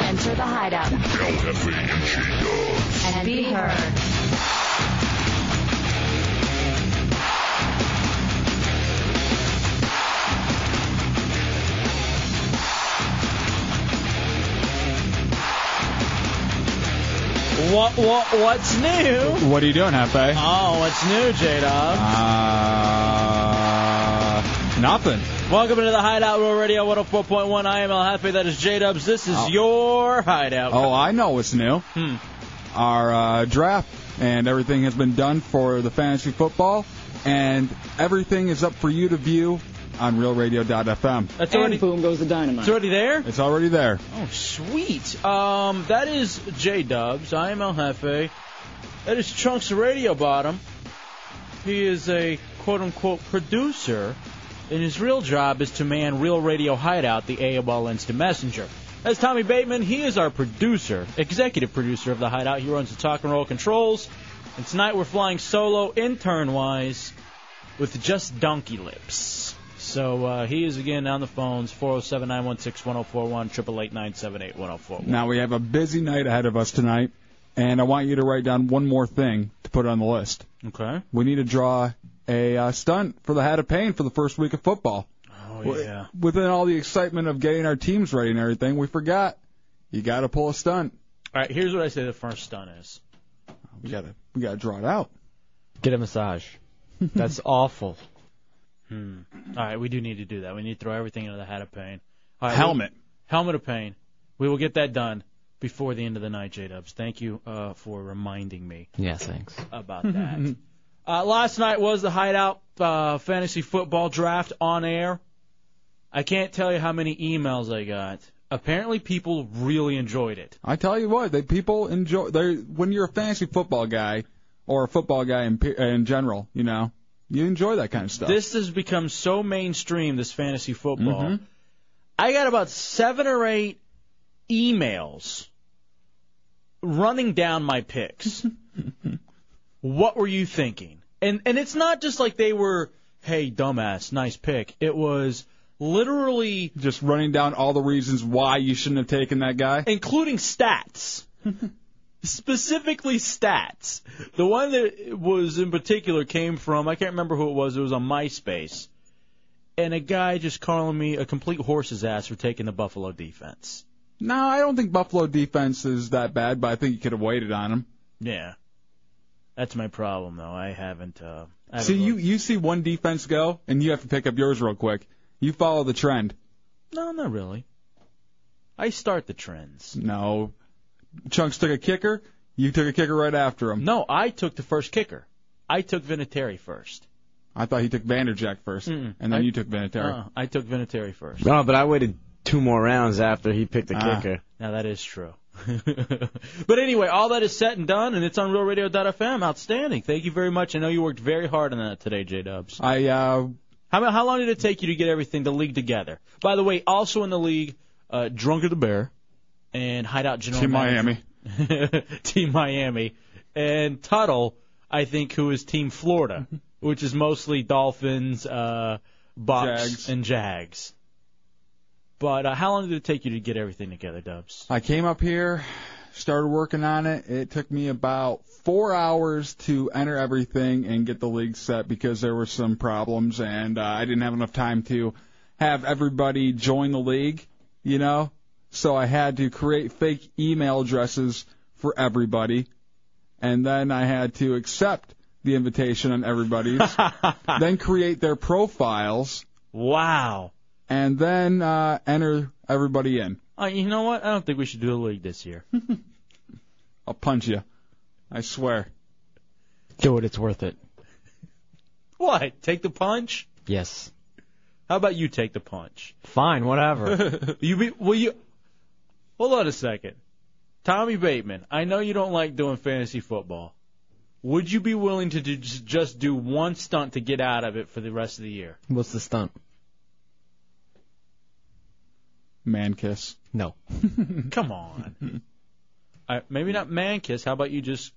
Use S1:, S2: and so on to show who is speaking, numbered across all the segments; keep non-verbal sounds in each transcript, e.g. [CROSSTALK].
S1: Enter the hideout and be heard.
S2: What, what, what's new?
S3: What are you doing, Hefe?
S2: Oh, what's new, J Dub?
S3: Uh, nothing.
S2: Welcome to the Hideout Roll Radio 104.1. I am El Happy. That is J Dubs. This is
S3: Oh.
S2: your Hideout.
S3: Oh, I know what's new.
S2: Hmm.
S3: Our uh, draft and everything has been done for the fantasy football, and everything is up for you to view on RealRadio.fm.
S2: That's
S4: And
S2: already,
S4: boom goes the dynamite.
S2: it's already there?
S3: It's already there.
S2: Oh, sweet. Um, that is J Dubs. I am El Jefe. That is Trunks Radio Bottom. He is a quote unquote producer, and his real job is to man Real Radio Hideout, the AOL Instant Messenger. That's Tommy Bateman. He is our producer, executive producer of the Hideout. He runs the Talk and Roll Controls. And tonight we're flying solo, intern wise, with just Donkey Lips. So uh, he is again on the phones 407 916 1041, 888 978 1041.
S3: Now we have a busy night ahead of us tonight, and I want you to write down one more thing to put on the list.
S2: Okay.
S3: We need to draw a uh, stunt for the Hat of Pain for the first week of football.
S2: Oh, yeah.
S3: Within all the excitement of getting our teams ready and everything, we forgot you got to pull a stunt.
S2: All right, here's what I say the first stunt is.
S3: We gotta we gotta draw it out.
S5: Get a massage.
S3: [LAUGHS]
S5: That's awful.
S2: All right, we do need to do that. We need to throw everything into the hat of pain. All right,
S3: Helmet.
S2: we- helmet of pain. We will get that done before the end of the night, J Dubs. Thank you uh, for reminding me
S5: Yeah, thanks.
S2: about that. uh, last night was the Hideout uh, Fantasy Football Draft on air. I can't tell you how many emails I got. Apparently, people really enjoyed it.
S3: I tell you what, they people enjoy. They when you're a fantasy football guy or a football guy in pe- in general, you know, you enjoy that kind of stuff.
S2: This has become so mainstream, this fantasy football.
S3: Mm-hmm.
S2: I got about seven or eight emails running down
S3: [LAUGHS]
S2: my picks. what were you thinking? And and it's not just like they were, hey, dumbass, nice pick. It was literally
S3: Just running down all the reasons why you shouldn't have taken that guy.
S2: including stats. [LAUGHS] Specifically, stats. The one that was in particular came from, I can't remember who it was, it was on MySpace. And a guy just calling me a complete horse's ass for taking the Buffalo defense.
S3: No, I don't think Buffalo defense is that bad, but I think you could have waited on him.
S2: Yeah. That's my problem, though. I haven't. Uh, I haven't
S3: See, you
S2: looked-
S3: you see one defense go, and you have to pick up yours real quick. You follow the trend.
S2: No, not really. I start the trends.
S3: No, Chunks took a kicker. You took a kicker right after him.
S2: No, I took the first kicker. I took Vinatieri first.
S3: I thought he took Vanderjack 1st
S2: Mm-mm.
S3: and then
S2: I-
S3: you took Vinatieri.
S2: Uh, I took Vinatieri first.
S5: No, but I waited two more rounds after he picked the
S3: Ah.
S5: kicker.
S2: Now that is true.
S3: [LAUGHS]
S2: but anyway, all that is set and done, and it's on RealRadio.fm. Outstanding. Thank you very much. I know you worked very hard on that today, J Dubs.
S3: I uh,
S2: How, how long did it take you to get everything, the league together? By the way, also in the league, uh, Drunker the Bear and Hideout General
S3: Team
S2: Manager- [LAUGHS] Team Miami. And Tuttle, I think, who is
S3: [LAUGHS]
S2: Team Florida, which is mostly Dolphins, uh, Bucks,
S3: Jags.
S2: and Jags. But uh, how long did it take you to get everything together, Dubs?
S3: I came up here, started working on it. It took me about four hours to enter everything and get the league set because there were some problems, and uh, I didn't have enough time to have everybody join the league, you know? So I had to create fake email addresses for everybody, and then I had to accept the invitation on everybody's, then create their profiles,
S2: Wow.
S3: and then uh, enter everybody in.
S2: Uh, you know what? I don't think we should do the league this year.
S3: I'll punch you. I swear.
S5: Do it. It's worth it.
S2: what? Take the punch?
S5: Yes.
S2: How about you take the punch?
S5: Fine, whatever.
S2: [LAUGHS] you be will you? Hold on a second, Tommy Bateman. I know you don't like doing fantasy football. Would you be willing to do, just do one stunt to get out of it for the rest of the year?
S5: What's the stunt?
S3: Man kiss.
S5: No.
S2: [LAUGHS] Come on. All right, maybe not man kiss. How about you just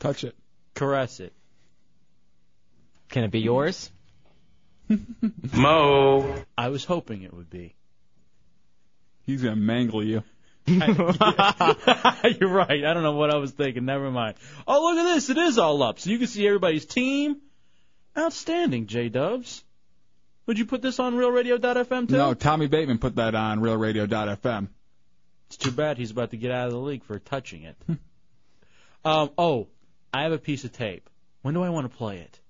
S3: touch it,
S2: caress it?
S5: Can it be
S3: [LAUGHS]
S5: yours?
S2: Mo. I was hoping it would be.
S3: He's gonna mangle
S2: [LAUGHS]
S3: you.
S2: You're right. I don't know what I was thinking. Never mind. Oh, look at this. It is all up. So you can see everybody's team. Outstanding, J Dubs. Would you put this on RealRadio.fm
S3: [LAUGHS]
S2: too?
S3: No, Tommy Bateman put that on RealRadio.fm.
S2: It's too bad he's about to get out of the league for touching it. um, oh, I have a piece of tape. When do I want to play it?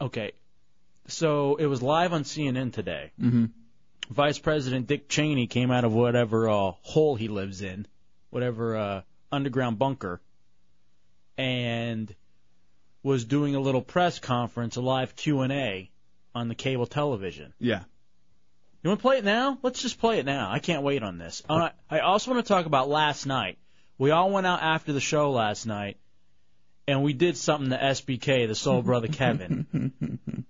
S2: Okay. So it was live on CNN today.
S3: [LAUGHS] Mm-hmm.
S2: Vice President Dick Cheney came out of whatever uh, hole he lives in, whatever uh, underground bunker, and was doing a little press conference, a live Q and A on the cable television.
S3: Yeah.
S2: You want to play it now? Let's just play it now. I can't wait on this. All right, I also want to talk about last night. We all went out after the show last night, and we did something to SBK, the Soul Brother Kevin,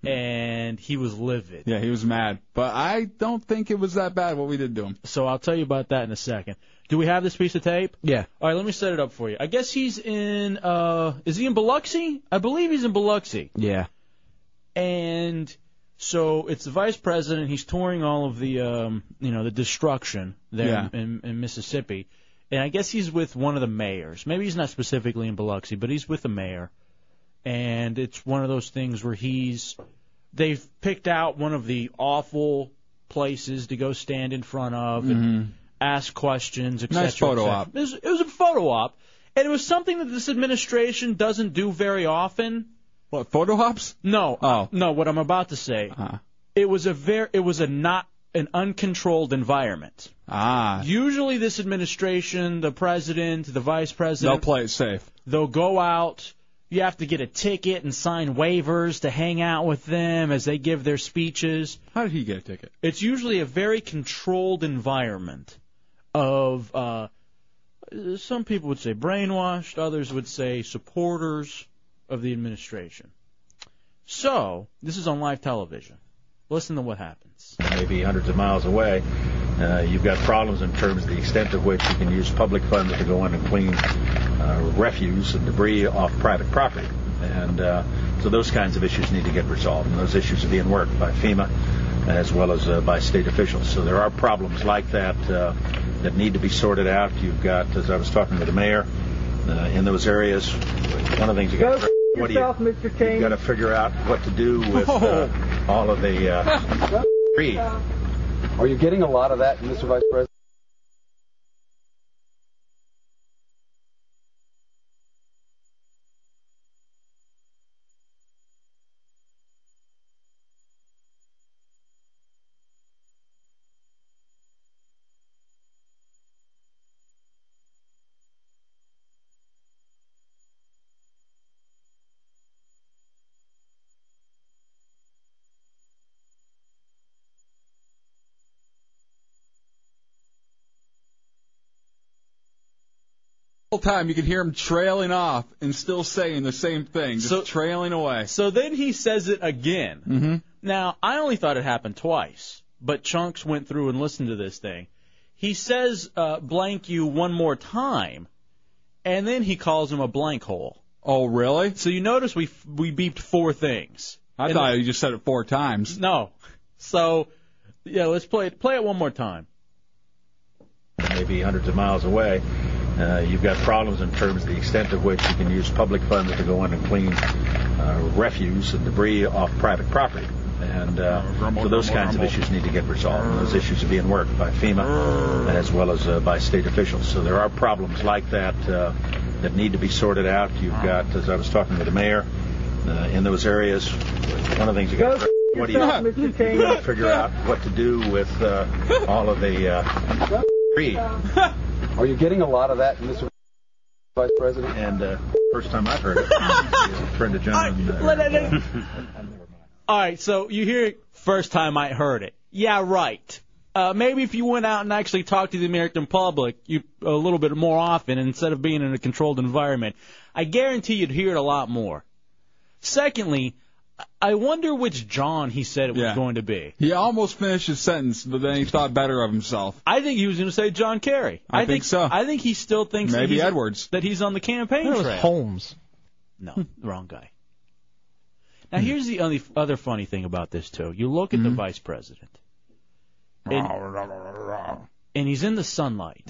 S2: and he was livid.
S3: Yeah, he was mad, but I don't think it was that bad what we did to him.
S2: So I'll tell you about that in a second. Do we have this piece of tape?
S5: Yeah.
S2: All right, let me set it up for you. I guess he's in. uh Is he in Biloxi? I believe he's in Biloxi.
S5: Yeah.
S2: And so it's the vice president. He's touring all of the, um you know, the destruction there
S3: Yeah.
S2: in, in Mississippi. And I guess he's with one of the mayors. Maybe he's not specifically in Biloxi, but he's with the mayor. And it's one of those things where he's. They've picked out one of the awful places to go stand in front of and ask questions, etc.
S3: Mm-hmm. Nice photo
S2: etc.
S3: op.
S2: It was, it was a photo op, and it was something that this administration doesn't do very often.
S3: What photo ops?
S2: No, uh,
S3: Oh.
S2: no. What I'm about to say,
S3: Uh-huh.
S2: it was a very, it was a not an uncontrolled environment.
S3: Ah,
S2: Usually, this administration, the president, the vice
S3: they'll
S2: president,
S3: play it safe.
S2: they'll go out. You have to get a ticket and sign waivers to hang out with them as they give their speeches.
S3: How did he get a ticket?
S2: It's usually a very controlled environment of uh, some people would say brainwashed, others would say supporters of the administration. So, this is on live television. Listen to what happens.
S4: maybe hundreds of miles away. Uh, you've got problems in terms of the extent of which you can use public funds to go in and clean uh, refuse and debris off private property. And uh, so those kinds of issues need to get resolved, and those issues are being worked by FEMA as well as uh, by state officials. So there are problems like that uh, that need to be sorted out. You've got, as I was talking to the mayor, uh, in those areas, one of the things you got. What do you, you've got to figure out what to do with uh, all of the uh, debris.
S6: Are you getting a lot of that, Mr. Vice President?
S3: The whole time you can hear him trailing off and still saying the same thing, just
S2: So-
S3: trailing away.
S2: So then he says it again.
S3: Mm-hmm.
S2: Now, I only thought it happened twice, but Chunks went through and listened to this thing. He says uh, blank you one more time, and then he calls him a blank hole.
S3: Oh, really?
S2: So you notice we we beeped four things.
S3: I
S2: And
S3: thought you just said it four times.
S2: No. So yeah, let's play it. Play it one more time.
S4: maybe hundreds of miles away. Uh, you've got problems in terms of the extent of which you can use public funds to go in and clean uh, refuse and debris off private property. And uh,
S3: Grumble,
S4: so those
S3: grumble,
S4: kinds
S3: grumble.
S4: of issues need to get resolved. And those issues are being worked by FEMA as well as uh, by state officials. So there are problems like that uh, that need to be sorted out. You've got, as I was talking to the mayor, uh, in those areas, one of the things you got. What do you, you got to figure out what to do with uh, all of the uh, debris.
S6: Are you getting a lot of that, Mr. Vice President?
S7: [LAUGHS]
S4: And uh, first time I've heard it, is a friend of John. uh,
S2: [LAUGHS] All right, so you hear it first time I heard it. Yeah, right. Uh, maybe if you went out and actually talked to the American public you a little bit more often instead of being in a controlled environment, I guarantee you'd hear it a lot more. Secondly, I wonder which John he said it was going to be.
S3: He almost finished his sentence, but then he thought better of himself.
S2: I think he was going to say John Kerry.
S3: I think so.
S2: I think he still thinks that
S3: Maybe
S2: he's-
S3: Edwards.
S2: that he's on the campaign
S5: That was
S2: trail.
S5: Holmes.
S2: No, wrong guy. Now here's the only other funny thing about this too. You look at the vice president, and, and he's in the sunlight,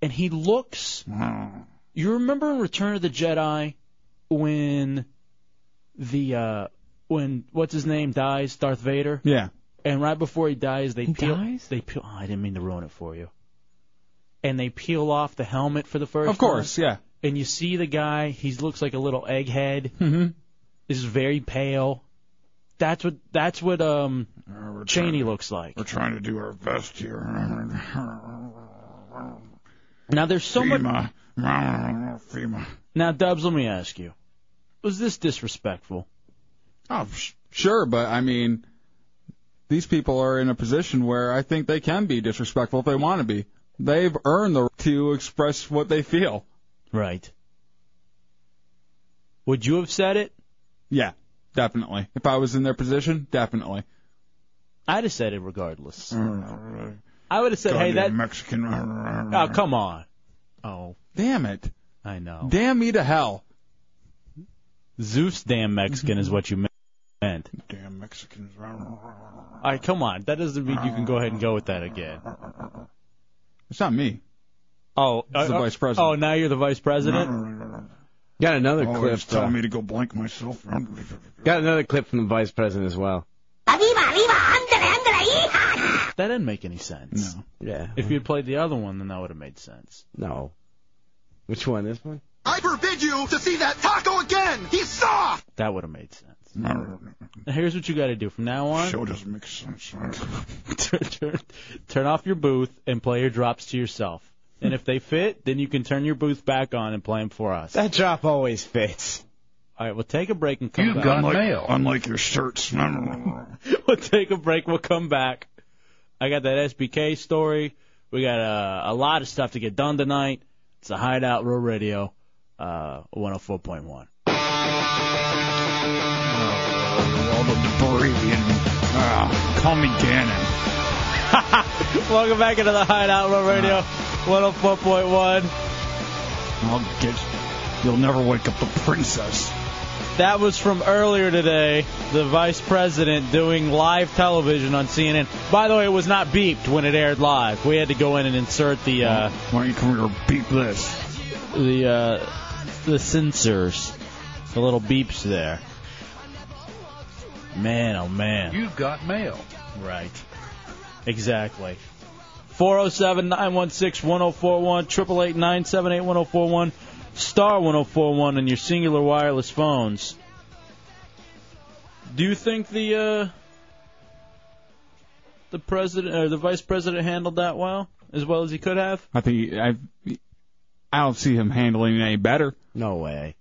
S2: and he looks. You remember in Return of the Jedi when the uh, when what's his name dies, Darth Vader.
S3: Yeah.
S2: And right before he dies, they peel. They peel. Oh, I didn't mean to ruin it for you. And they peel off the helmet for the first.
S3: Of course,
S2: time.
S3: yeah.
S2: And you see the guy. He looks like a little egghead.
S3: Mm-hmm.
S2: Is very pale. That's what. That's what. Um. Cheney looks like.
S3: We're trying to do our best here.
S2: Now there's so much.
S3: FEMA.
S2: Now Dubs, let me ask you. Was this disrespectful?
S3: Oh, sh- sure, but I mean, these people are in a position where I think they can be disrespectful if they want to be. They've earned the right to express what they feel.
S2: Right. Would you have said it?
S3: Yeah, definitely. If I was in their position, definitely.
S2: I'd have said
S3: [LAUGHS]
S2: it regardless. I would have said, "Hey, that."
S3: Mexican.
S2: Oh, come on. Oh,
S3: Damn it.
S2: I know.
S3: Damn me to hell.
S2: Zeus damn Mexican is what you meant.
S3: Damn Mexicans.
S2: All right, come on. That doesn't mean you can go ahead and go with that again.
S3: It's not me.
S2: Oh,
S3: It's the
S2: uh,
S3: vice president.
S2: Oh, now you're the vice president.
S8: Got another clip. uh,
S3: to go blank myself.
S8: Got another clip from the vice president as well.
S2: That didn't make any sense.
S3: No.
S8: Yeah. uh-huh.
S2: If you'd played the other one, then that would have made sense.
S8: No. Which one? This one?
S9: I forbid you to see that taco again. He's soft.
S2: That would have made sense. Now, here's what you got to do from now on:
S3: doesn't make sense.
S2: turn, turn, [LAUGHS] turn off your booth and play your drops to yourself. And if they fit, then you can turn your booth back on and play them for us.
S8: That drop always fits.
S2: All right, we'll take a break and come back.
S3: mail. Unlike your shirts.
S2: [LAUGHS] we'll take a break. We'll come back. I got that SBK story. We got uh, a lot of stuff to get done tonight. It's a Hideout Row Radio, uh, 104.1.
S3: all the Ah, debris and call me Gannon.
S2: [LAUGHS] Welcome back into the Hideout Row Radio, 104.1.
S3: I'll get. You'll never wake up the princess.
S2: That was from earlier today, the vice president doing live television on CNN. By the way, it was not beeped when it aired live. We had to go in and insert the uh,
S3: Why don't you come here and beat this?
S2: the uh, the sensors, the little beeps there. Man, oh man.
S3: You got mail.
S2: Right. Exactly. 407 916 1041, 888 978 1041, star 1041 on your singular wireless phones. Do you think the uh, the president or the vice president handled that well, as well as he could have?
S3: I think I. I don't see him handling it any better.
S8: No way.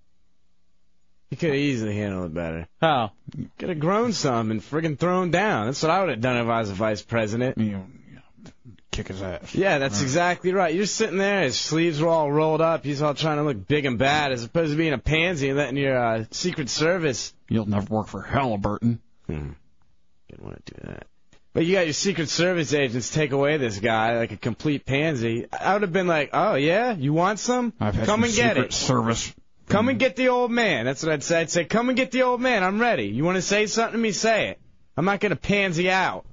S8: He could have easily handled it better.
S2: How?
S8: Could have grown some and friggin' thrown down. That's what I would have done if I was a vice president.
S3: You know, you know, kick his ass.
S8: Yeah, that's exactly right. You're sitting there, his sleeves were all rolled up. He's all trying to look big and bad, as opposed to being a pansy and letting your uh, Secret Service.
S3: You'll never work for Halliburton.
S8: Didn't want to do that. But you got your Secret Service agents take away this guy like a complete pansy. I would have been like, oh yeah, you want some?
S3: I've had
S8: Come
S3: some
S8: and get
S3: Secret
S8: it.
S3: Service.
S8: Come and get the old man. That's what I'd say. I'd say, come and get the old man. I'm ready. You want to say something to me? Say it. I'm not gonna pansy out.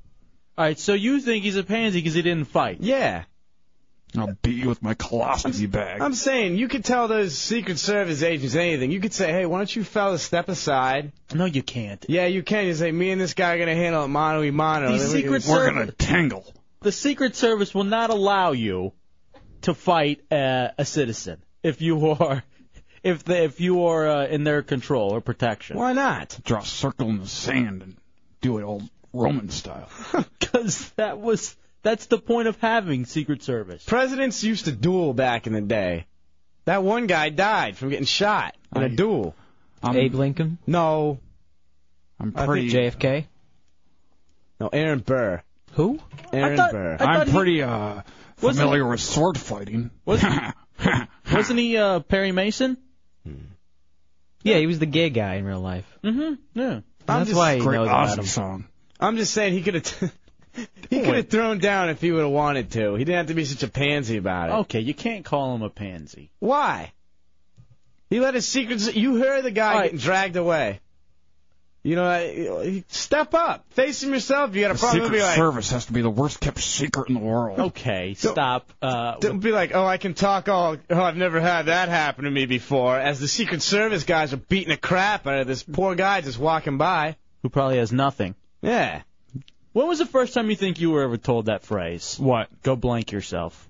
S2: All right, so you think he's a pansy because he didn't fight?
S8: Yeah.
S3: I'll beat you with my colostomy bag.
S8: I'm saying you could tell those Secret Service agents anything. You could say, hey, why don't you fellas step aside?
S2: No, you can't.
S8: Yeah, you can. You say, me and this guy are gonna handle it mano a mano.
S2: The
S8: Then we
S2: Secret
S8: can-
S3: We're gonna tangle.
S2: the Secret Service will not allow you to fight uh, a citizen if you [LAUGHS] are if the, if you are uh, in their control or protection.
S8: Why not?
S3: Draw a circle in the sand and do it old Roman style.
S2: Because that was that's the point of having Secret Service.
S8: Presidents used to duel back in the day. That one guy died from getting shot in a duel.
S3: I'm,
S5: Abe Lincoln.
S8: No.
S3: I'm
S8: I
S3: pretty.
S8: think
S5: JFK.
S8: No, Aaron Burr.
S5: Who?
S8: Aaron
S2: I thought-
S8: Burr.
S2: I
S3: I'm
S2: thought he-
S3: pretty uh,
S2: Wasn't
S3: familiar with sword fighting.
S2: Wasn't, wasn't he uh, Perry Mason?
S5: Yeah, he was the gay guy in real life.
S2: Mm-hmm. Yeah.
S8: I'm
S5: that's
S8: just-
S5: why he
S3: Great
S5: knows about
S3: Ozzy
S5: him.
S3: song.
S8: [LAUGHS] I'm just saying he could have. [LAUGHS] He could have thrown down if he would have wanted to. He didn't have to be such a pansy about it.
S2: Okay, you can't call him a pansy.
S8: Why? He let his secrets. You heard the guy
S2: All right.
S8: getting dragged away. You know, I- step up, face him yourself. You got a
S3: The
S8: problem.
S3: Secret
S8: Be like,
S3: Service has to be the worst kept secret in the world.
S2: Okay, stop. Uh,
S8: don't be like, oh, I can talk. All, oh, I've never had that happen to me before. As the Secret Service guys are beating the crap out of this poor guy just walking by.
S2: who probably has nothing.
S8: Yeah.
S2: When was the first time you think you were ever told that phrase?
S3: What?
S2: Go blank yourself.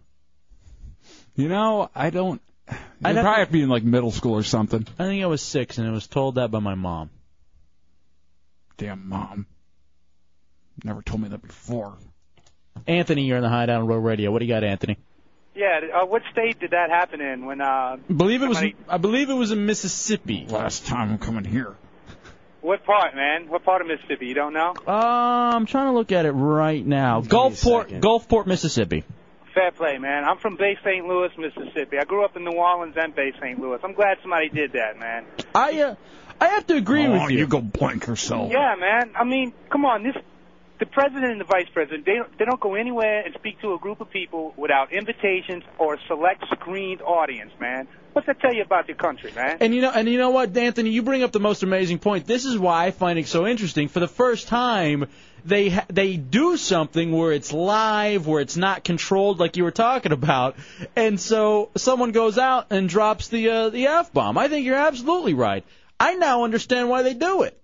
S3: You know, I don't. I'd
S2: have-
S3: probably have to be in like middle school or something.
S2: I think I was six, and I was told that by my mom.
S3: Damn, mom. Never told me that before.
S2: Anthony, you're in the Hideout on Road Radio. What do you got, Anthony?
S10: Yeah. Uh, what state did that happen in? When uh,
S2: Believe it was.
S10: Somebody-
S2: I believe it was in Mississippi.
S3: Last time I'm coming here.
S10: what part, man? What part of Mississippi? You don't know?
S2: Uh, I'm trying to look at it right now.
S8: Give me a
S2: Gulfport,
S8: second.
S2: Gulfport, Mississippi.
S10: Fair play, man. I'm from Bay St. Louis, Mississippi. I grew up in New Orleans and Bay St. Louis. I'm glad somebody did that, man.
S2: I uh, I have to agree
S3: oh,
S2: with you.
S3: go blank yourself.
S10: Yeah, man. I mean, come on. This the president and the vice president. They don't, they don't go anywhere and speak to a group of people without invitations or a select screened audience, man. What's that tell you about the country, man?
S2: And you know, and you know what, Anthony, you bring up the most amazing point. This is why I find it so interesting. For the first time, they ha- they do something where it's live, where it's not controlled, like you were talking about. And so someone goes out and drops the uh, the f bomb. I think you're absolutely right. I now understand why they do it.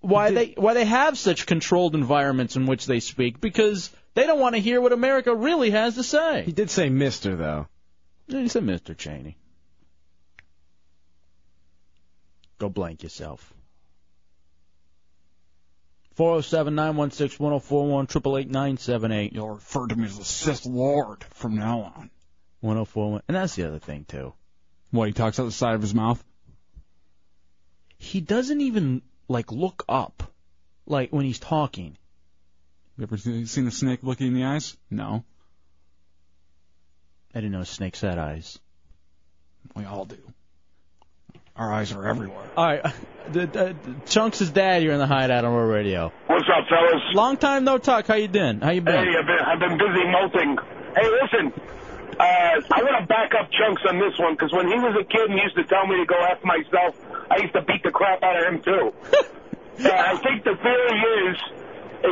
S2: Why they why they have such controlled environments in which they speak because they don't want to hear what America really has to
S8: He
S2: say.
S8: did say Mister though.
S2: He said, Mr. Cheney. Go blank yourself. 407 916 1041 888
S3: You'll refer to me as the Sith Lord from now on.
S2: 1041. And that's the other thing, too.
S3: What, he talks out the side of his mouth?
S2: He doesn't even, like, look up, like, when he's talking.
S3: You ever see- seen a snake looking in the eyes? No.
S2: I didn't know snakes had eyes.
S3: We all do. Our eyes are everywhere.
S2: All right. [LAUGHS] The, the, the- Chunks' is dad, you're in the hideout on Road Radio.
S7: What's up, fellas?
S2: Long time no talk. How you been? How you
S7: Hey,
S2: been?
S7: I've been, I've been busy molting. Hey, listen, uh, I want to back up Chunks on this one because when he was a kid and he used to tell me to go F myself, I used to beat the crap out of him too. uh, I think the theory is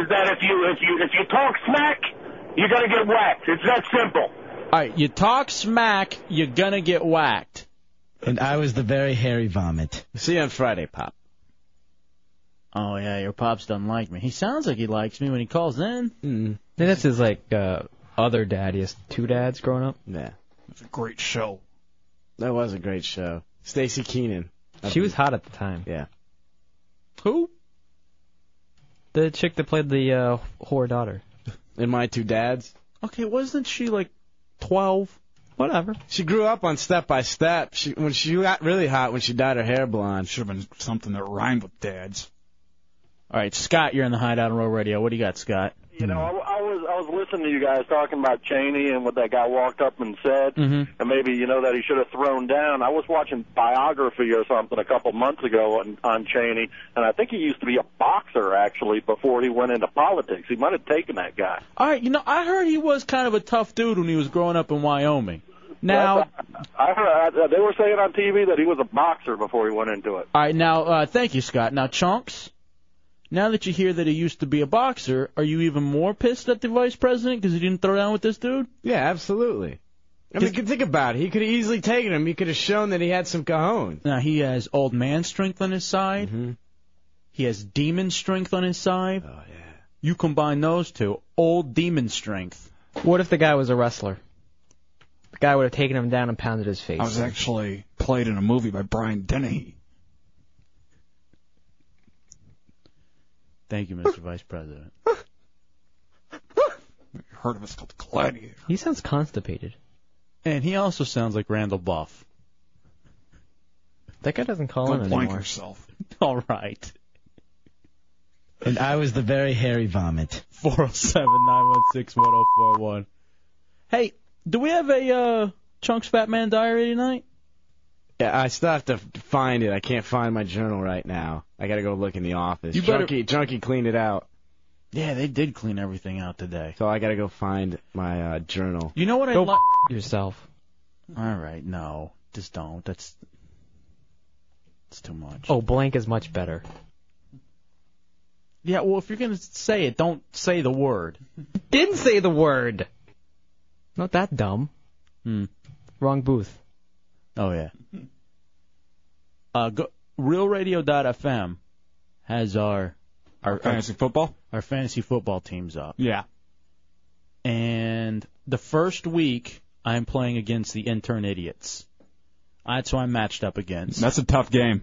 S7: is that if you if you if you talk smack, you're gonna get whacked. It's that simple.
S2: All right. You talk smack, you're going to get whacked.
S11: And I was the very hairy vomit.
S8: See you on Friday, Pop.
S2: Oh yeah, your pops doesn't like me. He sounds like he likes me when he calls in.
S8: Mm.
S5: And that's his like uh, other dad. He has two dads growing up.
S8: Yeah.
S3: It's a great show.
S8: That was a great show. Stacy Keenan.
S5: She was hot at the time.
S8: Yeah.
S2: Who?
S5: The chick that played the uh, whore daughter.
S8: And my two dads.
S2: Okay, wasn't she like twelve?
S5: Whatever.
S8: She grew up on Step by Step. She when she got really hot when she dyed her hair blonde.
S3: Should have been something that rhymed with dad's.
S2: All right, Scott, you're in the Hideout on Row Radio. What do you got, Scott?
S7: You know, I, I was I was listening to you guys talking about Cheney and what that guy walked up and said,
S2: Mhm.
S7: and maybe you know that he should have thrown down. I was watching biography or something a couple months ago on, on Cheney, and I think he used to be a boxer actually before he went into politics. He might have taken that guy.
S2: All right, you know, I heard he was kind of a tough dude when he was growing up in Wyoming. Now,
S7: I heard I, they were saying on TV that he was a boxer before he went into it.
S2: all right, now, uh, thank you, Scott. Now, Chunks, now that you hear that he used to be a boxer, are you even more pissed at the vice president because he didn't throw down with this dude?
S8: Yeah, absolutely. I mean, think about it. He could have easily taken him. He could have shown that he had some cajon.
S2: Now he has old man strength on his side.
S8: Mhm.
S2: He has demon strength on his side.
S8: Oh yeah.
S2: You combine those two, old demon strength.
S5: What if the guy was a wrestler? The guy would have taken him down and pounded his face.
S3: I was actually played in a movie by Brian Dennehy.
S2: Thank you, Mr. Vice President.
S3: Heard of us called Gladiator.
S5: he sounds constipated.
S2: And he also sounds like Randall Buff.
S5: That guy doesn't call
S3: Go
S5: in
S3: blank
S2: [LAUGHS]
S5: anymore.
S3: yourself.
S2: All right.
S11: And I was the very hairy vomit.
S2: 407 916 1041. Hey, do we have a uh, Chunks Fat Man Diary tonight?
S8: Yeah, I still have to f- find it. I can't find my journal right now. I gotta go look in the office.
S2: You better-
S8: Junkie, Junkie cleaned it out.
S2: Yeah, they did clean everything out today.
S8: So I gotta go find my uh, journal.
S2: You know what I
S8: Go
S2: like?
S5: yourself.
S2: All right, no, just don't. That's it's too much.
S5: Oh, blank is much better.
S2: Yeah, well, if you're gonna say it, don't say the word.
S5: [LAUGHS] Didn't say the word. Not that dumb.
S2: Hmm.
S5: Wrong booth.
S2: Oh yeah. Uh, go, RealRadio.fm has our our
S3: Fantasy football.
S2: [LAUGHS] Our fantasy football teams up.
S3: Yeah.
S2: And the first week, I'm playing against the intern idiots. That's who I'm matched up against.
S3: That's a tough game.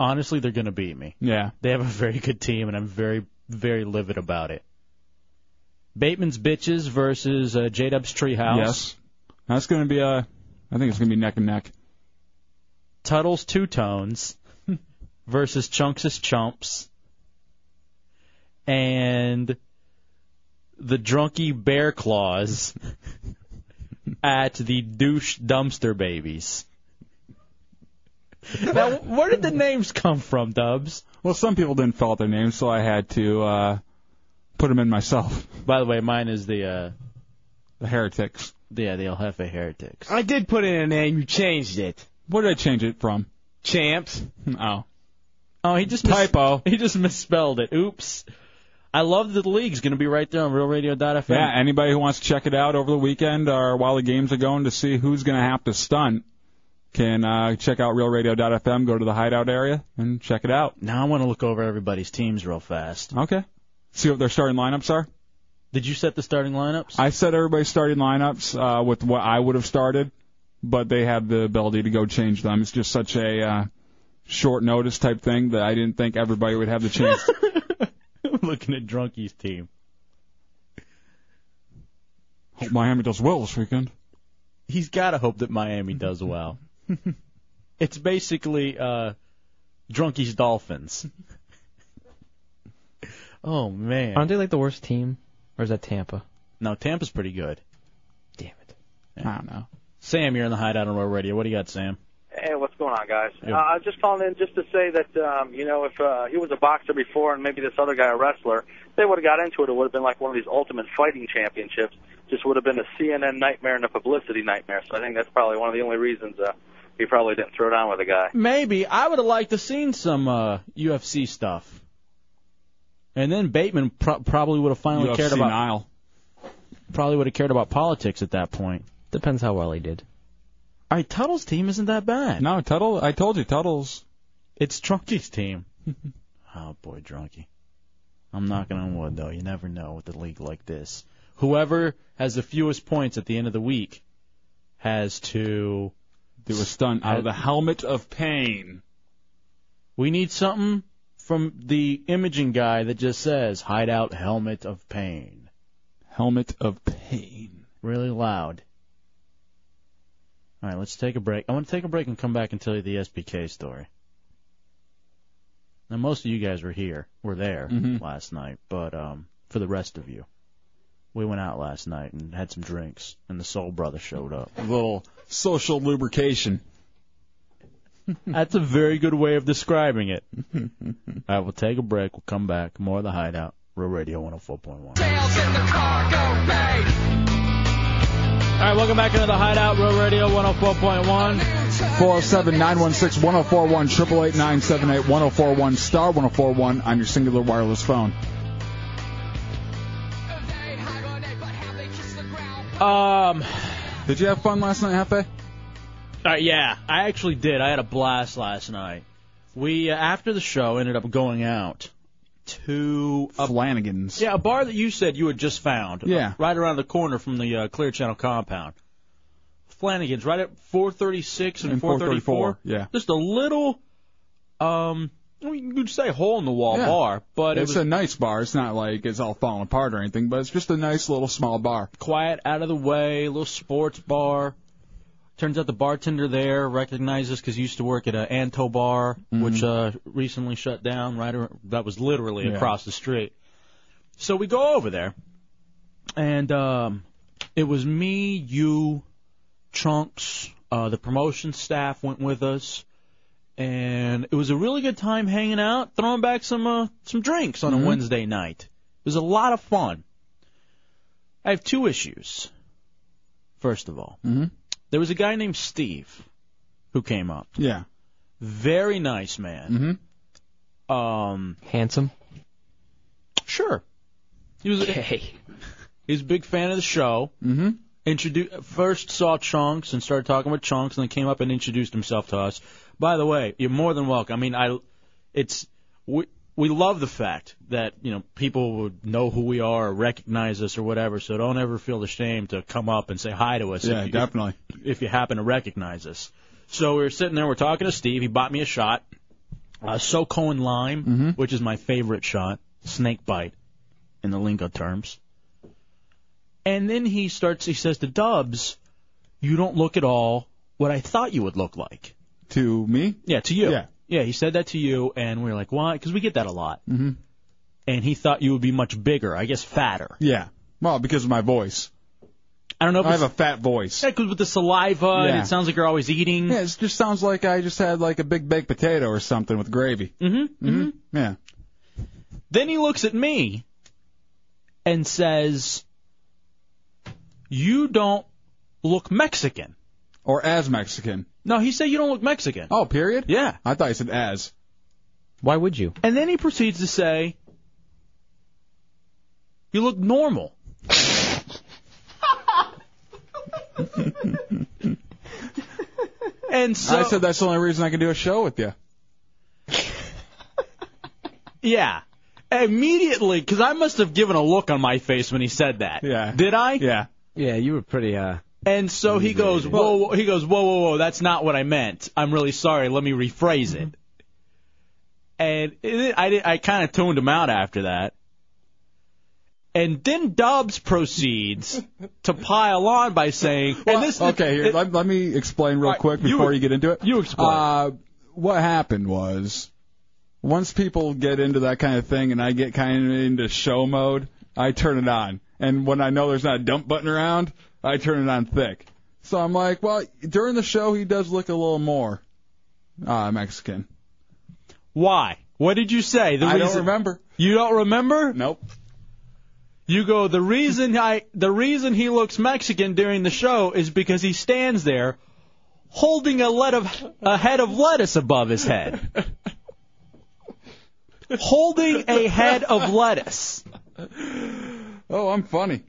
S2: Honestly, they're gonna beat me.
S3: Yeah.
S2: They have a very good team, and I'm very, very livid about it. Bateman's bitches versus uh, J Dub's treehouse.
S3: Yes. That's going to be a. I think it's going to be neck and neck.
S2: Tuttle's Two Tones [LAUGHS] versus Chunks' Chumps. And the Drunky
S3: [LAUGHS]
S2: Bear Claws at the Douche Dumpster Babies. [LAUGHS] Now, where did the names come from, Dubs?
S3: Well, some people didn't fill out their names, so I had to uh, put them in myself.
S2: By the way, mine is the uh,
S3: the Heretics.
S2: Yeah, the El Jefe Heretics.
S8: I did put in a name. You changed it.
S3: What did I change it from?
S8: Champs.
S3: [LAUGHS] Oh.
S2: Oh, he just typo. [LAUGHS] he just misspelled it. Oops. I love that the league's going to be right there on RealRadio.fm.
S3: Yeah, anybody who wants to check it out over the weekend or while the games are going to see who's going to have to stunt can uh, check out realradio.fm, go to the hideout area, and check it out.
S2: Now I want to look over everybody's teams real fast.
S3: Okay. See what their starting lineups are?
S2: Did you set the starting lineups?
S3: I set everybody's starting lineups uh, with what I would have started, but they have the ability to go change them. It's just such a uh, short notice type thing that I didn't think everybody would have the chance.
S2: I'm [LAUGHS] looking at Drunky's team.
S3: Hope Miami does well this weekend.
S2: He's got to hope that Miami does well. it's basically uh, Drunky's Dolphins. oh, man.
S5: Aren't they like the worst team? Or is that Tampa?
S2: No, Tampa's pretty good.
S5: Damn
S2: it.
S3: I don't know.
S2: Sam, you're in the hideout on Road Radio. What do you got, Sam?
S12: Hey, what's going on, guys?
S2: Yeah.
S12: Uh, I was just calling in just to say that um, you know if uh, he was a boxer before and maybe this other guy a wrestler, they would have got into it. It would have been like one of these Ultimate Fighting Championships. Just would have been a CNN nightmare and a publicity nightmare. So I think that's probably one of the only reasons uh, he probably didn't throw down with a guy.
S2: Maybe I would have liked to seen some uh, UFC stuff, and then Bateman pro- probably would have finally
S3: UFC
S2: cared about
S3: Nile.
S2: probably would have cared about politics at that point.
S5: Depends how well he did.
S2: All right, Tuttle's team isn't that bad.
S3: No, Tuttle, I told you, Tuttle's.
S2: It's Drunky's
S3: [LAUGHS]
S2: team. oh boy, Drunky. I'm knocking on wood though. You never know with a league like this. Whoever has the fewest points at the end of the week has to
S3: do a stunt out of the helmet of pain.
S2: We need something from the imaging guy that just says hideout helmet of pain.
S3: Helmet of pain.
S2: Really loud. All right, let's take a break. I want to take a break and come back and tell you the SBK story. Now, most of you guys were here, were there last night, but um, for the rest of you, we went out last night and had some drinks, and the Soul Brother showed [LAUGHS] up.
S3: A little social lubrication.
S2: That's a very good way of describing it. [LAUGHS] All right, we'll take a break. We'll come back. More of the Hideout. Real Radio 104.1. All right, welcome back into the Hideout. Real Radio 104.1.
S3: 407 916 1041 888 978 1041 star 1041 on your singular wireless phone.
S2: Um.
S3: Did you have fun last night, Hefe?
S2: Uh, yeah, I actually did. I had a blast last night. We uh, after the show ended up going out to a,
S3: Flanagan's.
S2: Yeah, a bar that you said you had just found. Uh,
S3: Yeah.
S2: right around the corner from the uh, Clear Channel compound. Flanagan's, right at 436 and,
S3: And
S2: 434.
S3: 434, yeah.
S2: Just a little, um, well, you could say hole in the wall
S3: Yeah.
S2: bar, but it
S3: it's
S2: was
S3: a nice bar. It's not like it's all falling apart or anything, but it's just a nice little small bar.
S2: quiet, out of the way, little sports bar. Turns out the bartender there recognized us because he used to work at a Anto Bar, which uh, recently shut down. Right, ar- that was literally
S13: Yeah.
S2: across the street. So we go over there, and um, it was me, you, Trunks, uh, the promotion staff went with us, and it was a really good time hanging out, throwing back some uh, some drinks on a Wednesday night. It was a lot of fun. I have two issues. First of all,
S3: Mm-hmm.
S2: there was a guy named Steve who came up.
S3: Yeah.
S2: Very nice man. Mm-hmm. Um,
S5: Handsome.
S2: Sure. He was He was a big fan of the show.
S3: Mm-hmm.
S2: Introdu- first saw Chunks and started talking with Chunks, and then came up and introduced himself to us. By the way, you're more than welcome. I mean, I, it's we we love the fact that you know people would know who we are, or recognize us, or whatever. So don't ever feel ashamed to come up and say hi to us.
S3: Yeah,
S2: if you,
S3: definitely.
S2: If you happen to recognize us. So we were sitting there, we're talking to Steve. He bought me a shot, uh, Soco and lime,
S3: Mm-hmm.
S2: which is my favorite shot, snake bite, in the lingo terms. And then he starts. He says to Dubs, "You don't look at all what I thought you would look like."
S3: To me?
S2: Yeah, to you.
S3: Yeah.
S2: Yeah, he said that to you, and we were like, "Why?" Because we get that a lot.
S3: Mm-hmm.
S2: And he thought you would be much bigger. I guess fatter.
S3: Yeah. Well, because of my voice.
S2: I don't know. If
S3: I have a
S2: it's-
S3: fat voice.
S2: Yeah, 'cause with the saliva, and
S3: Yeah.
S2: it sounds like you're always eating.
S3: Yeah, it just sounds like I just had like a big baked potato or something with gravy.
S2: Mm-hmm.
S3: Mm-hmm. Yeah.
S2: Then he looks at me and says, "You don't look Mexican."
S3: Or as Mexican.
S2: No, he said you don't look Mexican.
S3: Oh, period?
S2: Yeah.
S3: I thought you said as.
S5: Why would you?
S3: [LAUGHS]
S2: And then he proceeds to say, "You look normal." and so
S3: I said that's the only reason I can do a show with you.
S2: Yeah. Immediately, because I must have given a look on my face when he said that. Yeah. Did I?
S3: Yeah.
S8: Yeah, you were pretty. uh
S2: And so he goes, whoa, whoa, he goes, whoa, whoa, whoa, that's not what I meant. I'm really sorry. Let me rephrase
S3: Mm-hmm.
S2: it. And it, I, did- I kind of tuned him out after that. And then Dobbs proceeds to pile on by saying, and this,
S3: okay, here,
S2: it-
S3: let, let me explain real quick
S2: you-
S3: before you, get into it.
S2: you explain.
S3: Uh, what happened was, once people get into that kind of thing and I get kind of into show mode, I turn it on. And when I know there's not a dump button around, I turn it on thick. So I'm like, well, during the show, he does look a little more uh, Mexican.
S2: why? What did you say? The
S3: I don't
S2: reason-
S3: remember.
S2: You don't remember?
S3: Nope.
S2: You go, the reason I the reason he looks Mexican during the show is because he stands there holding a let of a head of lettuce above
S3: [LAUGHS]
S2: his head. holding a head of lettuce.
S3: Oh, I'm funny.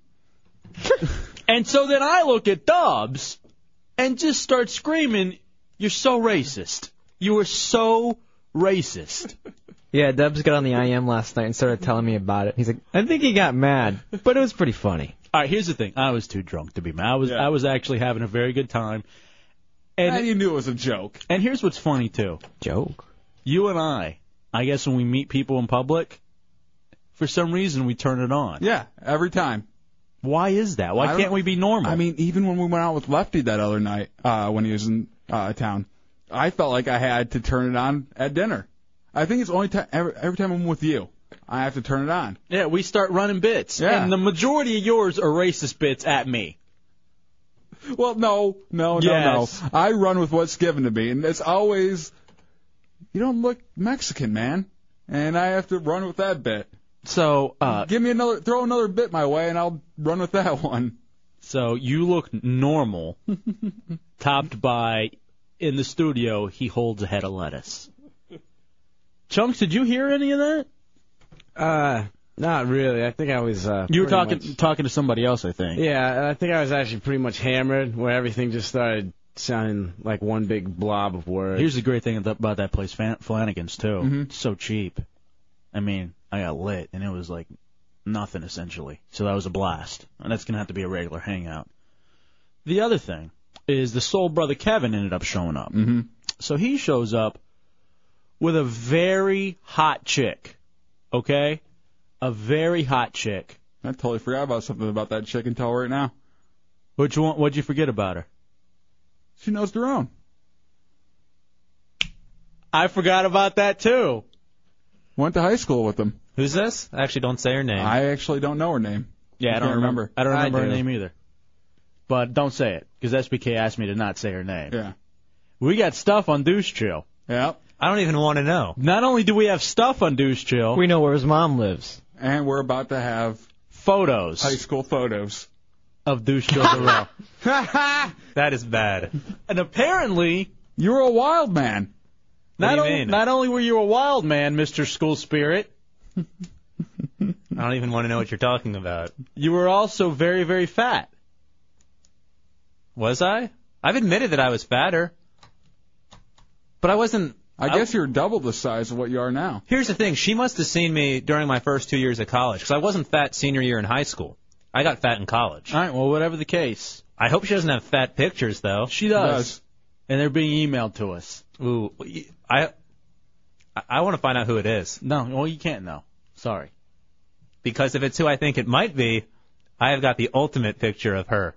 S2: [LAUGHS] and so then I look at Dobbs and just start screaming, You're so racist. You are so racist.
S5: Yeah, Dubs got on the IM last night and started telling me about it. He's like, I think he got [LAUGHS] mad, but it was pretty funny.
S2: All right, here's the thing. I was too drunk to be mad. I was I was actually having a very good time. And,
S3: you knew it was a joke.
S2: And here's what's funny too.
S5: Joke.
S2: You and I, I guess when we meet people in public, for some reason we turn it on.
S3: Yeah, every time.
S2: Why is that? Why
S3: I don't-
S2: can't we be normal?
S3: I mean, even when we went out with Lefty that other night uh, when he was in uh, town, I felt like I had to turn it on at dinner. I think it's only time every, every time I'm with you, I have to turn it on.
S2: Yeah, we start running bits.
S3: Yeah.
S2: And the majority of yours are racist bits at me.
S3: Well, no, no,
S2: Yes.
S3: no, no. I run with what's given to me, and it's always, you don't look Mexican, man, and I have to run with that bit.
S2: So uh,
S3: give me another, throw another bit my way, and I'll run with that [LAUGHS] one.
S2: So you look [LAUGHS] normal, topped by in the studio he holds a head of lettuce. Chunks, did you hear any of that?
S8: Uh, not really. I think I was. Uh,
S2: You were
S8: pretty
S2: talking talking to somebody else, I think.
S8: Yeah, and I think I was actually pretty much hammered, where everything just started sounding like one big blob of words.
S2: Here's the great thing about that place, Fan- Flanagan's too.
S3: Mm-hmm.
S2: It's so cheap. I mean, I got lit and it was like nothing essentially. So that was a blast, and that's gonna have to be a regular hangout. The other thing is the soul brother Kevin ended up showing up. Mm-hmm. So he shows up with a very hot chick. Okay, a very hot chick.
S3: I totally forgot about something about that chicken towel right now.
S2: Which one? What'd you forget about her?
S3: She knows their own.
S8: I forgot about that too.
S3: Went to high school with them.
S13: Who's this? I actually don't say her name.
S3: I actually don't know her name.
S2: Yeah, I don't
S3: can't
S2: remember. I don't remember her
S3: do.
S2: name either. But don't say it, because SBK asked me to not say her name.
S3: Yeah.
S2: We got stuff on Deuce Chill.
S3: Yep.
S13: I don't even want to know.
S2: Not only do we have stuff on Deuce Chill,
S5: We know where his mom lives.
S3: And we're about to have
S2: photos
S3: high school photos
S2: of Deuce
S3: [LAUGHS]
S2: Chill Darrell. [LAUGHS]
S13: that is bad.
S2: And apparently,
S3: you were a wild man.
S13: What
S2: Not,
S13: do you
S2: only,
S13: mean?
S2: not only were you a wild man, Mr.
S13: [LAUGHS]
S2: School Spirit,
S13: I don't even want to know what you're talking about.
S2: you were also very, very fat.
S13: Was I? I've admitted that I was fatter. But I wasn't.
S3: I guess you're double the size of what you are now.
S13: Here's the thing. She must have seen me during my first two years of college, because I wasn't fat senior year in high school. I got fat in college.
S2: All right, well, whatever the case,
S13: I hope she doesn't have fat pictures, though.
S2: she does. And they're being emailed to us.
S13: Ooh, I, I- I want to find out who it is.
S2: No, well, you can't know. Sorry.
S13: Because if it's who I think it might be, I have got the ultimate picture of her.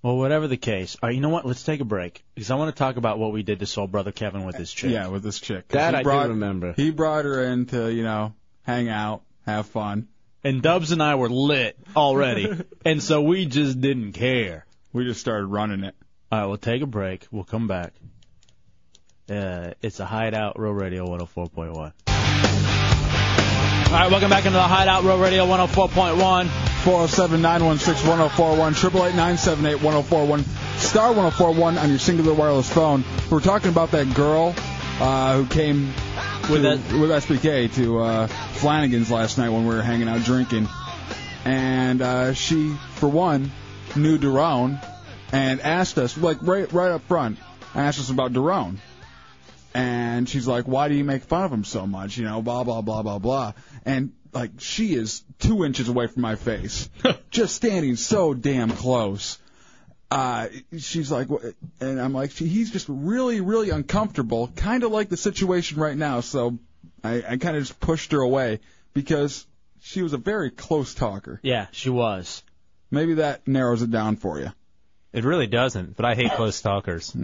S2: Well, whatever the case. All right, you know what? Let's take a break because I want to talk about what we did to Soul Brother Kevin with his chick.
S3: Yeah, with this chick.
S2: That
S3: He
S2: I do
S3: brought,
S2: remember.
S3: He brought her in to, you know, hang out, have fun.
S2: And Dubs and I were lit
S3: [LAUGHS]
S2: already, and so we just didn't care.
S3: We just started running it.
S2: All right, we'll take a break. We'll come back. Uh, it's a Hideout Real Radio 104.1. All right, welcome back into the Hideout Real Radio 104.1.
S3: 407 916 1041, 888 978 1041, star 1041 on your singular wireless phone. We're talking about that girl uh, who came with, to, with SBK to uh, Flanagan's last night when we were hanging out drinking. And uh, she, for one, knew Daron and asked us, like right, right up front, asked us about Daron and she's like, "Why do you make fun of him so much?" You know, blah blah blah blah blah. And like, she is two inches away from my
S2: [LAUGHS]
S3: face, just standing so damn close. Uh, she's like, "Wha-" and I'm like, she, he's just really, really uncomfortable, kind of like the situation right now. So I, I kind of just pushed her away because she was a very close talker.
S2: Yeah, she was.
S3: Maybe that narrows it down for you.
S13: It really doesn't, but I hate close talkers.
S2: All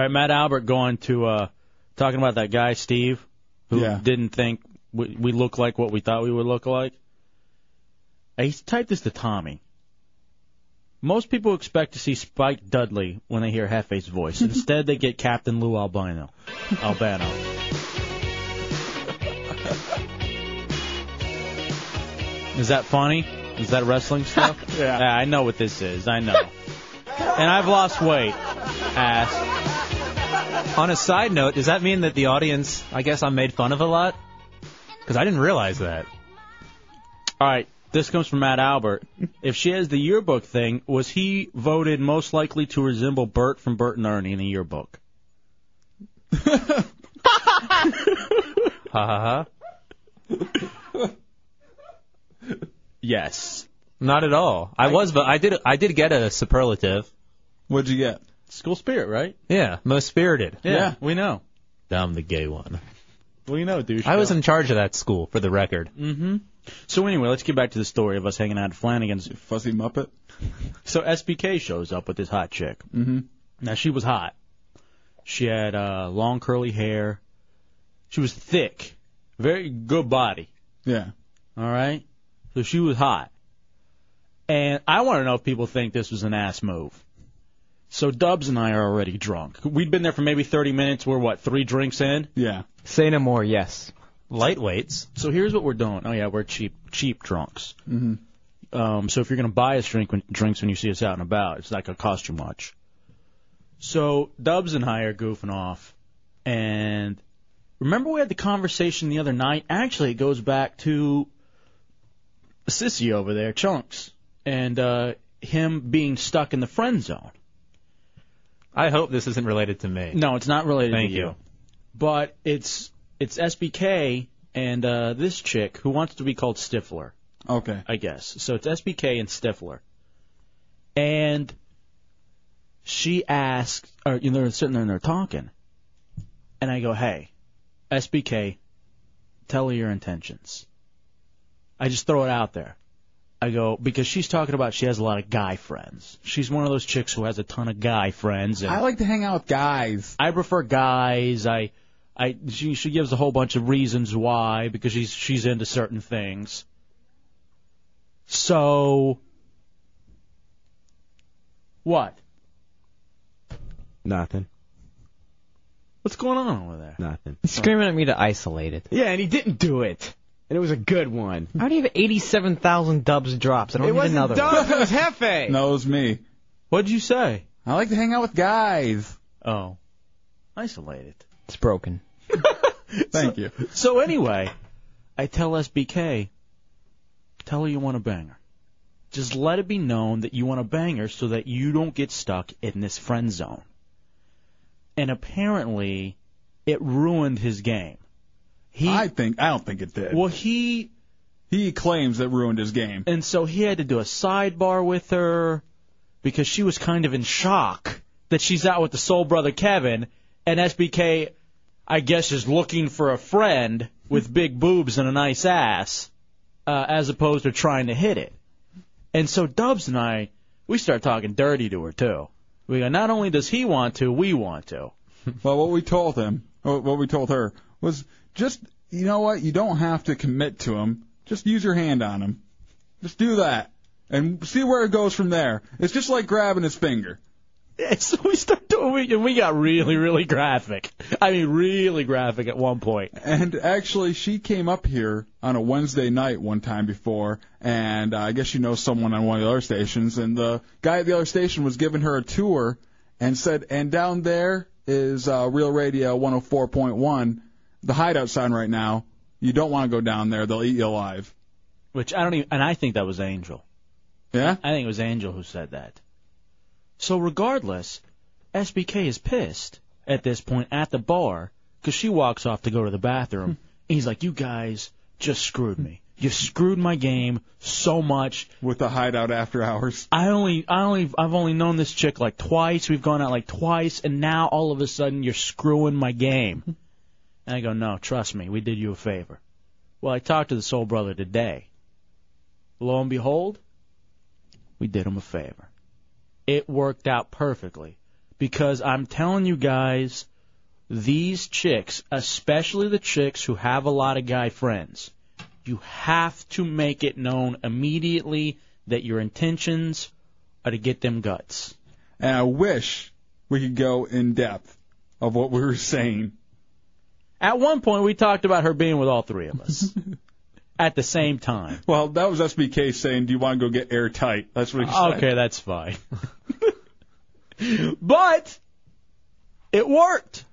S2: right, Matt Albert going to uh, talking about that guy Steve who
S3: Yeah.
S2: didn't think we, we looked like what we thought we would look like. Hey, He's typed this to Tommy. Most people expect to see Spike Dudley when they hear Hefe's voice. Instead, they get Captain Lou Albino. Albano. Is that funny? Is that wrestling stuff? yeah. I know what this is. I know. and I've lost weight. Ass.
S13: On a side note, does that mean that the audience, I guess I'm made fun of a lot? Because I didn't realize that.
S2: All right, this comes from Matt
S3: [LAUGHS]
S2: Albert. If she has the yearbook thing, was he voted most likely to resemble Bert from Bert and Ernie in a yearbook?
S13: Ha ha ha.
S2: yes.
S13: Not at all. I was, but I did. I did get a superlative.
S3: What'd you get?
S2: School spirit, right?
S13: Yeah, most spirited.
S3: Yeah.
S2: we know.
S13: I'm the gay one.
S2: We know, douche.
S13: I was in charge of that school, for the record.
S2: hmm So anyway, let's get back to the story of us hanging out at Flanagan's.
S3: Fuzzy Muppet.
S2: So SBK shows up with this hot chick.
S3: Mm-hmm.
S2: Now she was hot. She had uh, long curly hair. She was thick, very good body.
S3: Yeah.
S2: All right. So she was hot. And I want to know if people think this was an ass move. So Dubs and I are already drunk. We'd been there for maybe 30 minutes. We're what, three drinks in?
S3: Yeah.
S5: Say no more, yes.
S13: Lightweights.
S2: So here's what we're doing. Oh yeah, we're cheap, cheap drunks.
S3: hmm
S2: Um, so if you're gonna buy us drink when, drinks when you see us out and about, it's not gonna cost you much. So Dubs and I are goofing off, and remember we had the conversation the other night. Actually, it goes back to Sissy over there, Chunks, and uh, him being stuck in the friend zone.
S13: I hope this isn't related to me.
S2: No, it's not related
S13: Thank
S2: to
S13: you.
S2: you. But it's it's SBK and uh, this chick who wants to be called Stifler.
S3: Okay.
S2: I guess. So it's SBK and Stifler. And she asked, or you know, they're sitting there and they're talking. And I go, hey, SBK, tell her your intentions. I just throw it out there. I go because she's talking about she has a lot of guy friends. She's one of those chicks who has a ton of guy friends. And
S3: I like to hang out with guys.
S2: I prefer guys. I, I she she gives a whole bunch of reasons why because she's she's into certain things. So, what?
S8: Nothing.
S2: What's going on over there?
S8: Nothing.
S5: He's screaming at me to isolate it.
S8: Oh. Yeah, and he didn't do it. And it was a good one.
S5: I already have 87,000 dubs drops. I don't
S8: it
S5: need
S8: wasn't
S5: another
S8: Dubs,
S5: one.
S8: it was Hefe.
S3: No, it was me.
S2: What'd you say?
S3: I like to hang out with guys.
S2: Oh. Isolated.
S5: It's
S2: [LAUGHS]
S5: broken.
S3: Thank you.
S2: So anyway, I tell SBK, tell her you want to bang her. Just let it be known that you want to bang her so that you don't get stuck in this friend zone. And apparently, it ruined his game.
S3: I think I don't think it did.
S2: Well, he
S3: he claims that ruined his game.
S2: And so he had to do a sidebar with her because she was kind of in shock that she's out with the soul brother Kevin, and SBK, I guess, is looking for a friend with big boobs and a nice ass, uh, as opposed to trying to hit it. And so Dubs and I, we start talking dirty to her too. We go, not only does he want to, we want to.
S3: [LAUGHS] Well, what we told him, or what we told her, was just you know what? You don't have to commit to him. Just use your hand on him. Just do that, and see where it goes from there. It's just like grabbing his finger.
S2: Yeah, [LAUGHS] so we start doing, we, and we got really, really graphic. I mean, really graphic at one point.
S3: And actually, she came up here on a Wednesday night one time before, and uh, I guess you know someone on one of the other stations, and the guy at the other station was giving her a tour and said, and down there is uh, Real Radio 104.1, the hideout sign right now. You don't want to go down there; they'll eat you alive.
S2: Which I don't even, and I think that was Angel.
S3: Yeah?
S2: I think it was Angel who said that. So regardless, SBK is pissed at this point at the bar because she walks off to go to the bathroom.
S3: Hmm.
S2: and he's like, "You guys just screwed me. You screwed my game so much."
S3: With the hideout after hours.
S2: I only, I only, I've only known this chick like twice. We've gone out like twice, and now all of a sudden you're screwing my game. and I go, "No, trust me. We did you a favor." Well, I talked to the soul brother today. Lo and behold, we did him a favor. It worked out perfectly because I'm telling you guys, these chicks, especially the chicks who have a lot of guy friends, you have to make it known immediately that your intentions are to get them guts.
S3: And I wish we could go in depth of what we were saying.
S2: At one point, we talked about her being with all three of
S3: [LAUGHS]
S2: us at the same time.
S3: Well, that was SBK saying, "Do you want to go get airtight?" That's what he said.
S2: Okay, that's fine. but it worked.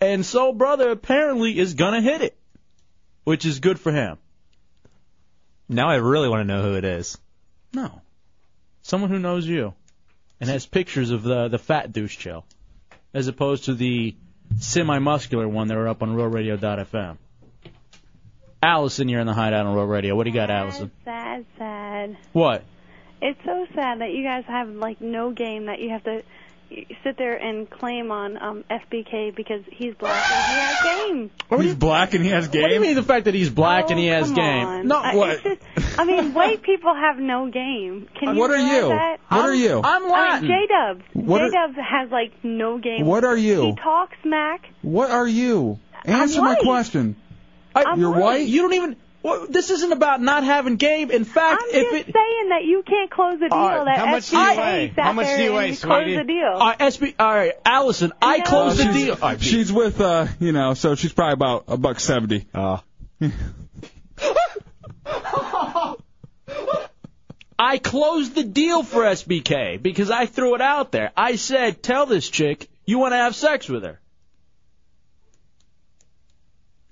S2: And Soul Brother apparently is going to hit it, which is good for him.
S13: Now I really want to know who it is.
S2: No. Someone who knows you and has pictures of the, the fat douche chill as opposed to the semi muscular one that are up on RealRadio.fm. Allison, you're in the hideout on Real Radio. What do you got, Allison?
S14: Sad, sad.
S2: What?
S14: It's so sad that you guys have like no game that you have to y- sit there and claim on um FBK because he's black and he has game. Oh,
S3: He's black and he has game. What do you mean
S2: the fact that he's black and he has
S14: Come
S2: game?
S14: on.
S2: No,
S14: I,
S2: what?
S14: it's Just,
S3: [LAUGHS]
S14: I mean, white people have no game. Can you
S3: Uh, What are
S14: realize
S3: you?
S14: That?
S3: What are you? I'm Latin.
S14: J Dub.
S3: What
S14: J
S3: are-
S14: Dub has like no game.
S3: What are you?
S14: He talks smack.
S3: [LAUGHS] What are you? Answer my
S14: white.
S3: question.
S2: I,
S3: You're white.
S2: You don't even. Well, this isn't about not having game. In fact,
S14: I'm
S2: if
S14: just
S2: it.
S14: saying that you can't close a deal.
S2: All right,
S14: that
S2: how much do you
S14: FBK
S2: weigh?
S14: sat
S2: How much
S14: there
S2: do you
S14: and
S2: weigh,
S14: closed
S2: sweetie?
S14: the deal.
S2: All right, SB, all right, Allison, I
S14: No.
S2: closed the deal. All right,
S3: She's with uh, you know, so she's probably about a buck seventy.
S8: Ah.
S2: I closed the deal for SBK because I threw it out there. I said, tell this chick you want to have sex with her.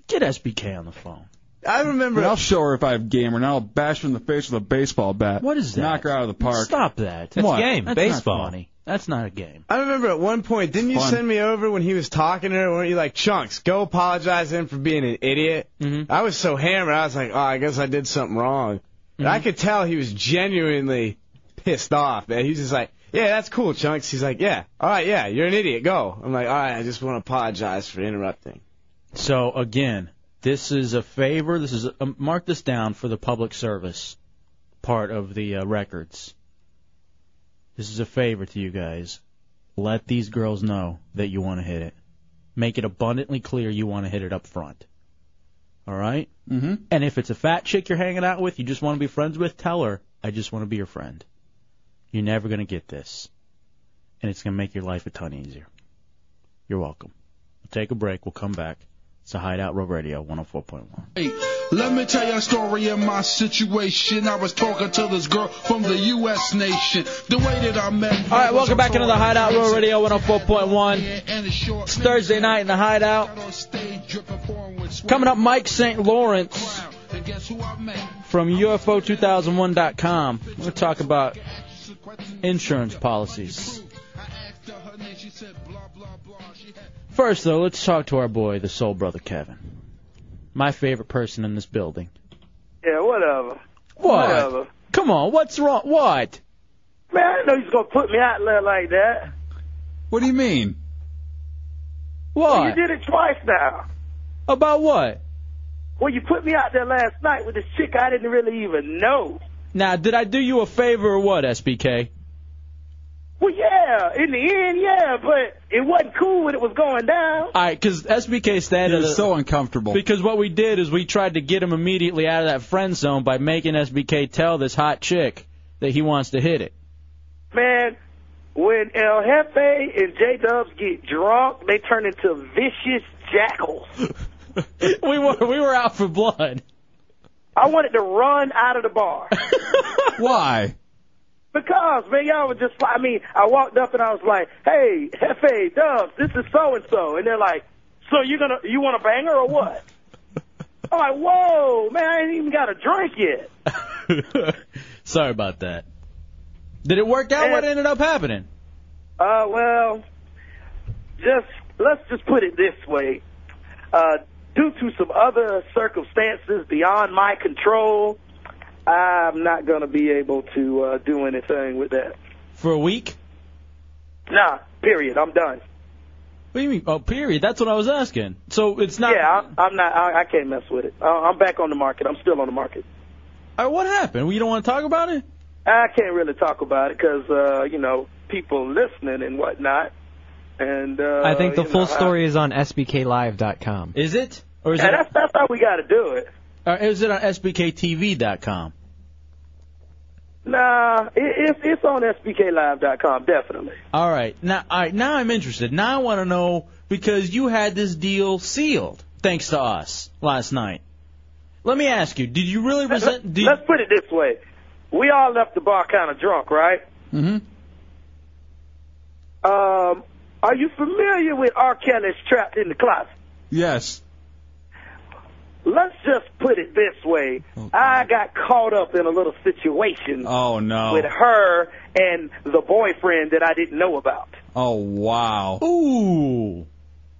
S2: Get SBK on the phone.
S8: I remember.
S3: I'll show her if I have game, or now I'll bash her in the face with a baseball bat.
S2: What is that?
S3: Knock her out of the park.
S2: Stop that.
S3: What?
S2: That's Not funny. That's not a game.
S8: I remember at one point, didn't you
S2: Fun.
S8: send me over when he was talking to her? Weren't you like, Chunks, go apologize to him for being an idiot? Mm-hmm. I was so hammered, I was like, oh, I guess I did something wrong. And
S5: Mm-hmm.
S8: I could tell he was genuinely pissed off, man. He was just like, yeah, that's cool, Chunks. He's like, yeah, all right, yeah, you're an idiot, go. I'm like, all right, I just want to apologize for interrupting.
S2: So um, again, this is a favor. This is a, mark this down for the public service. part of the uh, records. This is a favor to you guys. Let these girls know that you want to hit it. Make it abundantly clear you want to hit it up front. All right?
S3: Mm-hmm.
S2: And if it's a fat chick you're hanging out with, you just want to be friends with, tell her, I just want to be your friend. You're never going to get this. And it's going to make your life a ton easier. You're welcome. We'll take a break. We'll come back. It's a Hideout Road Radio 104.1.
S15: Hey, let me tell you a story of my situation. I was talking to this girl from the U.S. nation. The way that I met.
S2: All right, welcome back into the Hideout Road Radio 104.1. It's Thursday night in the Hideout. Coming up, Mike St. Lawrence from UFO2001.com. We're going to talk about insurance policies. First, though, let's talk to our boy, the soul brother Kevin. My favorite person in this building.
S16: Yeah, whatever.
S2: What?
S16: Whatever.
S2: Come on, what's wrong? What?
S16: Man, I didn't know you was gonna put me out there like that.
S3: What do you mean?
S16: Well, you
S2: What?
S16: did it twice now.
S2: About what?
S16: Well, you put me out there last night with this chick I didn't really even know.
S2: Now, did I do you a favor or what, SBK?
S16: Well, yeah, in the end, yeah, but it wasn't cool when it was going down.
S2: All right, because SBK
S3: It
S2: standard.
S3: was so uncomfortable.
S2: Because what we did is we tried to get him immediately out of that friend zone by making SBK tell this hot chick that he wants to hit it.
S16: Man, when El Jefe and J Dubs get drunk, they turn into vicious jackals.
S2: [LAUGHS] we were we were out for blood.
S16: I wanted to run out of the bar.
S3: Why?
S16: Because, man, y'all were just like, I mean, I walked up and I was like, hey, Hefe, Dubs, this is so-and-so. And they're like, so you gonna, you want a banger or what? I'm like, whoa, man, I ain't even got a drink yet. [LAUGHS]
S2: Sorry about that. Did it work out? What ended up happening?
S16: Uh, well, just, let's just put it this way. Uh, due to some other circumstances beyond my control, I'm not gonna be able to, uh, do anything with that.
S2: For a week?
S16: Nah, period, I'm done.
S2: What do you mean? Oh, period. That's what I was asking. So it's not.
S16: Yeah, I'm, I'm not. I, I can't mess with it. Uh, I'm back on the market. I'm still on the market.
S2: All right, Uh, what happened? You don't want to talk about it?
S16: I can't really talk about it because uh, you know people listening and whatnot. And uh,
S5: [LAUGHS] I think the
S16: you
S5: full
S16: know,
S5: story is on sbklive.com.
S2: Is it? Or
S16: I,
S2: is
S16: and
S2: it?
S16: that's that's how we got to do it.
S2: Or is it on SBKTV.com?
S16: Nah, it, it's it's on SBKLive.com definitely.
S2: All right. Now, all right. Now I'm interested. Now I want to know because you had this deal sealed thanks to us last night. Let me ask you: Did you really resent? Did,
S16: Let's put it this way: we all left the bar kind of drunk, right?
S3: Mm-hmm.
S16: Um, are you familiar with R. Kelly's Trapped in the Closet?
S3: Yes.
S16: Let's just put it this way: I got caught up in a little situation.
S3: Oh no.
S16: with her and the boyfriend that I didn't know about.
S3: Oh wow.
S2: Ooh.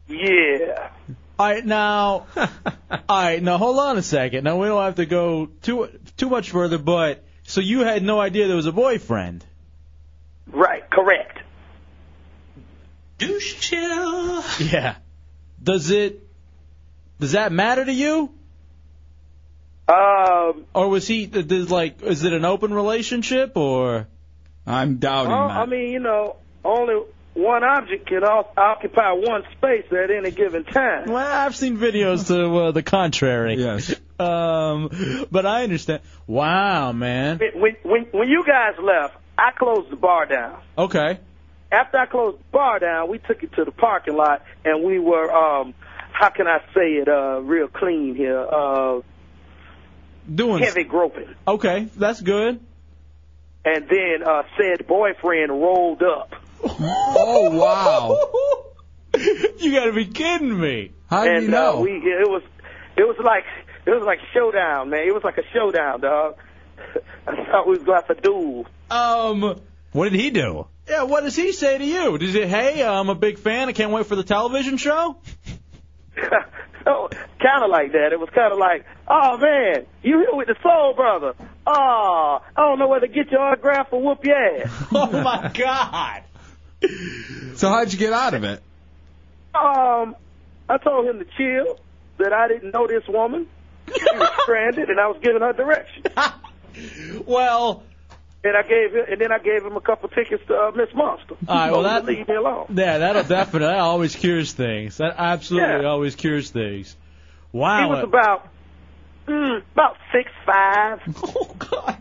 S16: Yeah.
S2: All right,
S3: [LAUGHS]
S2: now, all right, now hold on a second. Now we don't have to go too too much further, but so you had no idea there was a boyfriend.
S16: Right, correct.
S2: Douche chill. [LAUGHS] Yeah. Does it? Does that matter to you?
S16: Um.
S2: Or was he? Did, like, is it an open relationship or?
S3: I'm doubting
S16: Well, Uh, I mean, you know, only one object can o- occupy one space at any given time.
S2: Well, I've seen videos to uh, the contrary.
S3: Yes.
S2: [LAUGHS] Um, but I understand. Wow, man.
S16: When, when when you guys left, I closed the bar down.
S2: Okay.
S16: After I closed the bar down, we took it to the parking lot and we were um, how can I say it uh, real clean here? Uh,
S2: Doing.
S16: heavy groping.
S2: Okay, that's good.
S16: And then uh, said boyfriend rolled up.
S3: Oh wow.
S16: [LAUGHS]
S2: you gotta be kidding me.
S16: and, Uh, we, it was, it was like, it was like showdown, man. It was like a showdown, dog. [LAUGHS] I thought we was going to duel.
S2: Um.
S13: What did he do?
S2: Yeah, what does he say to you? Does it? Hey, I'm a big fan. I can't wait for the television
S16: [LAUGHS]
S2: show.
S16: So, kind of Oh, like that. It was kind of like, oh man, you here with the Soul Brother? Oh, I don't know whether to get your autograph or whoop your ass.
S2: oh [LAUGHS] my God.
S3: So how'd you get out of it?
S16: Um, I told him to
S2: [LAUGHS]
S16: chill. That I didn't know this woman. She was stranded, and I was giving her directions.
S2: Well.
S16: And I gave him, and then I gave him a couple tickets to uh, Miss Monster.
S2: All right, well,
S16: So
S2: that-
S16: he leave me alone.
S2: Yeah, that'll definitely that always cures things. That absolutely
S16: Yeah.
S2: always cures things.
S16: He
S2: Wow.
S16: was about mm, about six five.
S2: [LAUGHS] Oh God.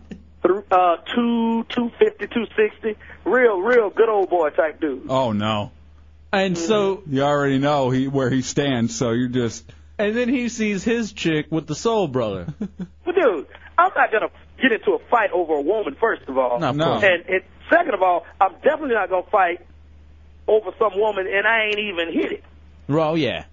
S16: Uh, two two fifty, two sixty. Real, real good old boy type dude.
S3: Oh no.
S2: And so
S3: you already know he where he stands, so you're just
S2: and then he sees his chick with the
S3: [LAUGHS]
S2: soul brother.
S16: But dude, I'm not gonna get into a fight over a woman. First of all,
S2: No, of No. course.
S16: and, and second of all, I'm definitely not gonna fight over some woman, and I ain't even hit it.
S2: Well, yeah.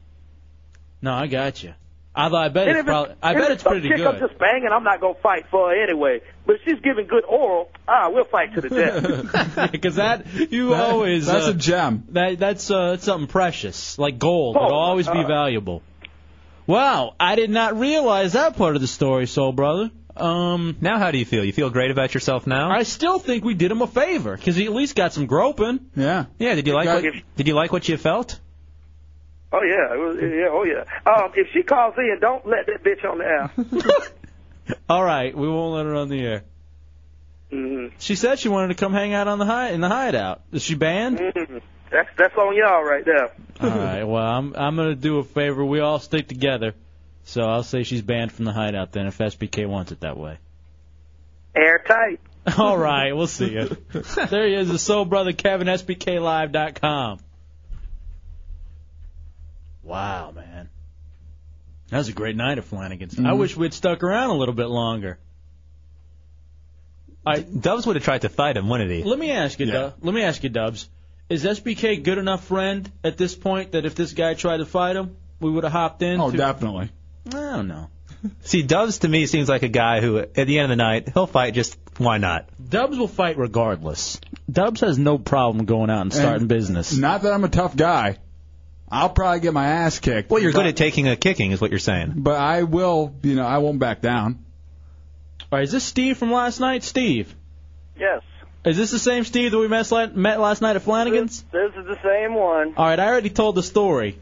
S2: No, I got you. Although I bet
S16: and
S2: it's
S16: if
S2: probably, I
S16: if
S2: bet it's
S16: some
S2: pretty
S16: chick
S2: good.
S16: I'm just banging. I'm not gonna fight for her anyway. But if she's giving good oral. Ah, we'll fight to
S2: [LAUGHS]
S16: the death.
S2: Because that you
S16: That-
S2: always
S16: that's
S2: uh,
S16: a
S3: gem.
S2: That that's uh, that's something precious, like gold.
S16: Oh,
S2: It'll always be
S16: uh,
S2: valuable. Wow, I did not realize that part of the story, soul brother. Um,
S13: now how do you feel? You feel great about yourself now?
S2: I still think we did him a favor because he at least got some groping.
S3: Yeah.
S13: Yeah. Did you like what, Did you like what you felt?
S16: oh yeah, it was, yeah, oh yeah. Um, if she calls in, don't let that bitch on the
S2: [LAUGHS]
S16: air.
S2: All right, we won't let her on the air.
S16: Mhm.
S2: She said she wanted to come hang out on the hi- in the hideout. Is she banned?
S16: Mhm. That's that's on y'all right there.
S2: [LAUGHS] All right. Well, I'm I'm gonna do a favor. We all stick together. So I'll say she's banned from the hideout then if SBK wants it that way.
S16: Airtight.
S2: [LAUGHS] All right, we'll see you. there he is, the soul brother Kevin SBKLive.com. Wow, man, that was a great night at Flanagan's. I wish we'd stuck around a little bit longer. I
S13: Dubs would have tried to fight him, wouldn't he?
S2: Let me ask you, Dub, let me ask you, Dubs, is SBK good enough friend at this point that if this guy tried to fight him, we would have hopped in?
S3: Oh,
S2: to-
S3: definitely.
S2: I don't know.
S13: [LAUGHS] See, Doves to me seems like a guy who, at the end of the night, he'll fight. Just why not?
S2: Dubs will fight regardless. Dubs has no problem going out and starting
S3: And
S2: business.
S3: Not that I'm a tough guy. I'll probably get my ass kicked. Well,
S13: You're good at taking a kicking, is what you're saying.
S3: But I will, you know, I won't back down.
S2: All right, is this Steve from last night? Steve,
S17: Yes.
S2: is this the same Steve that we met la- met last night at Flanagan's?
S17: This is the same one.
S2: All right, I already told the story.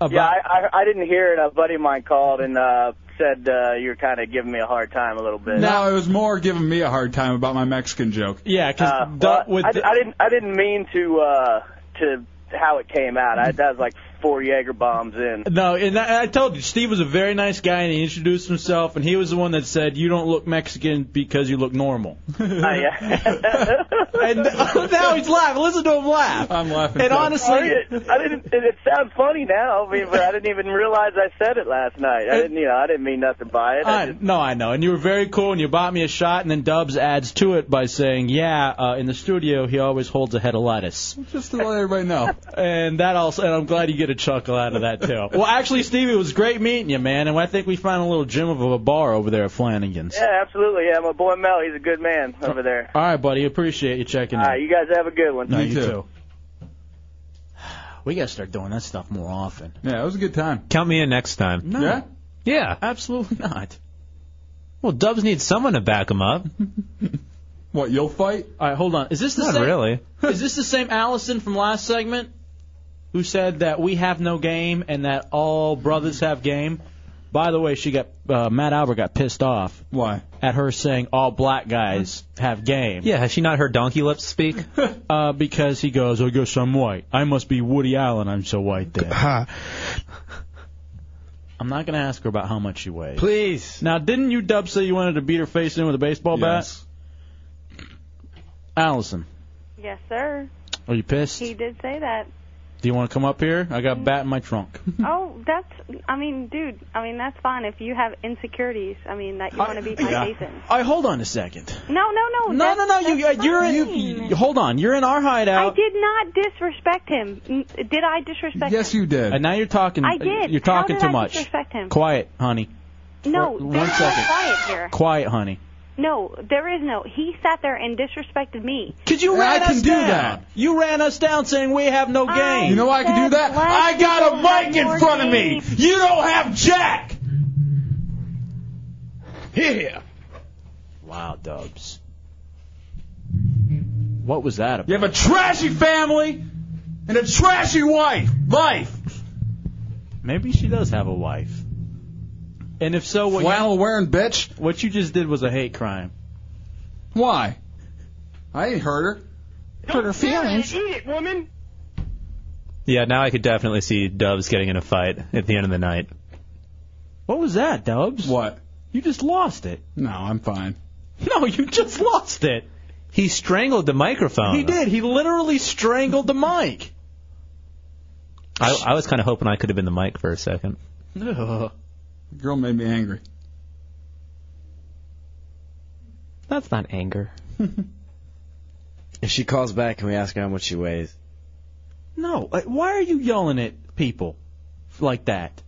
S2: About
S17: Yeah, I, I I didn't hear it. A buddy of mine called and uh said uh you were kind of giving me a hard time a little bit.
S3: No, it was more giving me a hard time about my Mexican joke.
S2: Yeah, because
S17: Uh, well, I, I didn't I didn't mean to uh to how it came out. I that
S3: [LAUGHS]
S17: was like four Jaeger bombs in.
S2: [LAUGHS] No, and I, I told you Steve was a very nice guy, and he introduced himself, and he was the one that said, "You don't look Mexican because you look normal."
S17: Uh, yeah.
S2: [LAUGHS] and now he's laughing. Listen to him laugh.
S3: I'm laughing.
S17: Oh, it- I didn't. It, it sounds funny now, I mean, but I didn't even realize I said it last night. I didn't, you know, I didn't mean nothing by it. I
S2: I, no, I know. And you were very cool, and you bought me a shot, and then Dubs adds to it by saying, yeah, uh, in the studio, he always holds a head of lettuce.
S3: Just to let everybody know.
S2: [LAUGHS] And that also, and I'm glad you get a chuckle out of that, too. well, actually, Stevie, it was great meeting you, man, and I think we found a little gem of a bar over there at Flanagan's.
S17: Yeah, absolutely. Yeah, my boy Mel, he's a good man over there.
S2: All right, buddy, appreciate you checking
S17: All right, you guys have a good one.
S2: in. No, We got to start doing that stuff more often.
S3: Yeah, it was a good time.
S13: Count me in next time.
S2: No.
S3: Yeah?
S13: Yeah.
S2: Absolutely not.
S13: Well, Dubs needs someone to back him up.
S3: What, you'll fight?
S2: All right, hold on. Is this the
S13: Not
S2: same?
S13: really.
S2: [LAUGHS] Is this the same Allison from last segment who said that we have no game and that all brothers have game? By the way, she got uh, Matt Albert got pissed off.
S3: Why?
S2: At her saying all black guys have game.
S13: Yeah, has she not heard Donkey
S3: [LAUGHS]
S13: Lips speak?
S2: uh, because he goes, I guess I'm white. I must be Woody Allen. I'm so white then. I'm not gonna ask her about how much she weighs.
S8: Please.
S2: Now, didn't you dub say you wanted to beat her face in with a baseball bat? Allison,
S14: Yes, sir.
S2: are you pissed?
S14: He did
S3: [LAUGHS]
S14: say that.
S2: Do you want to come up here? I got a bat in my trunk.
S14: Oh, that's. I mean, dude. I mean, that's fine if you have insecurities. I mean, that you want
S3: [LAUGHS]
S14: to beat my face in.
S2: I hold on a second.
S14: No, no, no.
S2: No, no, no. You,
S14: that's
S2: you're in.
S14: fine.
S2: You, hold on. You're in our
S14: I
S2: hideout.
S14: did not disrespect him. N- Did I disrespect him?
S3: you did.
S2: And now you're talking.
S14: I did.
S2: You're talking
S14: How did
S2: too
S14: I
S2: much.
S14: disrespect him?
S2: Quiet, honey.
S14: No,
S2: One-
S14: there
S2: one
S14: is no
S2: second.
S14: quiet here.
S2: Quiet, honey.
S14: No, there is no. He sat there and disrespected me.
S2: Because you ran us down. You ran us down saying we have no game.
S3: You know why I can do that? I got a mic in front of me. You don't have Jack.
S2: Here. Wow, Dubs. What was that about?
S3: You have a trashy family and a trashy wife. Life.
S2: Maybe she does have a wife. And if so, what
S3: Flannel wearing bitch.
S2: What you just did was a hate crime.
S3: Why? I ain't hurt her. Hurt her feelings.
S9: Eat it,
S2: [LAUGHS]
S9: woman.
S13: Yeah, now I could definitely see Dubs getting in a fight at the end of the night.
S2: What was that, Dubs?
S3: What?
S2: You just lost it.
S3: No, I'm
S13: [LAUGHS]
S3: fine.
S2: No, you just lost it.
S13: He strangled the microphone.
S2: He did. He literally strangled the mic.
S13: I, I was kind of hoping I could have been the mic for a second.
S3: Ugh. The girl made me angry.
S5: That's not anger.
S8: [LAUGHS] If she calls back and we ask her how much she weighs,
S2: No, like, why are you yelling at people like that?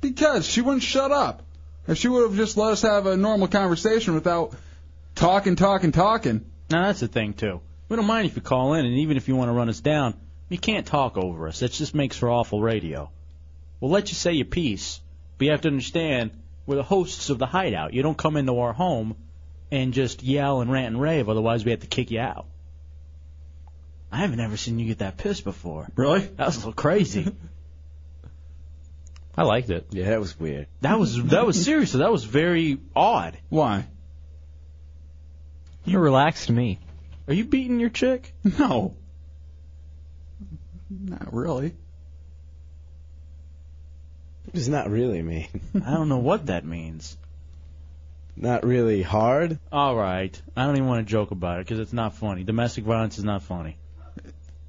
S3: Because she wouldn't shut up. If she would have just let us have a normal conversation without talking, talking, talking.
S2: Now that's the thing too. We don't mind if you call in, and even if you want to run us down, you can't talk over us. That just makes for awful radio. We'll let you say your piece, but you have to understand we're the hosts of the Hideout. You don't come into our home and just yell and rant and rave. Otherwise, we have to kick you out. I haven't ever seen you get that pissed before.
S3: Really?
S2: That was a little
S8: [LAUGHS]
S2: crazy.
S13: I liked it.
S8: Yeah, that was weird.
S2: That was that was seriously that was very odd.
S3: Why?
S5: You relaxed me.
S2: Are you beating your chick?
S3: No. Not really.
S8: it's not really me.
S2: [LAUGHS] I don't know what that means.
S8: Not really hard.
S2: All right. I don't even want to joke about it because it's not funny. Domestic violence is not funny.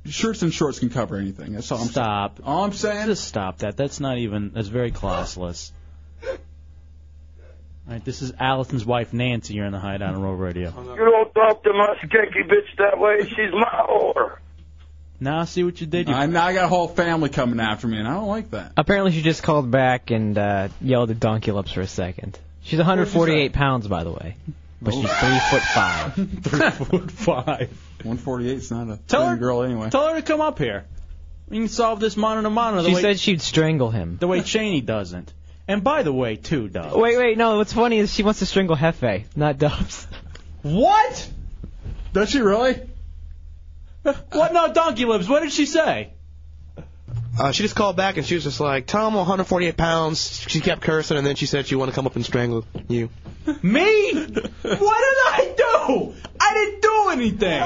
S3: Shirts and shorts can cover anything. That's all I'm saying.
S2: Stop.
S3: All I'm saying.
S2: Just stop that. That's not even. That's very classless. All right. This is Allison's wife, Nancy. You're in the hideout on Roll Radio.
S9: You don't talk to my skanky bitch that way. She's my whore.
S2: Now I see what you did. You
S3: I, now I got a whole family coming after me, and I don't like that.
S5: Apparently, she just called back and uh, yelled at Donkey Lips for a second. She's 148 pounds, by the way, but she's three foot
S8: [LAUGHS]
S5: five.
S2: Three foot five.
S3: 148 is not a
S2: Tell
S3: thin
S2: her-
S3: girl anyway.
S2: Tell her to come up here. We can solve this mano to mano the
S5: She
S2: way
S5: said she'd strangle him.
S2: the way Cheney doesn't. And by the way, too, Doug.
S5: Wait, wait, no. What's funny is she wants to strangle Hefe, not Dubs.
S2: What?
S3: Does she really?
S8: Uh,
S2: What? No, donkey lips. What did she say?
S18: Uh, she just called back and she was just like, Tom, 148 pounds. She kept cursing and then she said she wanted to come up and strangle you.
S2: Me? What did I do? I didn't do anything.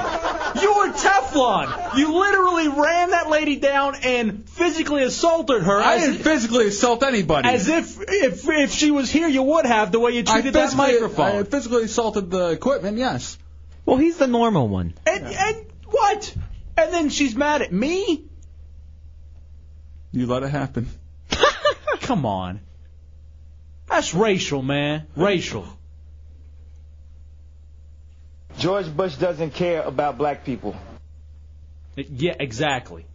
S2: You were Teflon. You literally ran that lady down and physically assaulted her.
S3: I
S2: as
S3: didn't physically assault anybody.
S2: As if if if she was here, you would have the way you
S3: I
S2: treated that
S3: physically,
S2: microphone.
S3: I physically assaulted the equipment, yes.
S5: Well, he's the normal one.
S2: and and what? And then she's mad at me.
S3: You let it happen.
S2: [LAUGHS] Come on. That's racial, man. Racial.
S19: George Bush doesn't care about black people.
S2: Yeah, exactly.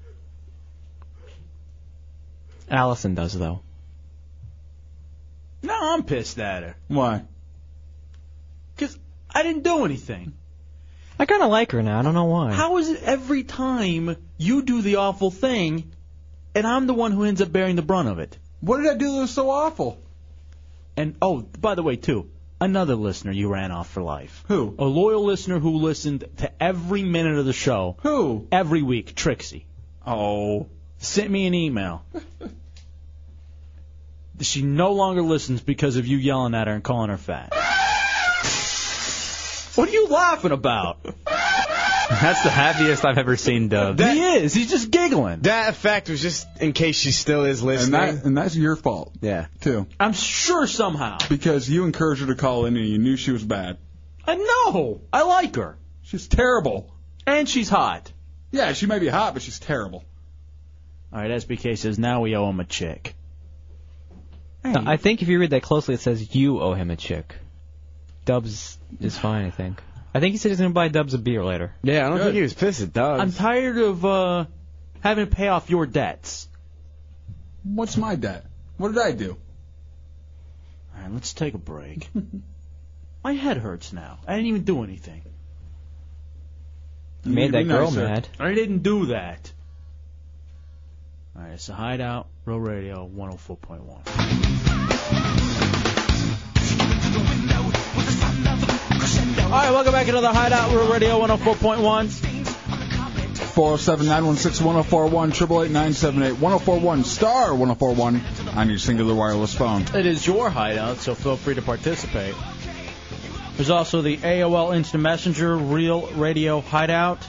S5: Allison does though.
S2: No, I'm pissed at her.
S3: Why?
S2: Because I didn't do anything.
S5: I kind of like her now. I don't know why.
S2: How is it every time you do the awful thing, and I'm the one who ends up bearing the brunt of it?
S3: What did I do that was so awful?
S2: And oh, by the way, too, another listener you ran off for life.
S3: Who?
S2: A loyal listener who listened to every minute of the show.
S3: Who?
S2: Every week, Trixie.
S3: Oh.
S2: Sent me
S3: [LAUGHS]
S2: an email. she no longer listens because of you yelling at her and calling her fat. What are you laughing about?
S13: That's the happiest I've ever seen Dubs.
S2: he is. He's just giggling.
S8: That effect was just in case she still is
S3: And,
S8: listening.
S3: that, and that's your fault,
S8: yeah.
S3: too.
S2: I'm sure somehow.
S3: Because you encouraged her to call in and you knew she was bad.
S2: I know. Uh, I like her.
S3: She's terrible.
S2: And she's hot.
S3: Yeah, she may be hot, but she's terrible.
S2: All right, SBK says now we owe him a chick.
S5: No, I think if you read that closely, it says you owe him a chick. Dubs is fine, I think. I think he said he's gonna buy Dubs a beer later.
S8: Yeah, I don't
S3: Good.
S8: think he was pissed at Doug.
S2: I'm tired of uh, having to pay off your debts.
S3: What's my debt? What did I do?
S2: All right, let's take a break. [LAUGHS] My head hurts now. I didn't even do anything.
S5: You
S3: You
S5: made
S3: need to
S5: that
S3: be
S5: girl
S3: nicer.
S5: mad.
S2: I didn't do that. All right, it's a hideout. Real Radio 104.1. All right, welcome back to another hideout. Real Radio 104.1.
S3: 407 916 1041 888 978 1041 star 1041 on your singular wireless phone.
S2: It is your hideout, so feel free to participate. There's also the AOL Instant Messenger, Real Radio Hideout.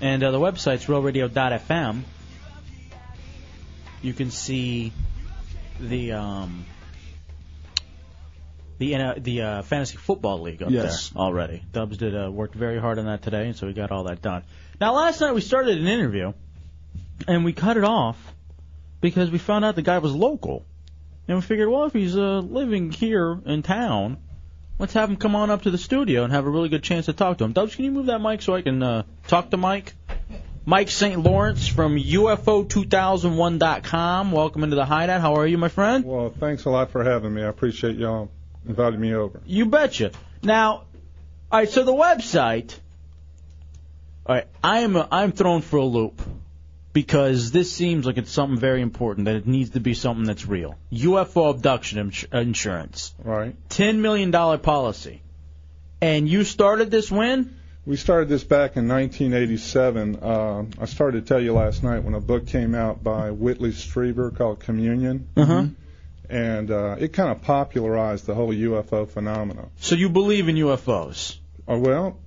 S2: And uh, the website's realradio.fm. You can see the um, the uh, the uh, fantasy football league up
S3: Yes.
S2: there already. Dubs did uh, worked very hard on that today, and so we got all that done. Now last night we started an interview, and we cut it off because we found out the guy was local, and we figured, well, if he's uh, living here in town, let's have him come on up to the studio and have a really good chance to talk to him. Dubs, can you move that mic so I can uh, talk to Mike? Mike St. Lawrence from UFO2001.com. Welcome into the hideout. How are you, my friend?
S20: [LAUGHS] Well, thanks a lot for having me. I appreciate y'all inviting me over.
S2: You betcha. Now, all right. So the website. All right, I'm I'm thrown for a loop because this seems like it's something very important that it needs to be something that's real. UFO abduction ins- insurance.
S20: Right.
S2: Ten million dollar policy. And you started this when?
S20: We started this back in 1987. Uh, I started to tell you last night when a book came out by Whitley Strieber called Communion.
S2: Uh-huh.
S20: And uh, it kind of popularized the whole UFO phenomena.
S2: So you believe in UFOs?
S20: Uh, well,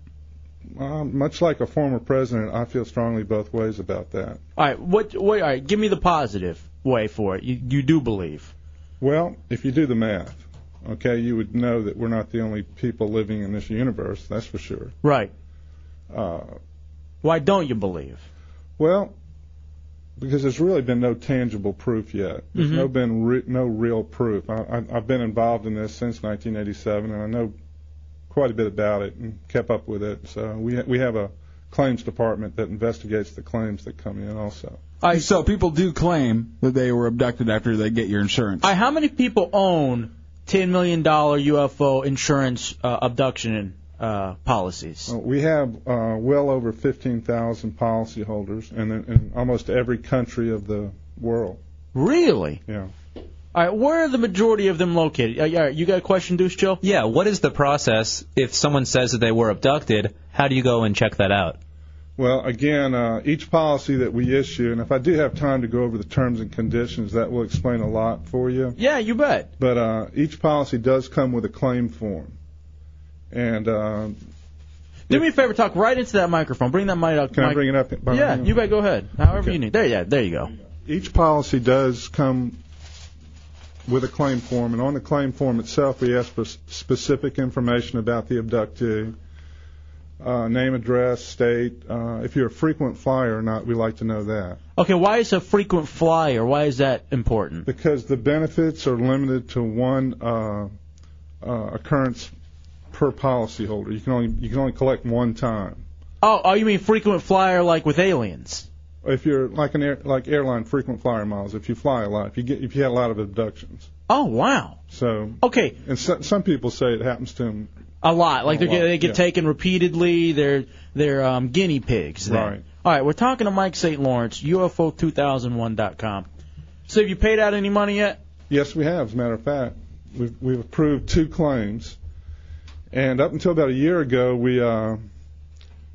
S20: uh, much like a former president, I feel strongly both ways about that.
S2: All right. What? Wait. All right. Give me the positive way for it. You you do believe?
S20: Well, if you do the math, okay, you would know that we're not the only people living in this universe, that's for sure.
S2: Right.
S20: Uh,
S2: Why don't you believe?
S20: Well, because there's really been no tangible proof yet. There's
S2: Mhm.
S20: no been re- no real proof. I, I, I've been involved in this since 1987, and I know quite a bit about it and kept up with it. So we we have a claims department that investigates the claims that come in also.
S3: so people do claim that they were abducted after they get your insurance.
S2: All right, how many people own ten million dollar UFO insurance uh, abduction uh, policies?
S20: Uh, We have uh, well over 15,000 policyholders in, in almost every country of the world.
S2: Really?
S20: Yeah.
S2: All right, where are the majority of them located? Uh, yeah, all right, you got a question, Deuce Joe?
S13: Yeah, what is the process if someone says that they were abducted? How do you go and check that out?
S20: Well, again, uh, each policy that we issue, and if I do have time to go over the terms and conditions, that will explain a lot for you.
S2: Yeah, you bet.
S20: But uh, each policy does come with a claim form. And uh,
S2: Do me a favor, talk right into that microphone. Bring that mic up.
S20: Can I
S2: mic-
S20: bring it up?
S2: Yeah, you bet. Go ahead. However you need. There, yeah, there you go.
S20: each policy does come with a claim form, and on the claim form itself, we ask for s- specific information about the abductee, uh, name, address, state. Uh, if you're a frequent flyer or not, we like to know that.
S2: Okay, why is a frequent flyer? Why is that important?
S20: Because the benefits are limited to one uh, uh, occurrence per policyholder. You can only you can only collect one time.
S2: Oh, oh, you mean frequent flyer like with aliens?
S20: If you're like an air, like airline frequent flyer miles, if you fly a lot, if you get if you had a lot of abductions.
S2: Oh wow.
S20: So
S2: okay.
S20: And so, some people say it happens to them.
S2: A lot. Like
S20: A
S2: they get
S20: lot,
S2: they get
S20: yeah.
S2: taken repeatedly. They're they're um, guinea pigs. Then.
S20: Right.
S2: All right. We're talking to Mike St. Lawrence, UFO2001.com. So have you paid out any money yet?
S20: Yes, we have. As a matter of fact, we've we've approved two claims, and up until about a year ago, we uh,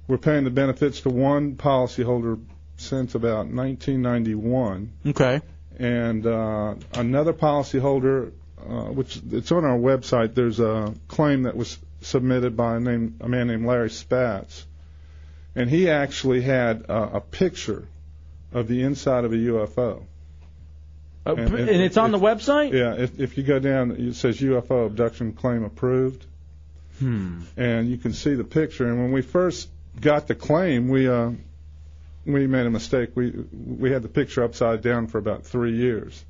S20: were paying the benefits to one policyholder since about 1991.
S2: Okay.
S20: and uh, another policyholder, uh, which it's on our website. There's a claim that was submitted by a, name, a man named Larry Spatz, and he actually had uh, a picture of the inside of a UFO.
S2: Uh, p- and it's on the website.
S20: Yeah, if, if you go down, it says UFO abduction claim approved,
S2: Hmm.
S20: and you can see the picture. And when we first got the claim, we uh, we made a mistake. We we had the picture upside down for about three years,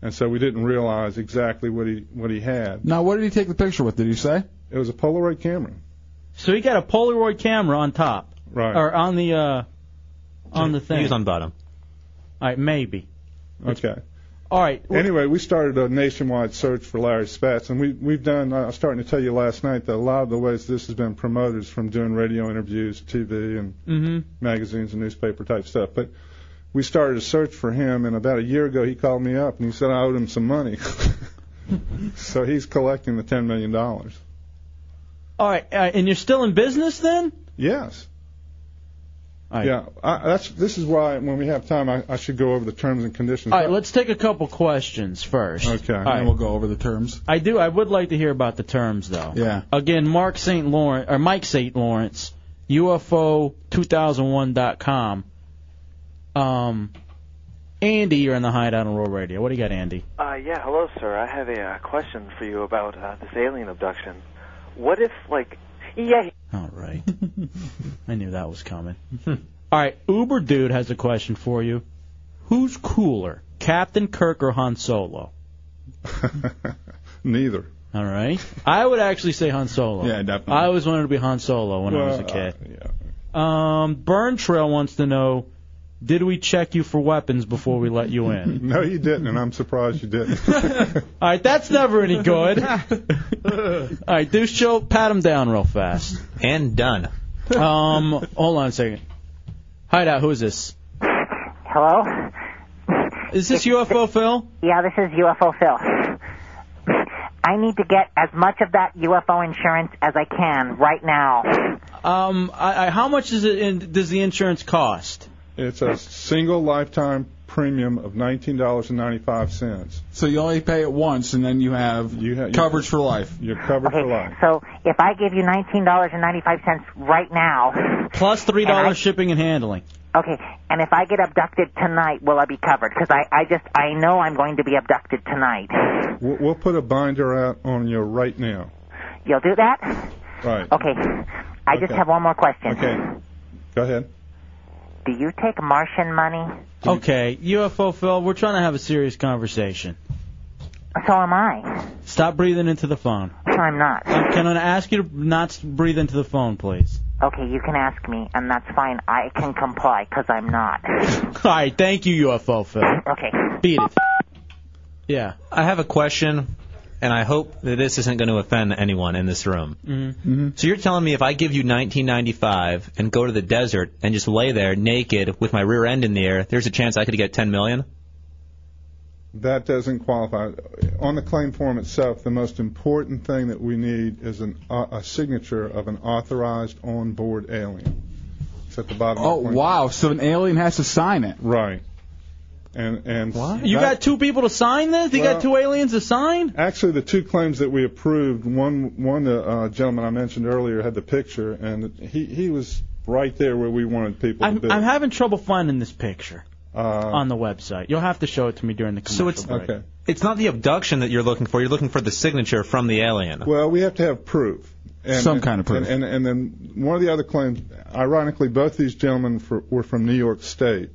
S20: and so we didn't realize exactly what he what he had.
S3: Now, what did he take the picture with? Did he say?
S20: It was a Polaroid camera.
S2: So he got a Polaroid camera on top.
S20: Right.
S2: Or on the uh, on the thing.
S20: He was on
S13: bottom.
S2: All right. Maybe.
S20: Okay.
S2: All right.
S20: Anyway, we started a nationwide search for Larry Spatz, and we, we've done. I was starting to tell you last night that a lot of the ways this has been promoted is from doing radio interviews, TV, and
S2: Mm-hmm.
S20: magazines and newspaper type stuff. But we started a search for him, and about a year ago, he called me up and he said I owed him some money. [LAUGHS] so he's collecting the ten million dollars.
S2: All right. Uh, and you're still in business then?
S20: Yes.
S2: All right.
S20: Yeah, I, that's this is why when we have time, I, I should go over the terms and conditions.
S2: All right, let's take a couple questions first.
S20: Okay,
S2: All
S20: and
S2: right.
S20: we'll go over the terms.
S2: I do. I would like to hear about the terms, though.
S3: Yeah.
S2: Again, Mark St. Lawrence or Mike St. Lawrence, UFO2001.com. Um, Andy, you're in the hideout on Roll Radio. What do you got, Andy?
S21: Uh, yeah, hello, sir. I have a uh, question for you about uh, this alien abduction. What if, like, yeah,
S2: All [LAUGHS] right. I knew that was coming. Hmm. All right, Uber Dude has a question for you. Who's cooler, Captain Kirk or Han [LAUGHS] Solo?
S20: Neither.
S2: All right. I would actually say Han Solo. Yeah, definitely. Uh, I always wanted to be Han Solo when I was a
S20: Well,
S2: kid. Um, Burn Trail wants to know, did we check you for weapons before we let you in?
S20: No, you didn't, and I'm surprised you didn't.
S2: [LAUGHS] All right, that's never any good. All right, Deuce Joe, pat him down real fast. And done. Um, hold on a second. Hideout, who is this?
S22: Hello?
S2: Is this UFO Phil?
S22: Yeah, this is UFO Phil. I need to get as much of that UFO insurance as I can right now.
S2: Um, I, I, how much is it? In, does the insurance cost?
S20: It's a single lifetime premium of nineteen dollars and ninety five cents.
S3: So you only pay it once, and then you have coverage for life.
S20: You're covered for life.
S22: So if I give you $19.95 right now,
S2: Plus three
S22: And I-
S2: dollars shipping and handling.
S22: okay, and if I get abducted tonight, will I be covered? Because I, I just, I know I'm going to be abducted tonight.
S20: We'll, we'll put a binder out on you right now.
S22: You'll do that?
S20: Right.
S22: Okay. I just
S20: Okay.
S22: have one more question.
S20: Okay. Go ahead.
S22: Do you take Martian money?
S2: Okay, UFO Phil, we're trying to have a serious conversation.
S22: So am I.
S2: Stop breathing into the phone.
S22: I'm not.
S2: Can I ask you to not s- breathe into the phone, please?
S22: Okay, you can ask me, and that's fine. I can comply because I'm not.
S2: All right, thank you, UFO Phil.
S22: Okay.
S2: Beat it. Yeah.
S13: I have a question, and I hope that this isn't going to offend anyone in this room.
S2: Mm-hmm.
S13: So you're telling me if I give you 1995 and go to the desert and just lay there naked with my rear end in the air, there's a chance I could get 10 million?
S20: That doesn't qualify. On the claim form itself, the most important thing that we need is an, uh, a signature of an authorized onboard alien. It's at the bottom.
S3: Oh
S20: of the claim.
S3: wow! So an alien has to sign it.
S20: Right. And and
S2: You got two people to sign this? You got
S20: Well-
S2: two aliens to sign?
S20: Actually, the two claims that we approved, one one uh, uh, gentleman I mentioned earlier had the picture, and he he was right there where we wanted people to
S2: I'm,
S20: be.
S2: I'm having trouble finding this picture
S20: uh,
S2: on the website. You'll have to show it to me during the commercial
S13: So it's
S2: break.
S13: it's not the abduction that you're looking for. You're looking for the signature from the alien.
S20: Well, we have to have proof.
S13: Some kind of proof.
S20: And, and, and then one of the other claims, ironically, both these gentlemen for, were from New York State.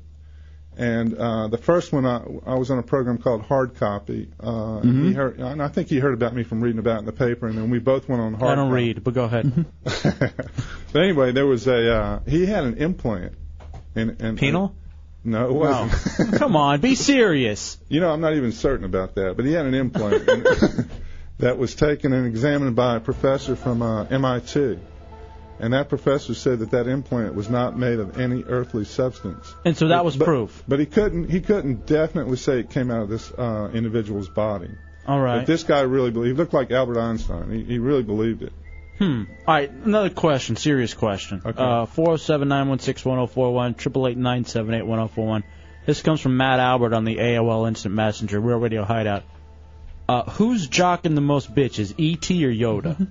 S20: And uh, the first one, I, I was on a program called Hard Copy. Uh, and, he
S2: Mm-hmm.
S20: heard, and I think he heard about me from reading about it in the paper, and then we both went on Hard
S2: I don't
S20: Copy.
S2: read, but go ahead.
S20: But anyway, there was a, uh, he had an implant. And, and,
S2: Penal?
S20: no, it wasn't.
S2: [LAUGHS] Come on, be serious.
S20: You know, I'm not even certain about that, but he had an implant and- that was taken and examined by a professor from uh, MIT. And that professor said that that implant was not made of any earthly substance.
S2: [LAUGHS] And so that was
S20: But-
S2: proof.
S20: But he couldn't he couldn't definitely say it came out of this uh, individual's body.
S2: All
S20: But
S2: right.
S20: this guy really believed. He looked like Albert Einstein. He, he really believed it.
S2: Hmm. All right, another question, serious question. Uh, 407-916-1041, 888-978-1041. This comes from Matt Albert on the AOL Instant Messenger, Real Radio Hideout. Uh, who's jocking the most bitches, E.T. or Yoda?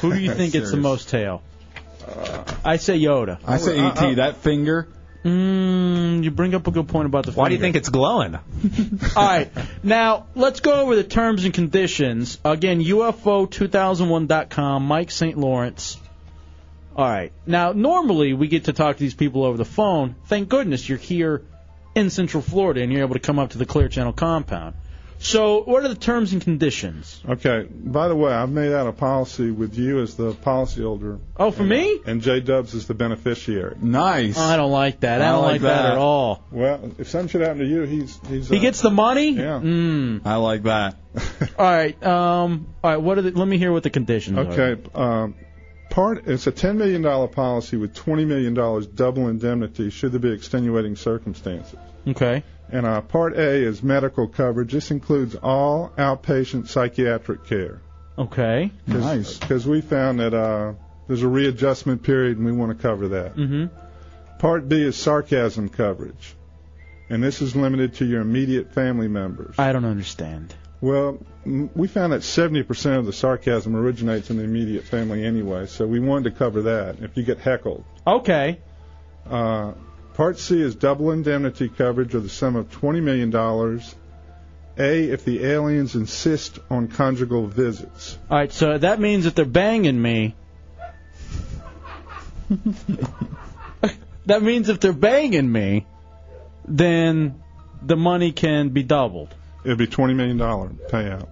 S2: Who do you think gets the
S3: Serious.
S2: most tail? I say Yoda.
S3: I say ET. that finger.
S2: Mm, you bring up a good point about the.
S13: Why do you think it's glowing?
S2: All right. Now, let's go over the terms and conditions. Again, UFO2001.com, Mike St. Lawrence. All right. Now, normally we get to talk to these people over the phone. Thank goodness you're here in Central Florida and you're able to come up to the Clear Channel compound. So, what are the terms and conditions?
S20: Okay. By the way, I've made out a policy with you as the policy holder.
S2: Oh, for me? Oh,
S20: And J Dubs is the beneficiary.
S3: Nice.
S2: I don't like that. I don't, like that. at all.
S20: Well, if something should happen to you, he's he's.
S2: He
S20: uh,
S2: gets the money?
S20: Yeah.
S2: Mm.
S3: I like that.
S2: All right. Um, all right. What are the, let me hear what the conditions are.
S20: Okay. Um, part it's a ten million dollar policy with twenty million dollars double indemnity should there be extenuating circumstances.
S2: Okay.
S20: And uh, part A is medical coverage. This includes all outpatient psychiatric care.
S2: Okay.
S20: Nice. Because we found that uh, there's a readjustment period, and we want to cover that.
S2: Mm-hmm.
S20: Part B is sarcasm coverage, and this is limited to your immediate family members.
S2: I don't understand.
S20: Well, m- we found that 70% of the sarcasm originates in the immediate family anyway, so we wanted to cover that if you get heckled.
S2: Okay.
S20: Uh, part C is double indemnity coverage of the sum of $20 million. A, if the aliens insist on conjugal visits.
S2: All right, so that means that they're banging me. that means if they're banging me, then the money can be doubled.
S20: It'd be $20 million payout.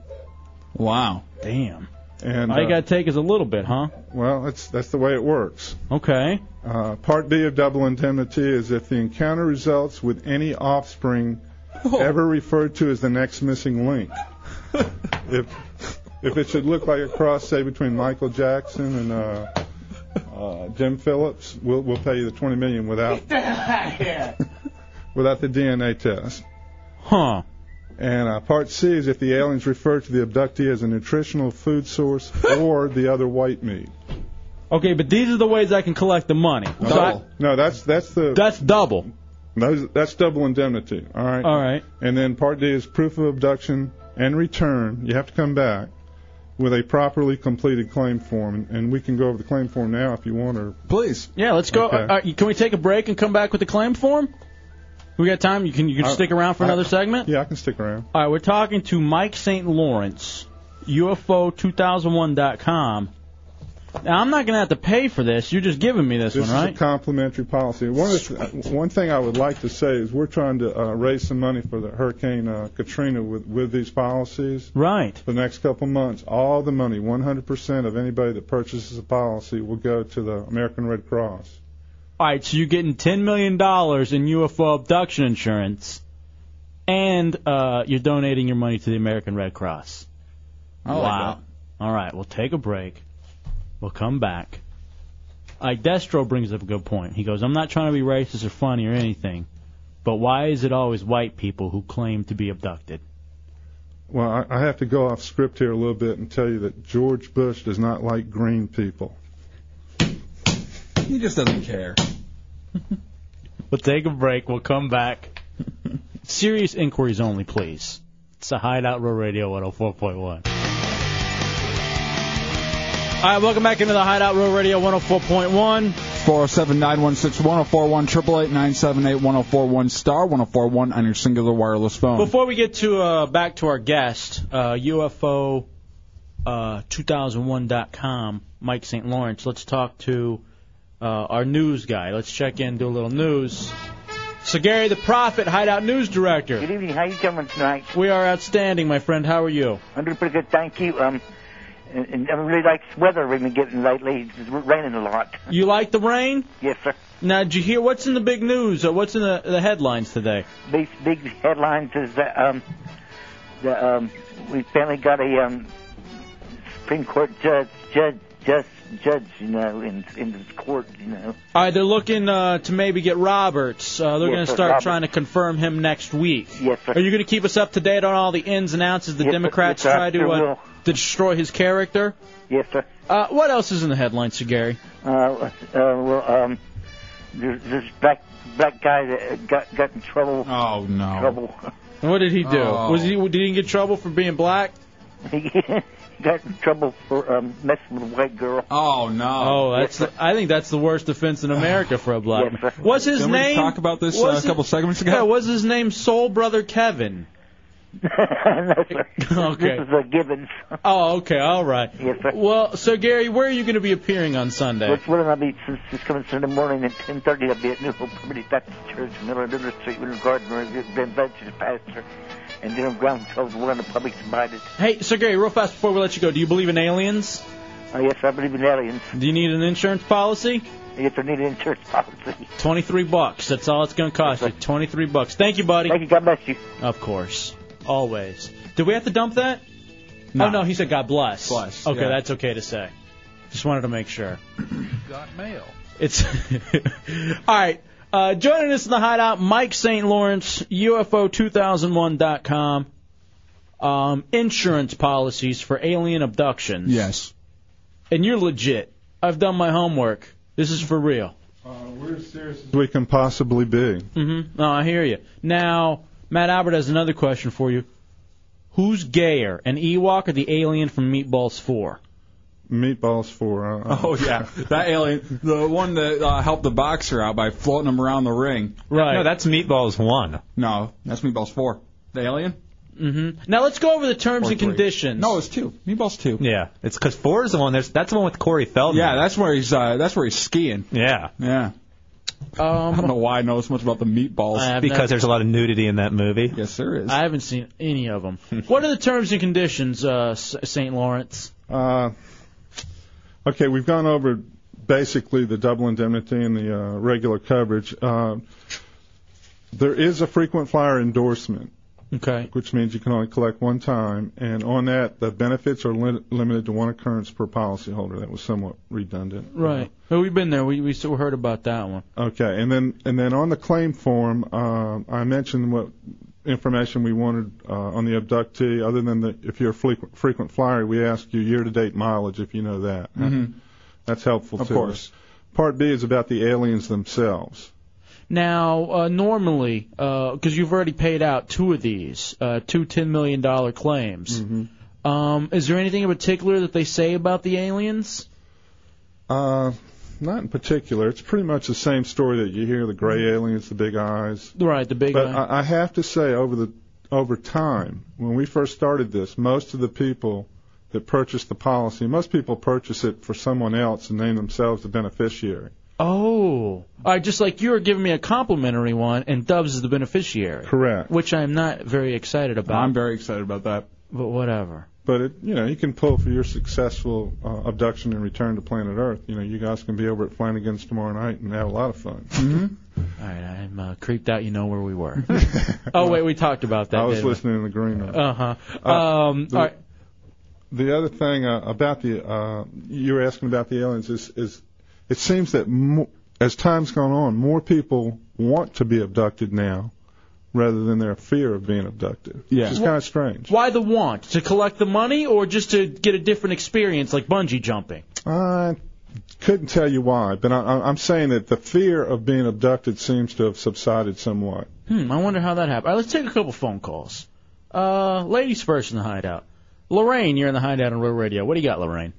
S2: Wow. Damn.
S20: And
S2: All you
S20: uh,
S2: got to take is a little bit, huh?
S20: Well, that's that's the way it works.
S2: Okay.
S20: Uh, part B of double indemnity is if the encounter results with any offspring
S2: Oh.
S20: ever referred to as the next
S2: [LAUGHS]
S20: missing link. if if it should look like a cross, say between Michael Jackson and uh, uh, Jim Phillips, we'll we'll pay you the twenty million without without the DNA test.
S2: Huh.
S20: And uh, part C is if the aliens refer to the abductee as a nutritional
S2: [LAUGHS]
S20: food source or the other white meat.
S2: Okay, but these are the ways I can collect the money. So I-
S20: No, that's that's the
S2: that's double.
S20: Those, that's double indemnity. All right.
S2: All right.
S20: And then part D is proof of abduction and return. You have to come back with a properly completed claim form, and we can go over the claim form now if you want. Or
S3: please.
S2: yeah, let's go.
S20: Okay.
S2: Uh, uh, can we take a break and come back with the claim form? We got time. You can you can
S20: I-
S2: stick around for
S20: Uh, I-
S2: another segment.
S20: Yeah, I can stick around.
S2: All right, we're talking to Mike St. Lawrence, UFO2001.com. Now, I'm not going to have to pay for this. You're just giving me this,
S20: This
S2: one,
S20: is
S2: right?
S20: a complimentary policy. One of the, one thing I would like to say is we're trying to uh, raise some money for the Hurricane uh, Katrina with with these policies.
S2: Right.
S20: For the next couple months, all the money, 100% of anybody that purchases a policy, will go to the American Red Cross.
S2: All right, so you're getting $10 million in UFO abduction insurance, and uh, you're donating your money to the American Red Cross.
S3: I like
S2: wow. All right, we'll take a break. We'll come back. All right, Destro brings up a good point. He goes, I'm not trying to be racist or funny or anything, but why is it always white people who claim to be abducted?
S20: Well, I, I have to go off script here a little bit and tell you that George Bush does not like green people.
S3: He just doesn't care.
S2: We'll take a break. We'll come back. [LAUGHS] Serious inquiries only, please. It's the Hideout Row Radio 104.1. All right, welcome back into the Hideout Row Radio 104.1.
S3: 407 916 1041 888 978 1041 star 1041 on your singular wireless phone.
S2: Before we get to uh, back to our guest, uh, UFO uh, 2001.com, Mike St. Lawrence. Let's talk to uh, our news guy. Let's check in, do a little news. So Gary the Prophet, Hideout News Director.
S1: Good evening. How you doing tonight?
S2: We are outstanding, my friend. How are you?
S1: I'm doing pretty good, thank you. Um, and, and I really like this weather we've been getting lately. It's raining a lot.
S2: You like the rain?
S1: Yes, sir.
S2: Now, did you hear what's in the big news or what's in the, the headlines today?
S1: These big headlines is that um, the um, we finally got a um, Supreme Court judge, judge, judge, judge, you know, in in the court, you know.
S2: All right, they're looking uh, to maybe get Roberts. Uh, they're
S1: Yes,
S2: going to
S1: sir,
S2: start
S1: Roberts.
S2: trying to confirm him next week.
S1: Yes, sir.
S2: Are you going to keep us up to date on all the ins and outs as the
S1: Yes, sir.
S2: Democrats
S1: Yes, sir, I
S2: try to
S1: sure
S2: uh,
S1: will.
S2: to destroy his character?
S1: Yes, sir.
S2: Uh, what else is in the headlines, Sir Gary?
S1: Uh, uh, well, um, there's this black black guy that got got in trouble.
S3: Oh no.
S1: Trouble.
S2: What did he do?
S1: Oh.
S2: Was he did he get in trouble for being black?
S1: [LAUGHS] he got in trouble for um, messing with a white girl.
S3: Oh no!
S2: Oh, that's the, I think that's the worst offense in America for a black man. What's his
S3: Didn't we
S2: name?
S3: talk about this, uh,
S2: Was
S3: a couple
S2: it-
S3: segments ago?
S2: Yeah, was his name Soul
S3: [LAUGHS]
S2: Brother Kevin? okay.
S1: This is a Gibbons.
S2: Oh, okay. All right.
S1: Yes, sir.
S2: Well, so Gary, where are you going to be appearing on Sunday?
S1: Which will I'll be since this coming Sunday morning at 10:30. I'll be at New Hope Primitive Baptist Church, Miller Little Street, Winter Garden, where I've been Baptist pastor, and then on ground twelve to one the public's invited.
S2: Hey, so Gary, real fast before we let you go, do you believe in aliens?
S1: Oh yes, I believe in aliens.
S2: Do you need an insurance policy?
S1: Yes, I need an insurance policy.
S2: Twenty-three bucks. That's all it's going to cost you. Twenty-three bucks. Thank you, buddy. Thank
S1: you. God bless you.
S2: Of course, always. Did we have to dump that?
S3: No.
S2: Oh no, he said God bless.
S3: Bless,
S2: Okay,
S3: yeah.
S2: that's okay to say. Just wanted to make sure.
S3: Got mail.
S2: It's [LAUGHS] all right. Uh, joining us in the hideout, Mike St. Lawrence, UFO2001.com. Um, insurance policies for alien abductions.
S3: Yes.
S2: And you're legit. I've done my homework. This is for real.
S20: We're as serious as we can possibly be.
S2: Mm-hmm. No, I hear you. Now, Matt Albert has another question for you. Who's gayer, an Ewok or the alien from Meatballs 4?
S20: Meatballs for. Uh,
S3: Oh yeah, that alien, the one that uh, helped the boxer out by floating him around the ring.
S2: Right.
S3: No,
S13: that's Meatballs one.
S3: No, that's Meatballs four. The alien.
S2: Mm-hmm. Now let's go over the terms
S3: Or
S2: and
S3: three.
S2: conditions.
S3: No, it's two. Meatballs two.
S13: Yeah, it's because four is the one. There's that's the one with Corey Feldman.
S3: Yeah, that's where he's. Uh, that's where he's skiing.
S13: Yeah.
S3: Yeah.
S2: Um,
S3: I don't know why I know so much about the meatballs.
S2: I have
S13: because
S2: not-
S13: there's a lot of nudity in that movie.
S3: Yes, there is.
S2: I haven't seen any of them. what are the terms and conditions, uh, S- St. Lawrence?
S20: Uh, okay, we've gone over basically the double indemnity and the uh, regular coverage. Uh, there is a frequent flyer endorsement,
S2: okay,
S20: which means you can only collect one time, and on that, the benefits are li- limited to one occurrence per policyholder. That was somewhat redundant.
S2: Right. Well, we've been there. We we so heard about that one.
S20: Okay, and then and then on the claim form, um, I mentioned what information we wanted uh, on the abductee. Other than the, if you're a frequent, frequent flyer, we ask you year-to-date mileage if you know that.
S2: Mhm.
S20: That's helpful.
S2: Of
S20: to
S2: course.
S20: us. Part B is about the aliens themselves.
S2: Now, uh, normally, because you've already paid out two of these, uh, two ten million dollar claims.
S20: Mm-hmm.
S2: Um, is there anything in particular that they say about the aliens?
S20: Uh, not in particular. It's pretty much the same story that you hear: the gray aliens, the big eyes.
S2: Mm-hmm. Right, the big.
S20: But
S2: eye.
S20: I, I have to say, over the over time, when we first started this, most of the people that purchased the policy, most people purchase it for someone else and name themselves the beneficiary.
S2: Oh, all right. Just like you were giving me a complimentary one, and Dubs is the beneficiary.
S20: Correct.
S2: Which I am not very excited about.
S20: I'm
S3: very excited about that.
S2: But whatever.
S20: But it, you know, you can pull for your successful uh, abduction and return to planet Earth. You know, you guys can be over at Flanagan's tomorrow night and have a lot of fun.
S2: Mm-hmm.
S20: Mm-hmm.
S2: All right, I'm uh, creeped out. You know where we
S20: [LAUGHS]
S2: were. oh wait, we talked about that.
S20: I was
S2: didn't we?
S20: listening in the green room.
S2: Uh-huh. Um,
S20: the,
S2: all right.
S20: the other thing uh, about the uh, you were asking about the aliens is is it seems that mo- as time's gone on, more people want to be abducted now rather than their fear of being abducted.
S2: Yeah.
S20: which is kind of strange.
S2: Why the want? To collect the money or just to get a different experience like bungee jumping?
S20: I couldn't tell you why, but I- I, I'm saying that the fear of being abducted seems to have subsided somewhat.
S2: Hmm, I wonder how that happened. All right, let's take a couple phone calls. Uh, ladies first in the hideout. Lorraine, you're in the hideout on Real Radio. What do you got, Lorraine?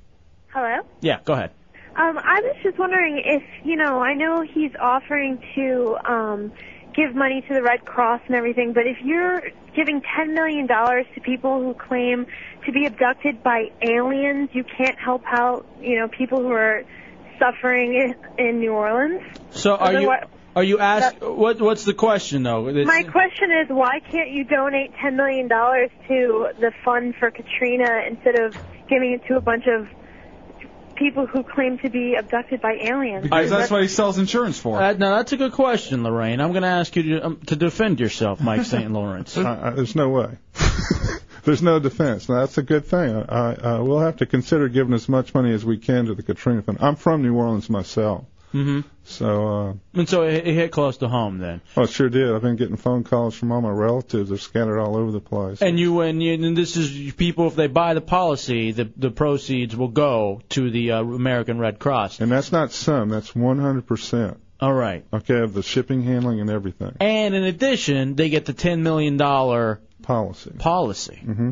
S4: Hello.
S2: Yeah, go ahead.
S4: Um, I was just wondering if you know. I know he's offering to um, give money to the Red Cross and everything, but if you're giving ten million dollars to people who claim to be abducted by aliens, you can't help out. You know, people who are suffering in, in New Orleans.
S2: So are you
S4: Otherwise-
S2: are you asked what what's the question though? It's-
S4: My question is, why can't you donate ten million dollars to the fund for Katrina instead of giving it to a bunch of people who claim to be abducted by aliens?
S3: Because that's what he sells insurance for.
S2: Uh, now that's a good question, Lorraine. I'm going to ask you to, um, to defend yourself, Mike St. Lawrence.
S20: [LAUGHS] I, I, there's no way. there's no defense. Now that's a good thing. I, I, we'll have to consider giving as much money as we can to the Katrina Fund. I'm from New Orleans myself,
S2: hmm
S20: so uh,
S2: And so it, it hit close to home then.
S20: oh, it sure did. I've been getting phone calls from all my relatives. They're scattered all over the place.
S2: And you and, you, and this is people if they buy the policy, the the proceeds will go to the uh, American Red Cross.
S20: And that's not some. That's 100%.
S2: All right.
S20: Okay, of the shipping, handling, and everything.
S2: And in addition, they get the ten million dollar
S20: policy.
S2: Policy.
S20: Mm-hmm.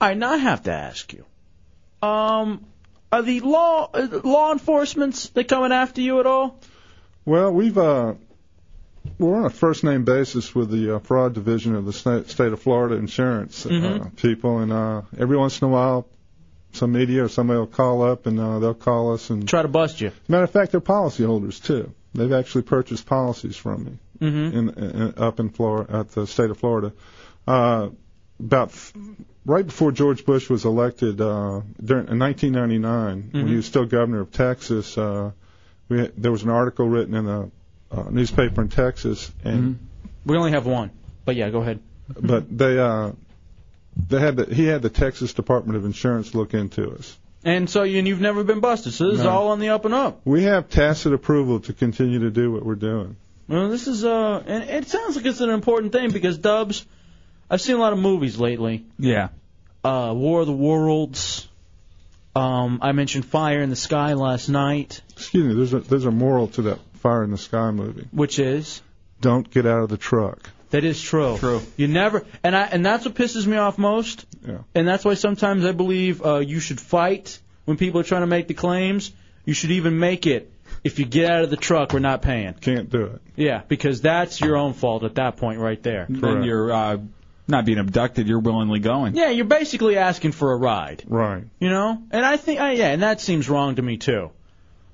S2: I now have to ask you, um, are the law uh, law enforcement's they coming after you at all?
S20: Well, we've uh, we're on a first name basis with the uh, fraud division of the sta- state of Florida insurance uh,
S2: Mm-hmm.
S6: Mhm.
S20: people, and uh, every once in a while, some media or somebody will call up and uh, they'll call us and
S2: try to bust you.
S20: Matter of fact, they're policyholders too. They've actually purchased policies from me
S2: Mm-hmm.
S20: in, in up in Florida at the state of Florida. Uh, about f- right before George Bush was elected uh, during in 1999, when he was still governor of Texas, uh, we had, there was an article written in a uh, newspaper in Texas, and
S2: We only have one, but yeah, go ahead.
S20: [LAUGHS] but they uh, they had the, he had the Texas Department of Insurance look into us.
S2: And so you, and you've never been busted, so this is
S20: No.
S2: all on the up and up.
S20: We have tacit approval to continue to do what we're doing.
S2: Well, this is uh, and it sounds like it's an important thing because Dubs, I've seen a lot of movies lately.
S3: Yeah.
S2: uh, War of the Worlds. Um, I mentioned Fire in the Sky last night.
S20: Excuse me. There's a there's a moral to that Fire in the Sky movie.
S2: Which is?
S20: Don't get out of the truck.
S2: That is true. True. You never, and I, and that's what pisses me off most.
S20: Yeah.
S2: And that's why sometimes I believe uh, you should fight when people are trying to make the claims. You should even make it. If you get out of the truck, we're not paying.
S20: Can't do it.
S2: Yeah, because that's your own fault at that point right there.
S3: Then you're uh, not being abducted. You're willingly going.
S2: Yeah, you're basically asking for a ride.
S20: Right.
S2: You know, and I think, I, yeah, and that seems wrong to me too.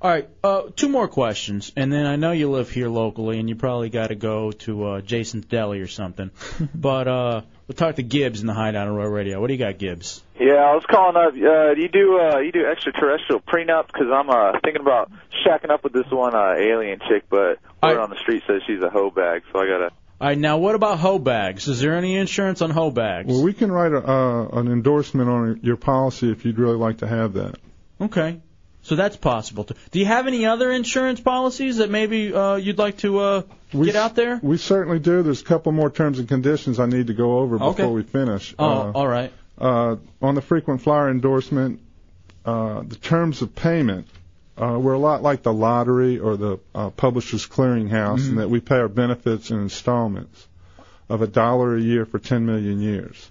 S2: All right, uh, two more questions, and then I know you live here locally, and you probably got to go to uh, Jason's Deli or something. but uh, we'll talk to Gibbs in the Hideout on Royal Radio. What do you got, Gibbs?
S6: Yeah, I was calling up. Uh, do you do uh, you do extraterrestrial prenup? Because I'm uh, thinking about shacking up with this one uh, alien chick, but word on the street says she's a hoe bag, so I gotta.
S2: All right, now what about hoe bags? Is there any insurance on hoe bags?
S20: Well, we can write a, uh, an endorsement on your policy if you'd really like to have that.
S2: Okay, so that's possible. Too. Do you have any other insurance policies that maybe uh, you'd like to uh,
S20: We
S2: get out there?
S20: We certainly do. There's a couple more terms and conditions I need to go over
S2: Okay.
S20: before we finish.
S2: Oh,
S20: Uh,
S2: all right.
S20: uh, on the frequent flyer endorsement, uh, the terms of payment uh, were a lot like the lottery or the uh, Publishers Clearinghouse, in that we pay our benefits in installments of a dollar a year for 10 million years.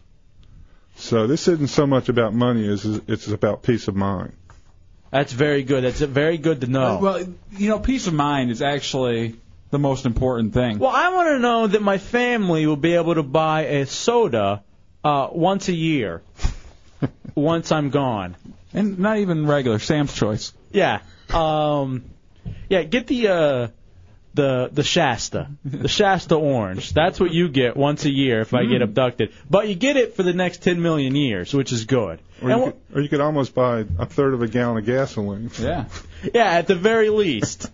S20: So this isn't so much about money as it's about peace of mind.
S2: That's very good. That's very good to know.
S3: Uh, Well, you know, peace of mind is actually the most important thing.
S2: Well, I want to know that my family will be able to buy a soda uh, once
S3: [LAUGHS]
S2: a year, once I'm gone.
S3: And not even regular Sam's Choice.
S2: Yeah. Um, yeah. Get the uh, the the Shasta, the Shasta orange. That's what you get once a year if I get
S3: Mm.
S2: abducted. But you get it for the next 10 million years, which is good.
S20: Or
S2: And
S20: you, could, or you could almost buy a third of a gallon of gasoline.
S3: Yeah.
S2: Yeah, at the very least.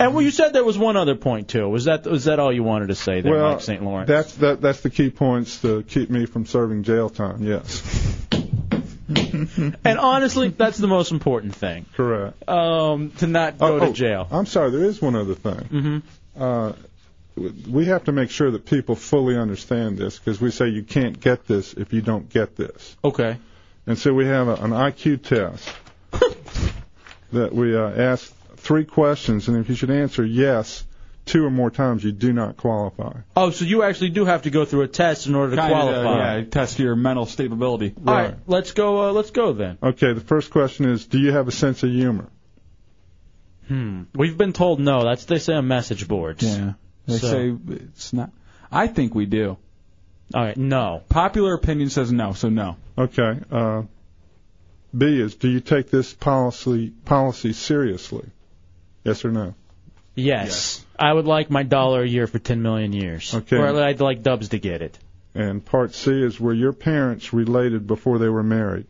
S2: and well, you said there was one other point too. Was that was that all you wanted to say there,
S20: Well,
S2: Mike St. Lawrence?
S20: [LAUGHS] That's that, that's the key points to keep me from serving jail time. Yes,
S2: and honestly, that's the most important thing.
S20: correct.
S2: Um, to not go
S20: Oh,
S2: to
S20: oh,
S2: jail.
S20: I'm sorry. There is one other thing.
S2: hmm
S20: Uh, w- we have to make sure that people fully understand this because we say you can't get this if you don't get this,
S2: Okay.
S20: and so we have a, an IQ test [LAUGHS] that we uh, ask three questions, and if you should answer yes two or more times, you do not qualify.
S2: Oh, so you actually do have to go through a test in order to
S3: Kinda,
S2: qualify.
S3: yeah, test your mental stability.
S2: All right, let's go. Uh, let's go then.
S20: Okay. The first question is, do you have a sense of humor?
S2: Hmm. We've been told no. That's what they say on message boards.
S3: Yeah. They
S2: So-
S3: say it's not. I think we do.
S2: All right. No.
S3: Popular opinion says no, so no.
S20: Okay. Uh, B is, do you take this policy policy seriously? Yes or no?
S2: Yes. I would like my dollar a year for 10 million years.
S20: Okay.
S2: Or I'd like Dubs to get it.
S20: And part C is, were your parents related before they were married?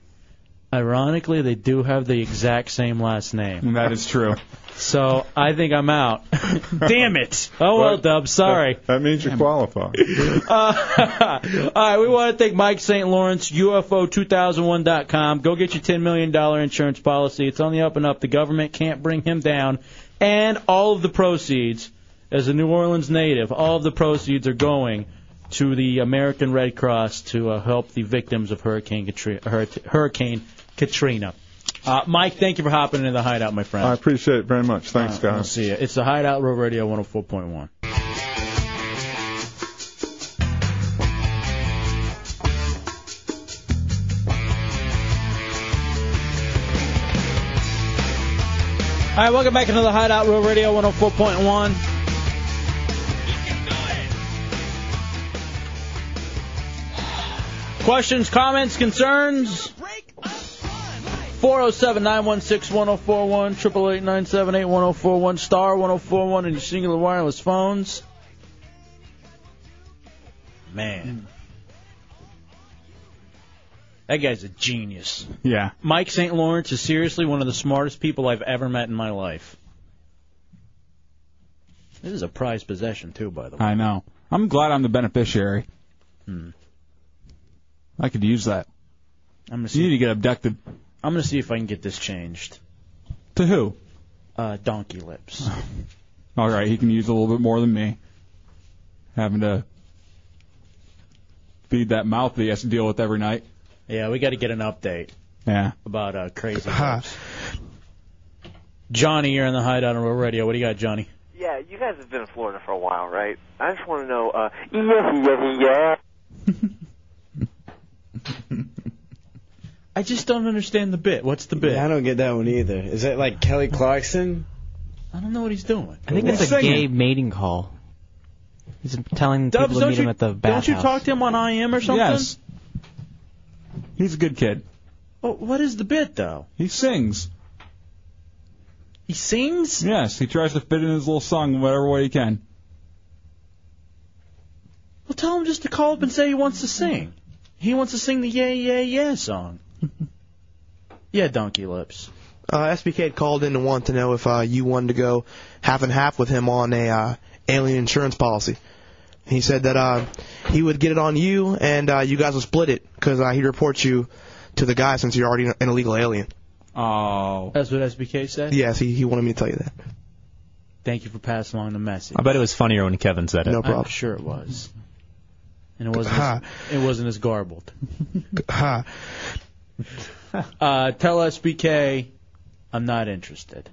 S2: Ironically, they do have the exact same last name.
S3: That is true.
S2: So I think I'm [LAUGHS] out. Damn it. Oh, well, Dubs, sorry.
S20: That, that means you qualify.
S2: [LAUGHS] Uh, all right, we want to thank Mike St. Lawrence, UFO2001.com. Go get your $10 million insurance policy. It's on the up and up. The government can't bring him down. And all of the proceeds, as a New Orleans native, all of the proceeds are going to the American Red Cross to uh, help the victims of Hurricane Katrina. Hurricane Katrina. Uh, Mike, thank you for hopping into the hideout, my friend.
S20: I appreciate it very much. Thanks,
S2: I'll
S20: guys.
S2: see you. It's the Hideout Road Radio 104.1. All right, welcome back into the Hideout Road Radio 104.1. Questions, comments, concerns? 407 916 1041, 888 978 1041, star 1041, and your singular wireless phones. Man. That guy's a genius.
S3: Yeah.
S2: Mike St. Lawrence is seriously one of the smartest people I've ever met in my life. This is a prized possession, too, by the way.
S3: I know. I'm glad I'm the beneficiary.
S2: Hmm.
S3: I could use that.
S2: I'm gonna
S3: see. You need to get abducted.
S2: I'm going to see if I can get this changed.
S3: To who?
S2: Uh, donkey [LAUGHS] lips.
S3: All right, he can use a little bit more than me. Having to feed that mouth that he has to deal with every night.
S2: yeah, we got to get an update
S3: Yeah.
S2: about uh, crazy. lips. Johnny, you're in the hideout on Real Radio. What do you got, Johnny?
S21: Yeah, you guys have been in Florida for a while, right? I just want to know. Uh, yeah, yeah, yeah.
S2: I just don't understand the bit. What's the bit?
S8: I don't get that one either. Is that like Kelly Clarkson?
S2: I don't know what he's doing.
S5: I think that's a gay mating call. He's telling
S2: Dubs,
S5: people to
S2: don't
S5: meet
S2: you-
S5: him at the
S2: Don't
S5: bathhouse.
S2: you talk to him on IM or something?
S3: Yes. He's a good kid.
S2: Well, what is the bit though?
S3: He sings.
S2: He sings?
S3: Yes, he tries to fit in his little song in whatever way he can.
S2: Well, tell him just to call up and say he wants to sing. He wants to sing the Yeah Yeah Yeah song. yeah, Donkey Lips.
S18: Uh, SBK had called in and wanted to know if uh, you wanted to go half and half with him on a uh, alien insurance policy. He said that uh, he would get it on you and uh, you guys will split it because uh, he'd report you to the guy since you're already an illegal alien.
S3: Oh.
S2: That's what SBK said?
S18: Yes, he, he wanted me to tell you that.
S2: Thank you for passing along the message.
S13: I bet it was funnier when Kevin said it.
S18: No problem.
S2: I'm sure it was. And it wasn't as, it wasn't as garbled.
S18: uh,
S2: Uh, tell SBK I'm not interested.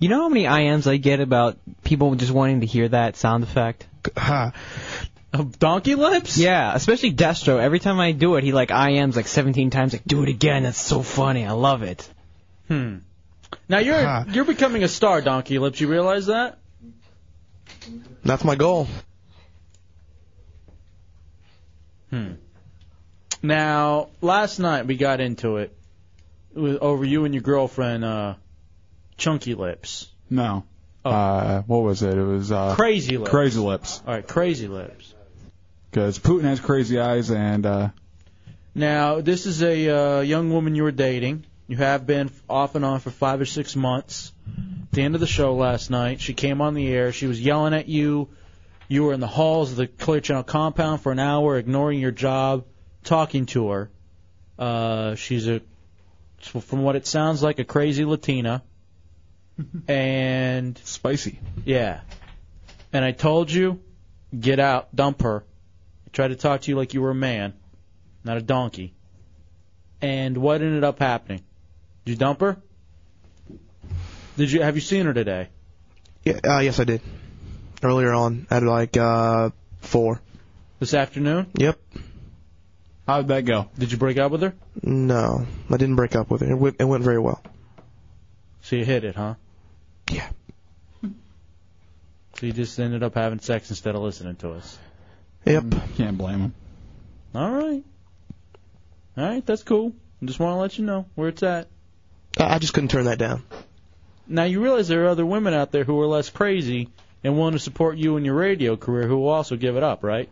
S5: You know how many IMs I get about people just wanting to hear that sound effect?
S2: Of donkey lips?
S5: Yeah, especially Destro. Every time I do it, he like IMs like 17 times. Like, do it again. That's so funny. I love it.
S2: Hmm. Now you're
S18: Ah.
S2: you're becoming a star, Donkey Lips. You realize that?
S18: That's my goal.
S2: Hmm. Now, last night we got into it, with, over you and your girlfriend, uh, Chunky Lips.
S3: No. Uh, what was it? It was uh,
S2: Oh. Crazy Lips.
S3: Crazy lips.
S2: All right, Crazy Lips.
S3: Because Putin has crazy eyes, and uh,
S2: Now, this is a uh, young woman you were dating. You have been off and on for five or six months. At the end of the show last night, she came on the air. She was yelling at you. You were in the halls of the Clear Channel compound for an hour, ignoring your job, talking to her. Uh, she's a, from what it sounds like, a crazy Latina. And
S3: spicy.
S2: Yeah. And I told you, get out, dump her. I tried to talk to you like you were a man, not a donkey. And what ended up happening? Did you dump her? Did you have you seen her today?
S18: Yeah, uh, yes, I did. Earlier on at like uh, 4.
S2: This afternoon?
S18: Yep.
S3: How did that go?
S2: Did you break up with her?
S18: No, I didn't break up with her. It went, it went very well.
S2: So you hit it, huh?
S18: Yeah.
S2: So you just ended up having sex instead of listening to us.
S18: Yep.
S3: Mm, Can't blame him.
S2: All right. All right, that's cool. I just want to let you know where it's at.
S18: I I just couldn't turn that down.
S2: Now you realize there are other women out there who are less crazy and willing to support you in your radio career who will also give it up, right?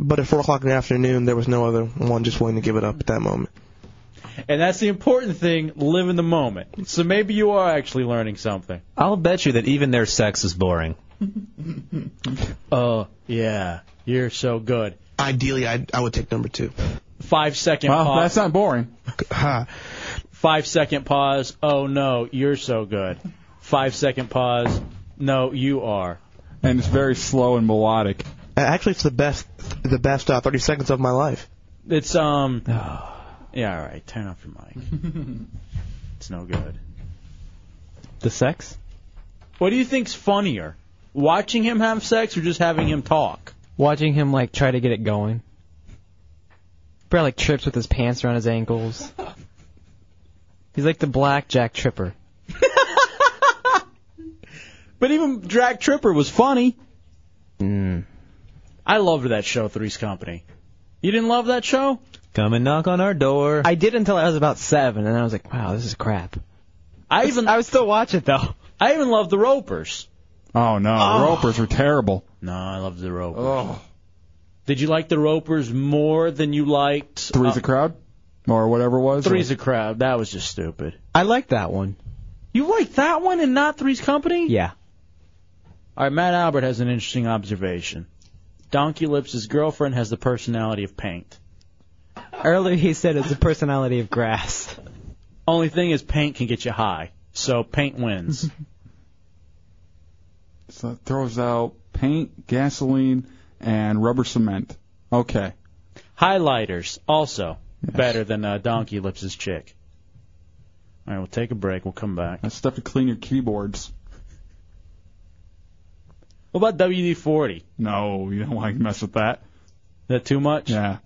S18: But at 4 o'clock in the afternoon, there was no other one just willing to give it up at that moment.
S2: And that's the important thing, live in the moment. So maybe you are actually learning something.
S13: I'll bet you that even their sex is boring.
S2: Oh, yeah. You're so good.
S18: Ideally, I I would take number two.
S2: Five second
S3: Well,
S2: pause.
S3: that's not boring.
S2: Five second pause. Oh no, you're so good. Five second pause. No, you are.
S3: And it's very slow and melodic.
S18: Uh, Actually, it's the best the best uh, 30 seconds of my life.
S5: [SIGHS]
S2: It's um. Yeah, all right. Turn off your mic.
S5: [LAUGHS]
S2: it's no good.
S5: The sex?
S2: What do you think's funnier, watching him have sex or just having him talk?
S5: Watching him like try to get it going. Brad like trips with his pants around his ankles. [LAUGHS] He's like the blackjack tripper.
S2: But even Drag Tripper was funny.
S5: Mm.
S2: I loved that show, Three's Company. You didn't love that show?
S13: Come and knock on our door.
S5: I did until I was about seven, and I was like, wow, this is crap.
S2: I even
S5: I would still watch it though.
S2: I even loved the Ropers.
S3: Oh no,
S2: Oh.
S3: the ropers were terrible. Oh,
S2: No, I loved the Ropers. Did you like the Ropers more than you liked
S3: Three's a crowd, or whatever it was.
S2: Three's a Crowd? That was just stupid.
S5: I like that one.
S2: You like that one and not Three's Company?
S5: Yeah.
S2: All right, Matt Albert has an interesting observation. Donkey Lips' girlfriend has the personality of paint.
S5: Earlier he said it's the personality of grass.
S2: Only thing is, paint can get you high, so
S5: [LAUGHS]
S2: paint wins.
S3: So it throws out paint, gasoline, and rubber cement. Okay.
S2: Highlighters also better than uh, Donkey Lips' chick. All right, we'll take a break. We'll come back.
S3: That's stuff to clean your keyboards.
S2: What about WD-40?
S3: No, you don't want to mess with that.
S2: that too much? Hmm.
S3: Yeah.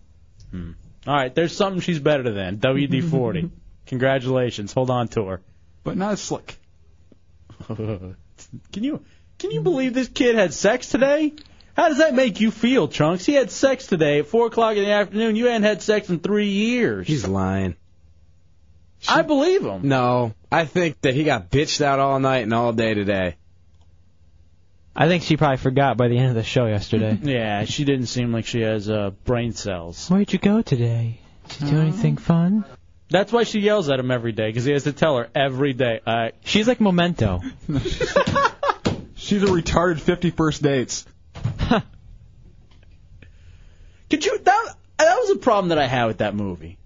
S2: All right, there's something she's better
S3: [LAUGHS]
S2: than WD-40. Congratulations. Hold on to her.
S3: But not slick.
S2: [LAUGHS] can you can you believe this kid had sex today? How does that make you feel, Trunks? He had sex today at four o'clock in the afternoon. You hadn't had sex in three years.
S8: He's lying.
S2: I believe him.
S8: No, I think that he got bitched out all night and all day today.
S20: I think she probably forgot by the end of the show yesterday.
S2: Yeah, she didn't seem like she has uh, brain cells.
S20: Where'd you go today? Did you do anything fun?
S2: That's why she yells at him every day, 'cause he has to tell her every day. Uh, All right.
S20: She's like Memento.
S3: She's a retarded 51st
S2: [LAUGHS]
S3: dates.
S2: Could you that that was a problem that I had with that movie.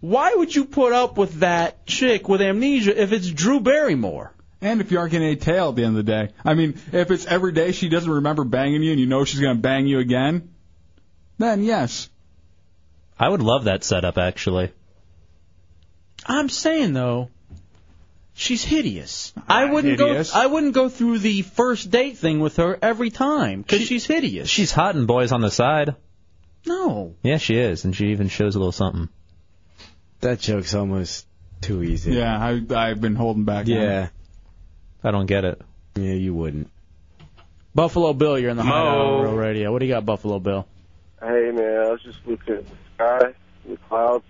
S2: Why would you put up with that chick with amnesia if it's Drew Barrymore?
S3: And if you aren't getting any tail at the end of the day. I mean, if it's every day she doesn't remember banging you and you know she's going to bang you again, then yes.
S13: I would love that setup actually.
S2: I'm saying though, she's hideous. I wouldn't
S13: hideous.
S2: go. I wouldn't go through the first date thing with her every time 'cause she's hideous.
S13: She's hot and boys on the side.
S2: No.
S13: Yeah, she is, and she even shows a little something.
S8: That joke's almost too easy.
S3: Yeah, I, I've been holding back. on
S8: Yeah.
S3: it.
S13: I don't get it.
S8: Yeah, you wouldn't.
S2: Buffalo Bill, you're in the
S16: Mo.
S2: hideout on Real Radio. What do you got, Buffalo Bill?
S16: Hey man, I was just looking at the sky, the clouds,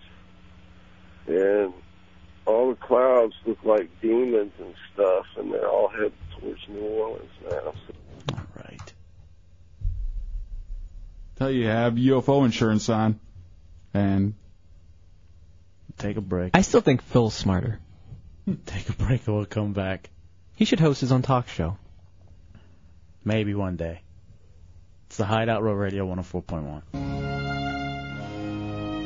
S16: and all the clouds look like demons and stuff, and they're all headed towards New Orleans now. So
S3: Tell you have UFO insurance on. And.
S2: Take a break.
S20: I still think Phil's smarter.
S2: [LAUGHS] Take a break and we'll come back.
S20: He should host his own talk show.
S2: Maybe one day. It's the Hideout Real Radio 104.1.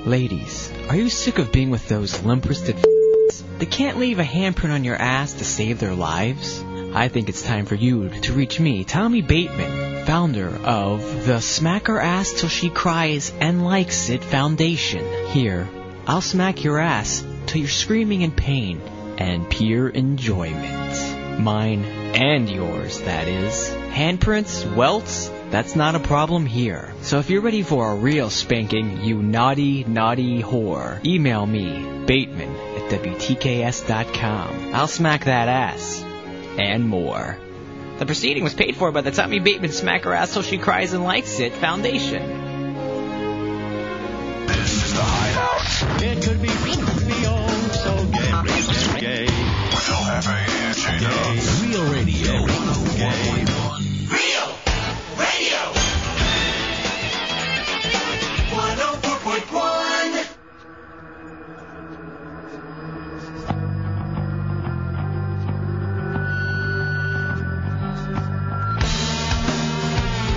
S5: Ladies, are you sick of being with those limp-wristed f***s that can't leave a handprint on your ass to save their lives? I think it's time for you to reach me, Tommy Bateman, founder of the Smack Her Ass Till She Cries and Likes It Foundation. Here, I'll smack your ass till you're screaming in pain and pure enjoyment. Mine and yours, that is. Handprints, welts, that's not a problem here. So if you're ready for a real spanking, you naughty, naughty whore, email me, Bateman, at WTKS.com. I'll smack that ass. And more. The proceeding was paid for by the Tommy Bateman Smack Her Ass Till She Cries and Likes It Foundation.
S4: This is the hideout. It could be, could be oh so gay. Gay. With Gay. Real radio. Gay. Real radio. 104.1.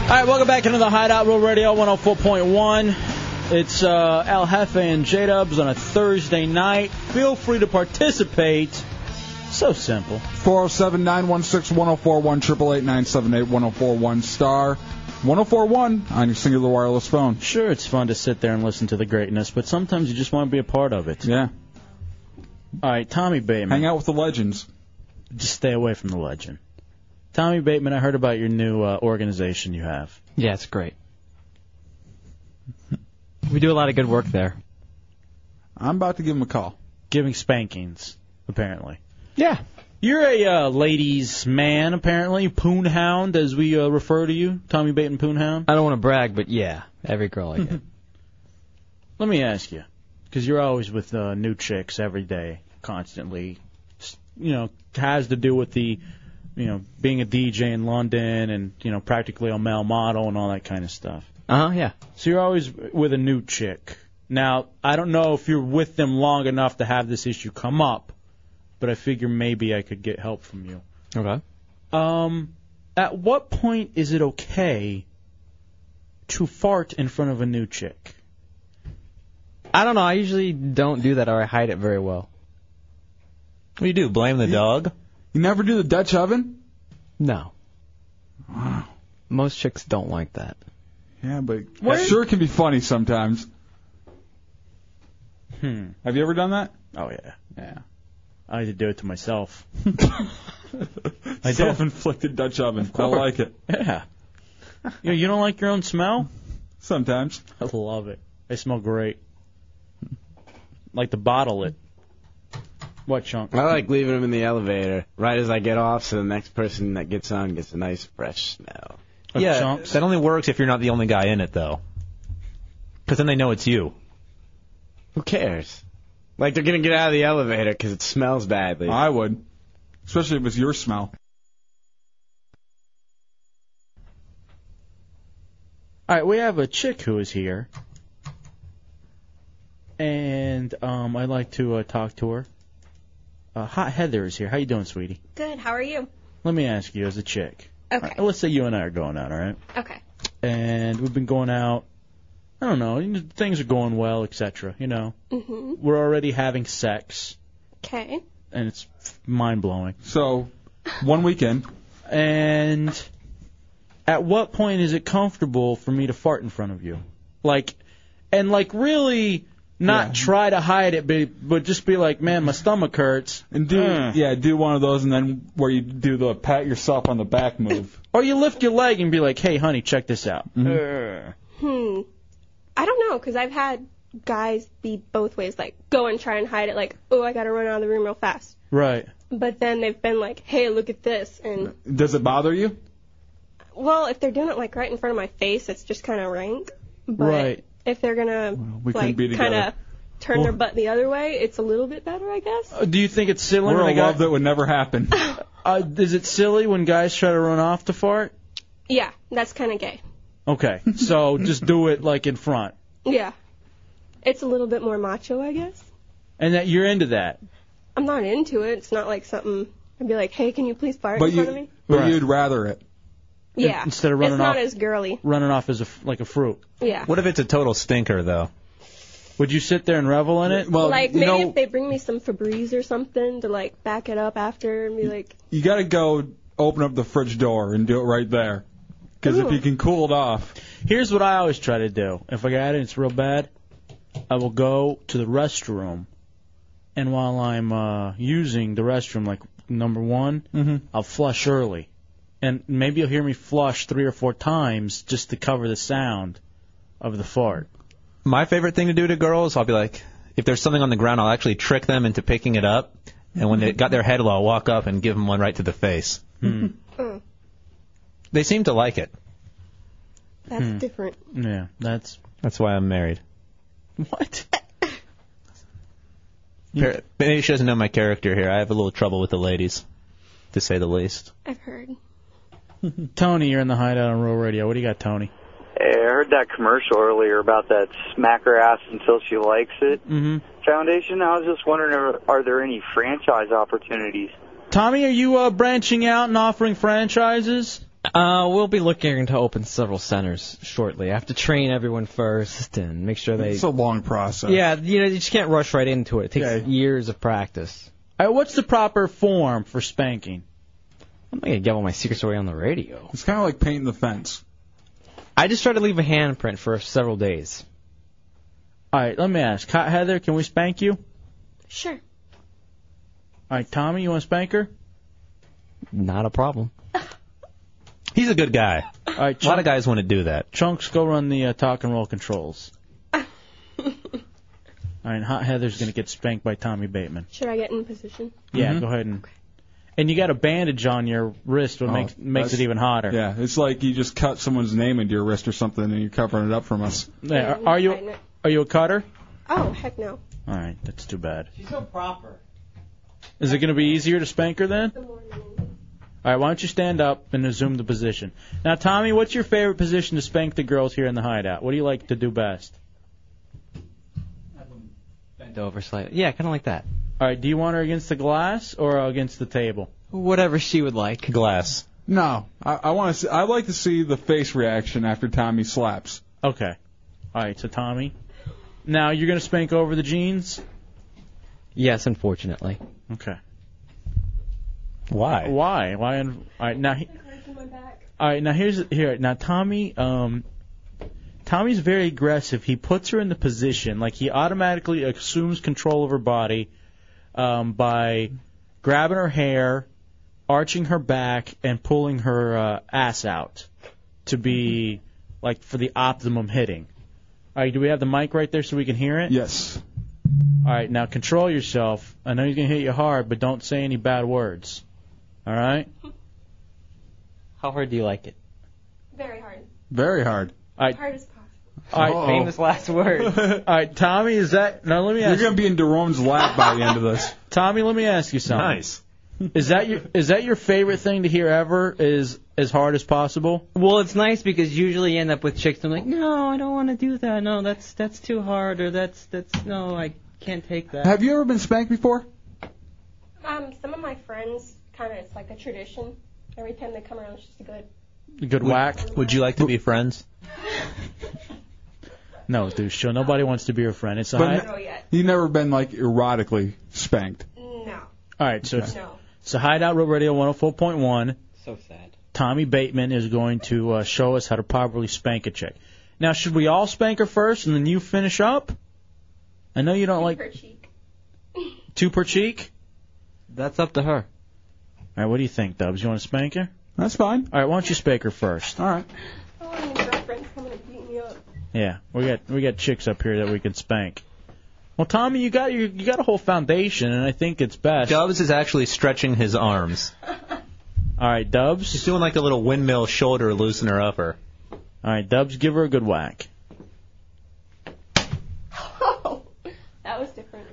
S2: All right, welcome back into the Hideout Real Radio 104.1. It's uh, Al Jefe and J Dubs on a Thursday night. Feel free to participate. So simple.
S3: 407 916 1041 star 1041 on your singular wireless phone.
S2: Sure, it's fun to sit there and listen to the greatness, but sometimes you just want to be a part of it.
S3: Yeah.
S2: All right, Tommy Bateman. Hang
S3: out with the legends.
S2: Just stay away from the legend. Tommy Bateman, I heard about your new uh, organization you have.
S20: Yeah, it's great. We do a lot of good work there.
S3: I'm about to give him a call.
S2: Giving spankings, apparently.
S20: Yeah.
S2: You're a uh, ladies' man, apparently. Poonhound, as we uh, refer to you. Tommy Bateman Poonhound.
S20: I don't want to brag, but yeah, every girl I get.
S2: [LAUGHS] Let me ask you, because you're always with uh, new chicks every day, constantly. S- You know, has to do with the, you know, being a DJ in London and you know practically a male model and all that kind of stuff.
S20: Uh huh. Yeah.
S2: So you're always with a new chick. Now I don't know if you're with them long enough to have this issue come up, but I figure maybe I could get help from you.
S20: Okay.
S2: Um, at what point is it okay to fart in front of a new chick?
S20: I don't know. I usually don't do that, or I hide it very well.
S13: What do you do? Blame the dog?
S3: You never do the Dutch oven?
S20: No. Most chicks don't like that.
S3: Yeah, but
S20: Where-
S3: it sure can be funny sometimes.
S2: Hmm.
S3: Have you ever done that?
S2: Oh yeah.
S3: Yeah.
S2: I had to do it
S3: [LAUGHS]
S2: to myself. I did.
S3: Self-inflicted Dutch oven. I
S2: course.
S3: like it.
S2: Yeah. You, you don't like your own smell?
S3: Sometimes.
S2: I love it. They smell great. Like to bottle it. What chunk?
S8: I like leaving them in the elevator right as I get off, so the next person that gets on gets a nice fresh smell.
S13: yeah, that only works if you're not the only guy in it, though. Because then they know it's you.
S8: Who cares? Like they're gonna get out of the elevator because it smells badly.
S3: I would, especially if it's your smell.
S2: All right, we have a chick who is here, and um, I'd like to uh, talk to her. Uh, hi, Heather is here. How you doing, sweetie?
S11: Good. How are you?
S2: Let me ask you, as a chick. All
S11: Okay.
S2: right, let's say you and I are going out, all right?
S11: Okay.
S2: And we've been going out. I don't know. you know, Things are going well, etc. You know,
S11: Mhm.
S2: we're already having sex,
S11: Okay.
S2: and it's mind blowing.
S3: So, one weekend.
S2: And at what point is it comfortable for me to fart in front of you? Like, and like really not try to hide it, but, but just be like, man, my stomach hurts. Mm.
S3: And do yeah, do one of those, and then where you do the pat yourself on the back move.
S2: [LAUGHS] Or you lift your leg and be like, hey, honey, check this out.
S3: Mm-hmm.
S2: Uh,
S11: Hmm. I don't know, 'cause I've had guys be both ways, like go and try and hide it, like, oh, I gotta run out of the room real fast.
S2: Right.
S11: But then they've been like, hey, look at this, and
S3: Does it bother you?
S11: well, if they're doing it like right in front of my face, it's just kind of rank. But
S3: Right.
S11: if they're gonna
S2: we couldn't
S11: like
S2: be
S11: kind
S2: together.
S11: of turn their butt the other way, it's a little bit better, I guess.
S2: Uh, Do you think it's silly
S3: We're
S2: when
S3: a
S2: a guy-
S3: love that would never happen.
S2: [LAUGHS] uh, is it silly when guys try to run off to fart?
S11: Yeah, that's kind of gay.
S2: Okay, so just do it like in front,
S11: Yeah. It's a little bit more macho, I guess.
S2: and that you're into that.
S11: I'm not into it. It's not like something I'd be like, hey, can you please fart
S3: But
S11: in front
S3: you-
S11: of me?
S3: But you'd rather it.
S11: Yeah.
S2: instead of running
S11: it's not
S2: off-
S11: as girly.
S2: Running off as a f like a fruit.
S11: Yeah.
S13: What if it's a total stinker, though?
S2: Would you sit there and revel in it?
S11: like maybe if they bring me some Febreze or something to like back it up after and be like,
S3: You got to go open up the fridge door and do it right there. Because if
S11: Ooh.
S3: you can cool it off,
S2: Here's what I always try to do. If I got it and it's real bad, I will go to the restroom, and while I'm uh, using the restroom, like number one,
S13: Mm-hmm.
S2: I'll flush early, and maybe you'll hear me flush three or four times just to cover the sound of the fart.
S13: My favorite thing to do to girls, I'll be like, if there's something on the ground, I'll actually trick them into picking it up. And when they got their head, low, I'll walk up and give them one right to the face.
S2: Hmm.
S11: mm,
S13: [LAUGHS] They seem to like it.
S11: that's
S13: Hmm.
S11: different.
S2: Yeah, that's
S13: that's why I'm married.
S2: What?
S13: [LAUGHS] Par- Maybe she doesn't know my character here. I have a little trouble with the ladies, to say the least.
S11: I've heard.
S2: [LAUGHS] Tony, you're in the hideout on Rural Radio. What do you got, Tony?
S12: Hey, I heard that commercial earlier about that smack her ass until she likes it
S2: Mm-hmm.
S12: foundation. I was just wondering, are, are there any franchise opportunities?
S2: Tommy, are you uh, branching out and offering franchises?
S5: Uh, we'll be looking to open several centers shortly. I have to train everyone first and make sure they.
S3: it's a long process.
S5: Yeah, you know, you just can't rush right into it. It takes years of practice.
S2: All right, Uh, what's the proper form for spanking?
S5: I'm not gonna give all my secrets away on the radio.
S3: It's kind of like painting the fence.
S5: I just try to leave a handprint for several days.
S2: All right, let me ask. Hot Heather, can we spank you?
S11: Sure.
S2: All right, Tommy, you want to spank her?
S5: Not a
S2: [LAUGHS]
S5: problem.
S13: He's a good guy.
S2: All right,
S13: a lot of guys want to do that.
S2: Chunks, go run the uh, talk and roll controls. All right, Hot Heather's going to get spanked by Tommy Bateman.
S11: Should I get in position?
S2: Yeah,
S3: Mm-hmm.
S2: go ahead and. And you got a bandage on your wrist, what
S3: Oh,
S2: makes makes it
S3: that's-
S2: even hotter.
S3: Yeah, it's like you just cut someone's name into your wrist or something, and you're covering it up from us.
S2: Yeah, are, are you are you a cutter?
S11: Oh heck no.
S2: All right, that's too bad.
S5: She's so proper.
S2: Is it going to be easier to spank her then? All right, why don't you stand up and assume the position? Now, Tommy, what's your favorite position to spank the girls here in the hideout? What do you like to do best?
S5: Bent over slightly. Yeah, kind of like that.
S2: All right, do you want her against the glass or against the table?
S5: Whatever she would like.
S13: Glass.
S3: No, I, I want to. See, I like to see the face reaction after Tommy slaps.
S2: Okay. All right, so Tommy, now you're going to spank over the jeans.
S5: Yes, unfortunately.
S2: Okay.
S13: Why?
S2: Why? Why? un- All right, now. He, all right, now here's here. Now Tommy, um, Tommy's very aggressive. He puts her in the position like he automatically assumes control of her body, um, by grabbing her hair, arching her back, and pulling her uh, ass out to be like for the optimum hitting. All right, do we have the mic right there so we can hear it?
S3: Yes.
S2: All right, now control yourself. I know he's gonna hit you hard, but don't say any bad words. All right.
S13: How hard do you like it?
S11: Very hard.
S3: Very hard.
S2: All right.
S11: Hard as
S2: All right.
S3: Uh-oh. Famous
S2: last words. [LAUGHS] All right, Tommy, is that now? Let me
S3: You're
S2: ask.
S3: gonna be in Jerome's lap by the end of this.
S2: [LAUGHS] Tommy, let me ask you something. Nice. Is that your is that your favorite thing to hear ever? Is as hard as possible?
S15: Well, it's nice because usually you end up with chicks. I'm like, no, I don't want to do that. No, that's that's too hard, or that's that's no, I can't take that.
S3: Have you ever been spanked before?
S11: Um, some of my friends kind of it's like a tradition. Every time they come around, it's just a good.
S2: Good whack.
S13: Would you like to be friends?
S2: No, dude, show nobody wants to be your friend. It's a
S3: But
S2: high.
S3: n- you've never been like erotically spanked.
S11: No.
S2: All right, so it's,
S11: No.
S2: it's a Hideout Road Radio 104.1.
S15: So sad.
S2: Tommy Bateman is going to uh, show us how to properly spank a chick. Now, should we all spank her first and then you finish up? I know you don't like
S11: [LAUGHS]
S2: two per cheek.
S15: That's up to her.
S2: All right, what do you think, Dubs? You want to spank her?
S3: That's fine.
S2: All right, why don't you spank her first?
S3: All right.
S11: Oh, my girlfriend's coming to beat me up.
S2: Yeah, we got we got chicks up here that we can spank. Well, Tommy, you got you, you got a whole foundation, and I think it's best.
S13: Dubs is actually stretching his arms.
S2: All right, Dubs.
S13: He's doing like a little windmill shoulder loosener upper.
S2: All right, Dubs, give her a good whack.
S11: That was different.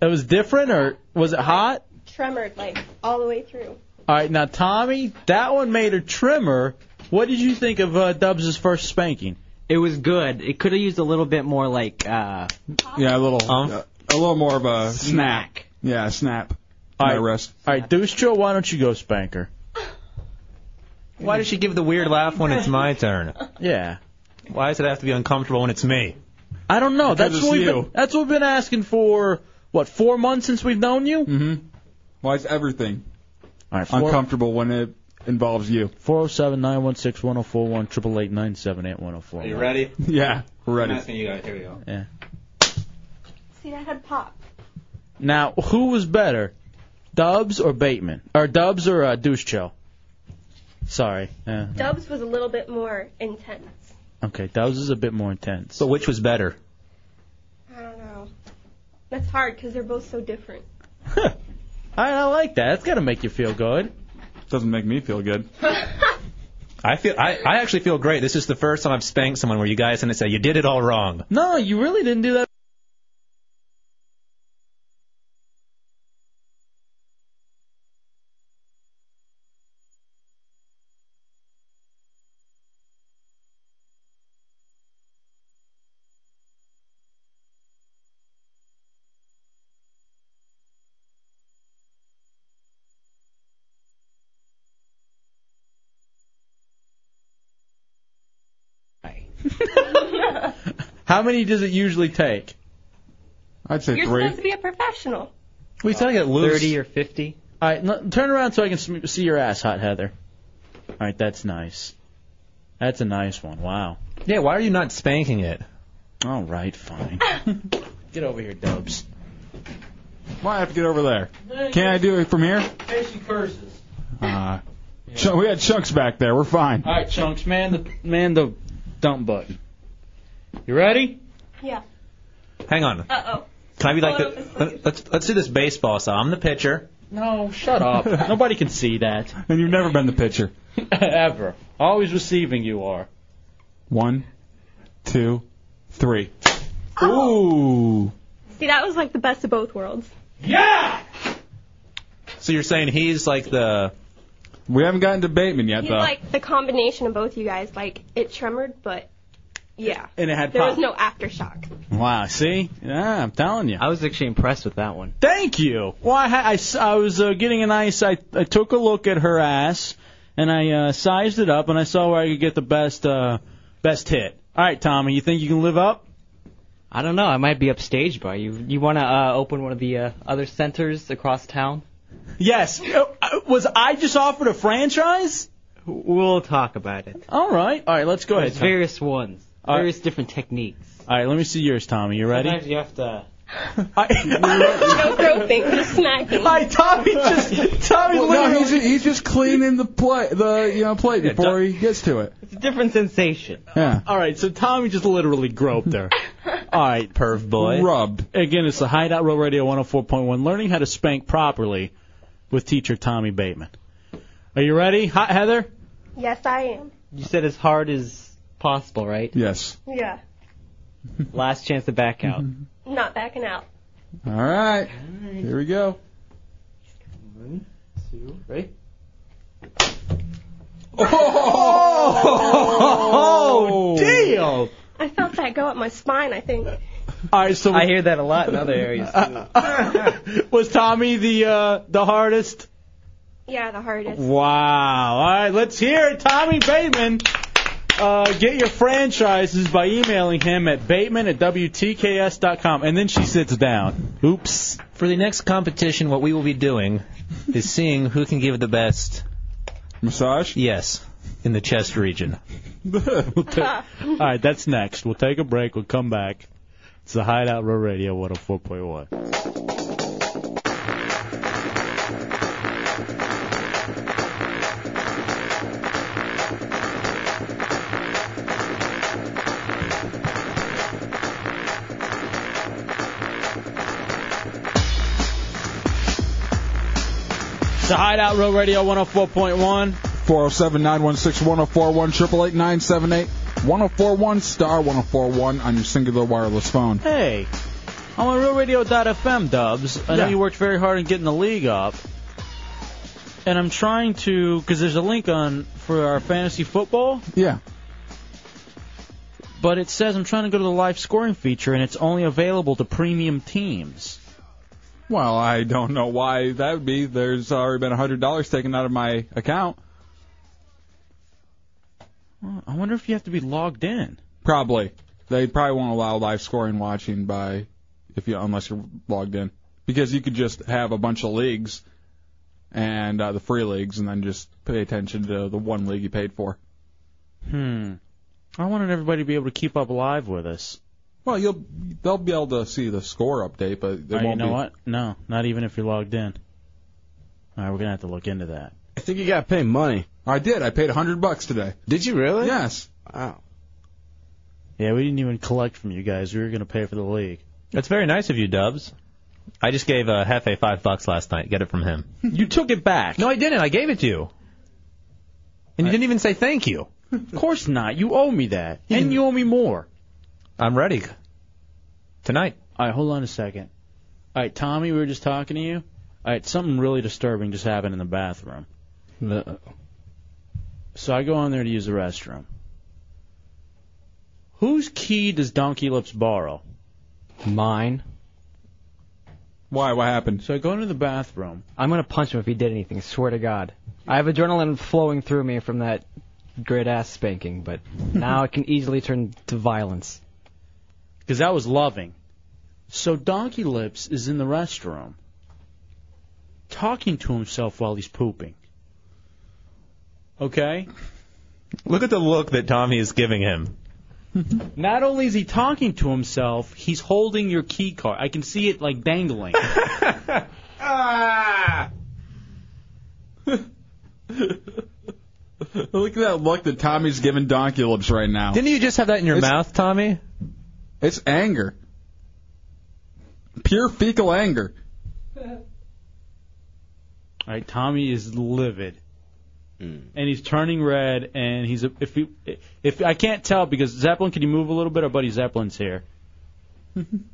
S2: It was different, or was it hot?
S11: Tremored like all the way through.
S2: All right, now Tommy, that one made her trimmer. What did you think of uh, Dubs' first spanking?
S15: It was good. It could have used a little bit more like uh
S3: Yeah, a little, uh, a little more of a snap. Yeah, a snap.
S2: All
S3: My
S2: right.
S3: wrist.
S2: All right, Deuce Joe, why don't you go spank her?
S13: Why does she give the weird laugh when it's my turn?
S2: Yeah.
S13: Why does it have to be uncomfortable when it's me?
S2: I don't know.
S13: Because
S2: that's
S13: it's
S2: what we've
S13: you.
S2: been, that's what we've been asking for. What four months since we've known you?
S3: Mm-hmm. Why is everything
S2: All right, four-
S3: uncomfortable when it involves you?
S2: Four zero seven nine one six one zero four one triple eight nine seven eight one zero four.
S13: Are you ready?
S3: [LAUGHS] Yeah, we're ready.
S13: I'm asking you guys. Here we go.
S2: Yeah.
S11: See, that had pop.
S2: Now, who was better, Dubs or Bateman, or Dubs or uh, Deuce Joe? Sorry. Yeah.
S11: Dubs was a little bit more intense.
S2: Okay, Dubs is a bit more intense.
S13: But which was better?
S11: I don't know. That's hard because they're both so different.
S2: I, I like that. That's gotta make you feel good.
S3: Doesn't make me feel good.
S13: [LAUGHS] I feel I, I actually feel great. This is the first time I've spanked someone where you guys and say you did it all wrong.
S2: No, you really didn't do that. How many does it usually take?
S3: I'd say
S11: You're supposed to be a professional.
S2: We tell you get loose.
S15: 30 or 50.
S2: All right, no, turn around so I can sm- see your ass, hot Heather. All right, that's nice. That's a nice one. Wow.
S13: Yeah, why are you not spanking it?
S2: All right, [LAUGHS] fine. Get over here, Dubs.
S3: Why I have to get over there? Can I do it from here?
S2: Hey, she curses.
S3: Uh, Chunk- we had chunks back there. We're fine.
S2: All right, chunks, man the man the dump button. You ready?
S11: Yeah.
S13: Hang on.
S11: Uh oh.
S13: Can I be like the? let- Let's let's do this baseball style. I'm the pitcher.
S2: No, shut [LAUGHS] up.
S13: [LAUGHS]
S2: Nobody can see that.
S3: And you've never been the pitcher.
S2: [LAUGHS] Ever. Always receiving you are.
S3: One, two, three.
S2: [LAUGHS]
S3: Ooh.
S11: See, that was like the best of both worlds.
S13: So you're saying he's like the?
S3: We haven't gotten to Bateman yet
S11: He's like the combination of both you guys. Like it tremored, but yeah.
S2: And it had
S11: There was
S2: pop.
S11: no aftershock.
S2: Wow, see? Yeah, I'm telling you. I
S15: was actually impressed with that one.
S2: Thank you. Well, I, ha- I, s- I was uh, getting a nice. I, I took a look at her ass and I uh, sized it up and I saw where I could get the best uh, best hit. All right, Tommy, you think you can live up?
S15: I don't know. I might be upstaged by you. You want to uh, open one of the uh, other centers across town?
S2: Yes. Uh, Was I just offered a franchise?
S15: We'll talk about it.
S2: All right. All right, let's go ahead.
S15: There's
S2: Tom.
S15: various ones,
S2: All right.
S15: various different techniques.
S2: All right, let me see yours, Tommy. You ready?
S15: Sometimes you have to
S11: no groping, just smacking.
S15: Hi, Tommy. Just Tommy.
S3: [LAUGHS] Well, no, he's, he's just cleaning the plate, the you know plate before he gets to it.
S15: It's a different sensation.
S3: Yeah.
S2: All right, so Tommy just literally groped
S15: [LAUGHS]
S2: her. All right, perv boy.
S3: Rubbed.
S2: Again, it's the Hideout Real Radio 104.1, learning how to spank properly with teacher Tommy Bateman. Are you ready, Hot Heather?
S11: Yes, I am.
S15: You said as hard as possible, right?
S5: [LAUGHS]
S3: Yes.
S11: Yeah.
S15: Last chance to back out.
S11: Not backing out.
S3: [LAUGHS] All right. Here
S5: [LAUGHS]
S3: we go.
S15: One, two, ready?
S2: [LAUGHS] Oh, deal.
S11: I felt that go up my spine. I think.
S2: All right, so
S15: I hear that a lot in other areas.
S2: [LAUGHS] was Tommy the uh, the hardest?
S11: Yeah, the hardest.
S2: Wow. All right, let's hear it. Tommy Bateman. Uh, get your franchises by emailing him at bateman at WTKS.com. And then she sits down. Oops. [LAUGHS]
S13: For the next competition, what we will be doing is seeing who can give the best
S3: massage.
S13: Yes, in the chest region.
S2: We'll ta- All right, that's next. We'll take a break. We'll come back. It's the Hideout Row Radio 104.1. It's the Hideout Row Radio 104.1.
S3: 407 916 1041 888 978 1041 star 1041 on your singular wireless phone.
S2: Hey, I'm on RealRadio.fm, Dubs. I know
S3: Yeah.
S2: you worked very hard in getting the league up, and I'm trying to because there's a link on for our fantasy football,
S3: Yeah.
S2: but it says I'm trying to go to the live scoring feature, and it's only available to premium teams.
S3: Well, I don't know why that would be. There's already been $100 taken out of my account.
S2: Well, I wonder if you have to be logged in.
S3: Probably. They probably won't allow live scoring watching by if you unless you're logged in because you could just have a bunch of leagues and uh, the free leagues and then just pay attention to the one league you paid for.
S2: Hmm. I wanted everybody to be able to keep up live with us.
S3: Well, you'll they'll be able to see the score update, but they
S2: Uh,
S3: won't
S2: you know
S3: be.
S2: what? No, not even if you're logged in. All right, we're gonna have to look into that.
S3: I think you got to pay money. I did. I paid a hundred bucks today.
S8: Did you really?
S3: Yes. [LAUGHS]
S8: Wow.
S2: Yeah, we didn't even collect from you guys. We were gonna pay for the league.
S13: That's very nice of you, Dubs. I just gave uh, Hefe five bucks last night. Get it from him.
S2: You took it back.
S13: No, I didn't. I gave it to you. And you didn't even say thank you.
S2: Of course not. You owe me that. And you owe me more.
S13: I'm ready. Tonight.
S2: All right, hold on a second. All right, Tommy, we were just talking to you. All right, something really disturbing just happened in the bathroom. So I go on there to use the restroom. Whose key does Donkey Lips borrow?
S5: Mine.
S3: Why? What happened?
S2: So I go into the bathroom.
S5: I'm gonna punch him if he did anything. Swear to God. I have adrenaline flowing through me from that great ass spanking,
S3: [LAUGHS]
S5: but now it can easily turn to violence.
S2: Because that was loving. So Donkey Lips is in the restroom, talking to himself while he's pooping. Okay?
S13: Look at the look that Tommy is giving him.
S2: Not only is he talking to himself, he's holding your key card. I can see it like dangling.
S3: Look at that look that Tommy's giving Donkey Lips right now.
S13: Didn't you just have that in your mouth, Tommy?
S3: It's anger. Pure fecal anger.
S2: All right, Tommy is livid, and he's turning red, and he's a, if he, if I can't tell because Zeppelin, can you move a little bit? Our buddy Zeppelin's here.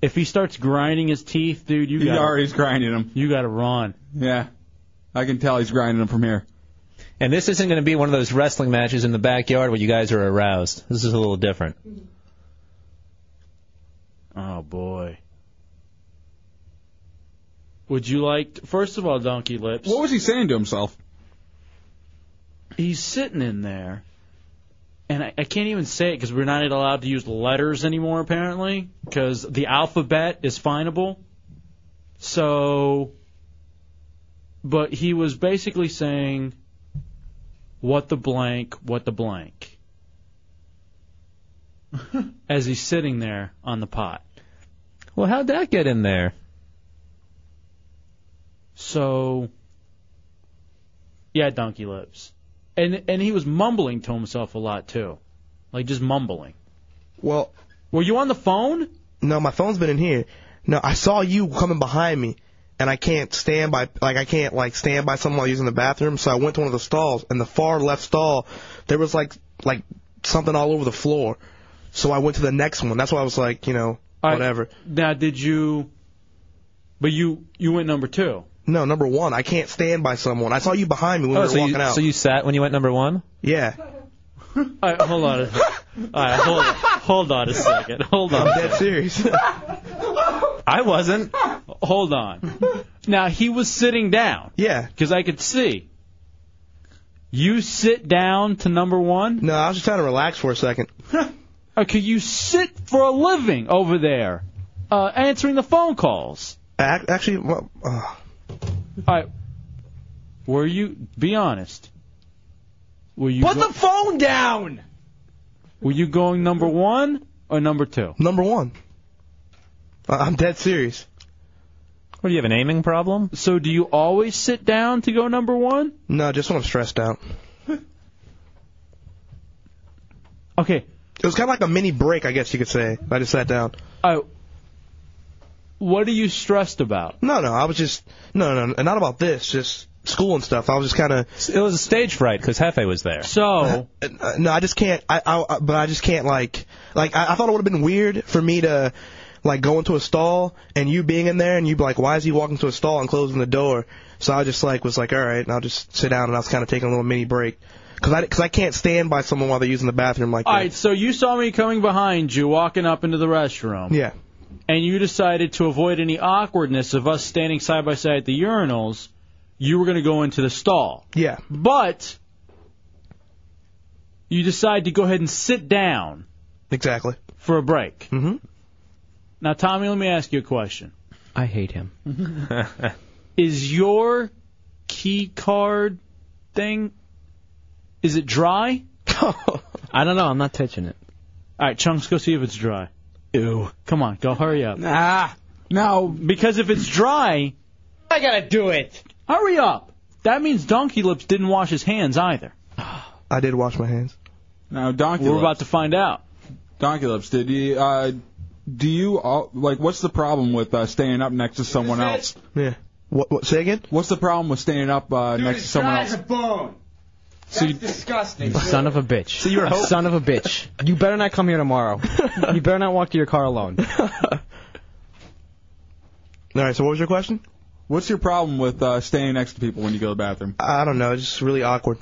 S2: if he starts grinding his teeth, dude, you
S3: he
S2: got
S3: already's grinding him.
S2: You got to run.
S3: Yeah. I can tell he's grinding him from here.
S13: And this isn't going to be one of those wrestling matches in the backyard where you guys are aroused. This is a little different.
S2: Oh boy. Would you like? First of all, Donkey Lips.
S3: What was he saying to himself?
S2: He's sitting in there, and I, I can't even say it because we're not allowed to use letters anymore apparently because the alphabet is finable. So, but he was basically saying, "What the blank? What the blank?" As he's sitting there on the pot.
S13: Well, how'd that get in there?
S2: So, yeah, donkey lips, and and he was mumbling to himself a lot too, like just mumbling.
S18: Well,
S2: were you on the phone?
S18: No, my phone's been in here. No, I saw you coming behind me, and I can't stand by like I can't like stand by someone while using the bathroom. So I went to one of the stalls, and the far left stall, there was like like something all over the floor. So I went to the next one. That's why I was like, you know,
S2: All right,
S18: whatever.
S2: now, did you? But you you went number two.
S18: No, number one, I can't stand by someone. I saw you behind me when
S13: oh,
S18: we were
S13: so
S18: walking
S13: you,
S18: out.
S13: so you sat when you went number one?
S18: Yeah.
S2: All right, hold on. A, all right, hold, hold on a second. Hold on.
S18: I'm dead serious.
S2: I wasn't. Hold on. Now he was sitting down.
S18: Yeah.
S2: Because I could see. You sit down to number one.
S18: No, I was just trying to relax for a second.
S2: [LAUGHS] okay, you sit for a living over there, uh, answering the phone calls.
S18: Actually, well, uh,
S2: all right. Were you? Be honest. Were you?
S9: Put
S2: go-
S9: the phone down.
S2: Were you going number one or number two?
S18: Number one. I'm dead serious.
S13: What do you have an aiming problem?
S2: So do you always sit down to go number one?
S18: No, just when I'm stressed out.
S2: [LAUGHS] okay.
S18: It was kind of like a mini break, I guess you could say. I just sat down.
S2: I. Uh, What are you stressed about?
S18: No, no, I was just no, no, no, not about this. Just school and stuff. I was just kind of.
S13: It was a stage fright because Hefe was there.
S2: So.
S18: uh, No, I just can't. I, I, I- but I just can't like, like I, I thought it would have been weird for me to, like, go into a stall and you being in there and you be like, why is he walking to a stall and closing the door? So I just like was like, all right, and I'll just sit down and I was kind of taking a little mini break, cause I, cause I can't stand by someone while they're using the bathroom like
S2: All
S18: that.
S2: right, so you saw me coming behind you, walking up into the restroom.
S18: Yeah.
S2: And you decided to avoid any awkwardness of us standing side by side at the urinals. You were going to go into the stall.
S18: Yeah.
S2: But you decide to go ahead and sit down.
S18: Exactly.
S2: For a break.
S18: Mm-hmm.
S2: Now, Tommy, let me ask you a question.
S5: I hate him.
S2: [LAUGHS] Is your key card thing is it dry?
S5: I don't know. I'm not touching it.
S2: All right, chunks, go see if it's dry. Ew. Come on, go hurry up.
S15: Nah.
S2: No. Because if it's dry, I gotta do it. Hurry up. That means Donkey Lips didn't wash his hands either.
S18: I did wash my hands.
S3: Now, donkey.
S2: We're
S3: lips.
S2: about to find out.
S3: Donkey lips. Did you? Uh, do you all, like? What's the problem with uh, staying up next to someone else?
S18: Yeah. What? What? Say again.
S3: What's the problem with staying up uh, next to someone else?
S15: bone.
S3: So you-
S15: disgusting.
S5: Son of a bitch.
S15: So you were hoping-
S5: Son of a bitch. You better not come here tomorrow. you better not walk to your car alone.
S18: All right. So what was your question?
S3: What's your problem with uh, staying next to people when you go to the bathroom?
S18: I don't know. It's just really awkward.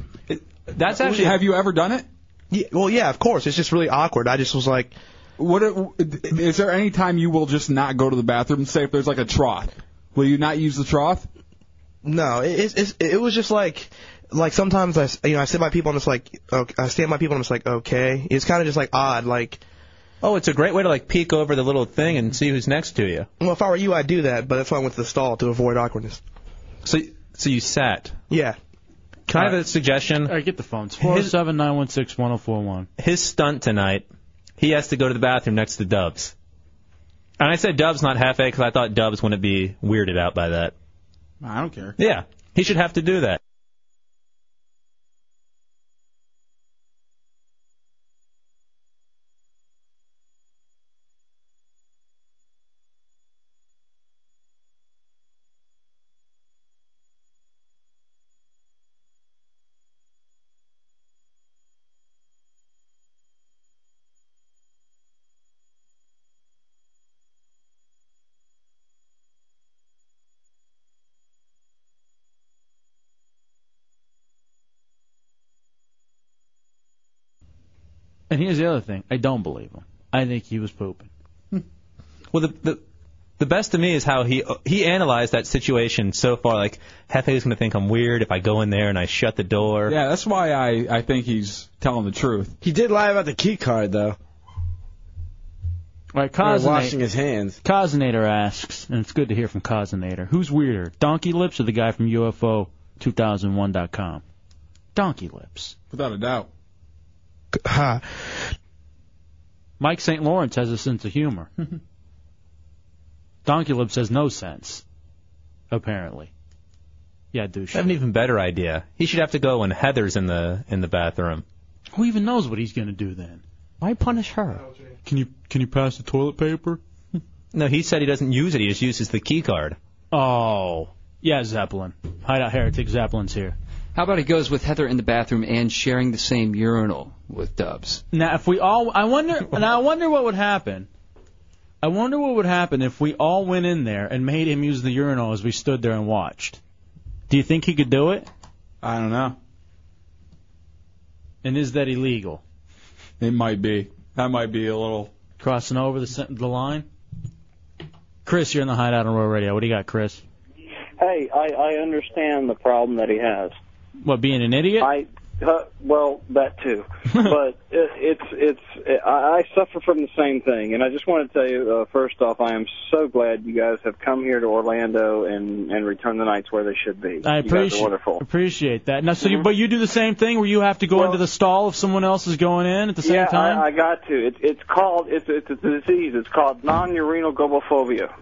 S3: That's actually. Have you ever done it?
S18: Yeah, well, yeah, of course. It's just really awkward. I just was like,
S3: what? Are, is there any time you will just not go to the bathroom? Say if there's like a trough, will you not use the trough?
S18: No, it, it's, it's, it was just like, like sometimes I, s- you know, I sit by people and it's like, okay, I stand by people and it's like, okay. It's kind of just like odd. Like,
S13: Oh, it's a great way to like peek over the little thing and see who's next to you.
S18: well, if I were you, I'd do that, but that's why I went to the stall to avoid awkwardness.
S13: So, so you sat.
S18: Yeah.
S13: Can I have a suggestion?
S2: All right, get the phones. Four zero seven nine one six one zero four one.
S13: His stunt tonight, he has to go to the bathroom next to Dubs. And I said Dubs, not Hefe, because I thought Dubs wouldn't be weirded out by that.
S3: I don't care.
S13: Yeah, he should have to do that.
S2: And here's the other thing. I don't believe him. I think he was pooping.
S13: Well, the the the best to me is how he he analyzed that situation so far. Like Hefe's going to think I'm weird if I go in there and I shut the door.
S3: Yeah, that's why I I think he's telling the truth.
S8: He did lie about the key card though.
S2: All right,
S8: Or
S2: Cosinator.
S8: washing his hands.
S2: Cosinator asks, and it's good to hear from Cosinator. Who's weirder, Donkey Lips or the guy from UFO2001.com? Donkey Lips.
S3: Without a doubt.
S2: [LAUGHS] Mike St. Lawrence has a sense of humor. Donkey Lip says no sense, apparently. Yeah, douche.
S13: I have an even better idea. He should have to go when Heather's in the in the bathroom.
S2: Who even knows what he's going to do then?
S13: Why punish her?
S2: Can you can you pass the toilet paper?
S13: No, he said he doesn't use it. He just uses the key card.
S2: Oh, yeah, Zeppelin. Hideout Heretic Zeppelin's here.
S23: How about he goes with Heather in the bathroom and sharing the same urinal with Dubs?
S2: Now, if we all,
S3: [LAUGHS]
S2: I wonder, now I wonder what would happen. I wonder what would happen if we all went in there and made him use the urinal as we stood there and watched. Do you think he could do it?
S3: I don't know.
S2: And is that illegal?
S3: It might be. That might be a little
S2: crossing over the sen- the line. Chris, you're in the hideout on Royal Radio. What do you got, Chris?
S24: Hey, I, I understand the problem that he has.
S2: What being an idiot?
S24: I uh, well, that too.
S2: [LAUGHS]
S24: but it, it's it's I, I suffer from the same thing, and I just want to tell you uh, first off, I am so glad you guys have come here to Orlando and and returned the nights where they should be.
S2: I
S24: you guys are
S2: appreciate
S24: wonderful. Mm-hmm.
S2: appreciate that. Now, so you, but you do the same thing where you have to go into the stall if someone else is going in at the same
S24: yeah,
S2: time.
S24: I, I got to. It's it's called it's it's a disease. It's called non-urinal gobophobia.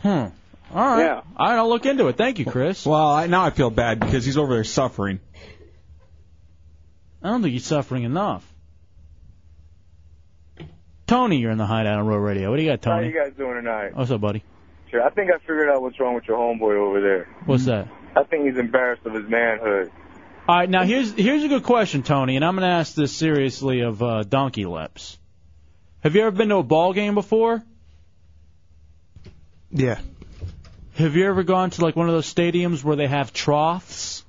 S2: hmm. All right.
S24: Yeah.
S2: All right, I'll look into it. Thank you, Chris.
S3: Well, I, now I feel bad because he's over there suffering.
S2: I don't think he's suffering enough. Tony, you're in the hideout on Royal Radio. What do you got,
S25: How
S2: Tony? Oh.
S25: you guys doing tonight?
S2: What's up, buddy?
S25: Sure. I think I figured out what's wrong with your homeboy over there.
S24: Mm-hmm.
S2: What's that?
S25: I think he's embarrassed of his manhood.
S2: All right, now here's here's a good question, Tony, and I'm going to ask this seriously of uh, Donkey Lips. Have you ever been to a ball game before?
S18: Yeah.
S2: Have you ever gone to like one of those stadiums where they have troughs,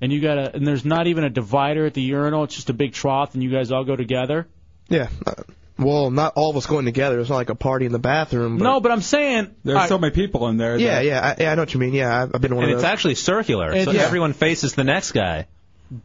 S2: and you got to and there's not even a divider at the urinal; it's just a big trough, and you guys all go together?
S18: Yeah. Uh, Well, not all of us going together. It's not like a party in the bathroom. But
S2: No, but I'm saying
S18: There's
S2: all
S18: so
S3: many people in there.
S18: Yeah, yeah. I, yeah, I know what you mean. Yeah, I've, I've been in one
S13: And
S18: of
S13: it's
S18: those.
S13: actually circular, so
S18: It's- yeah.
S13: everyone faces the next guy.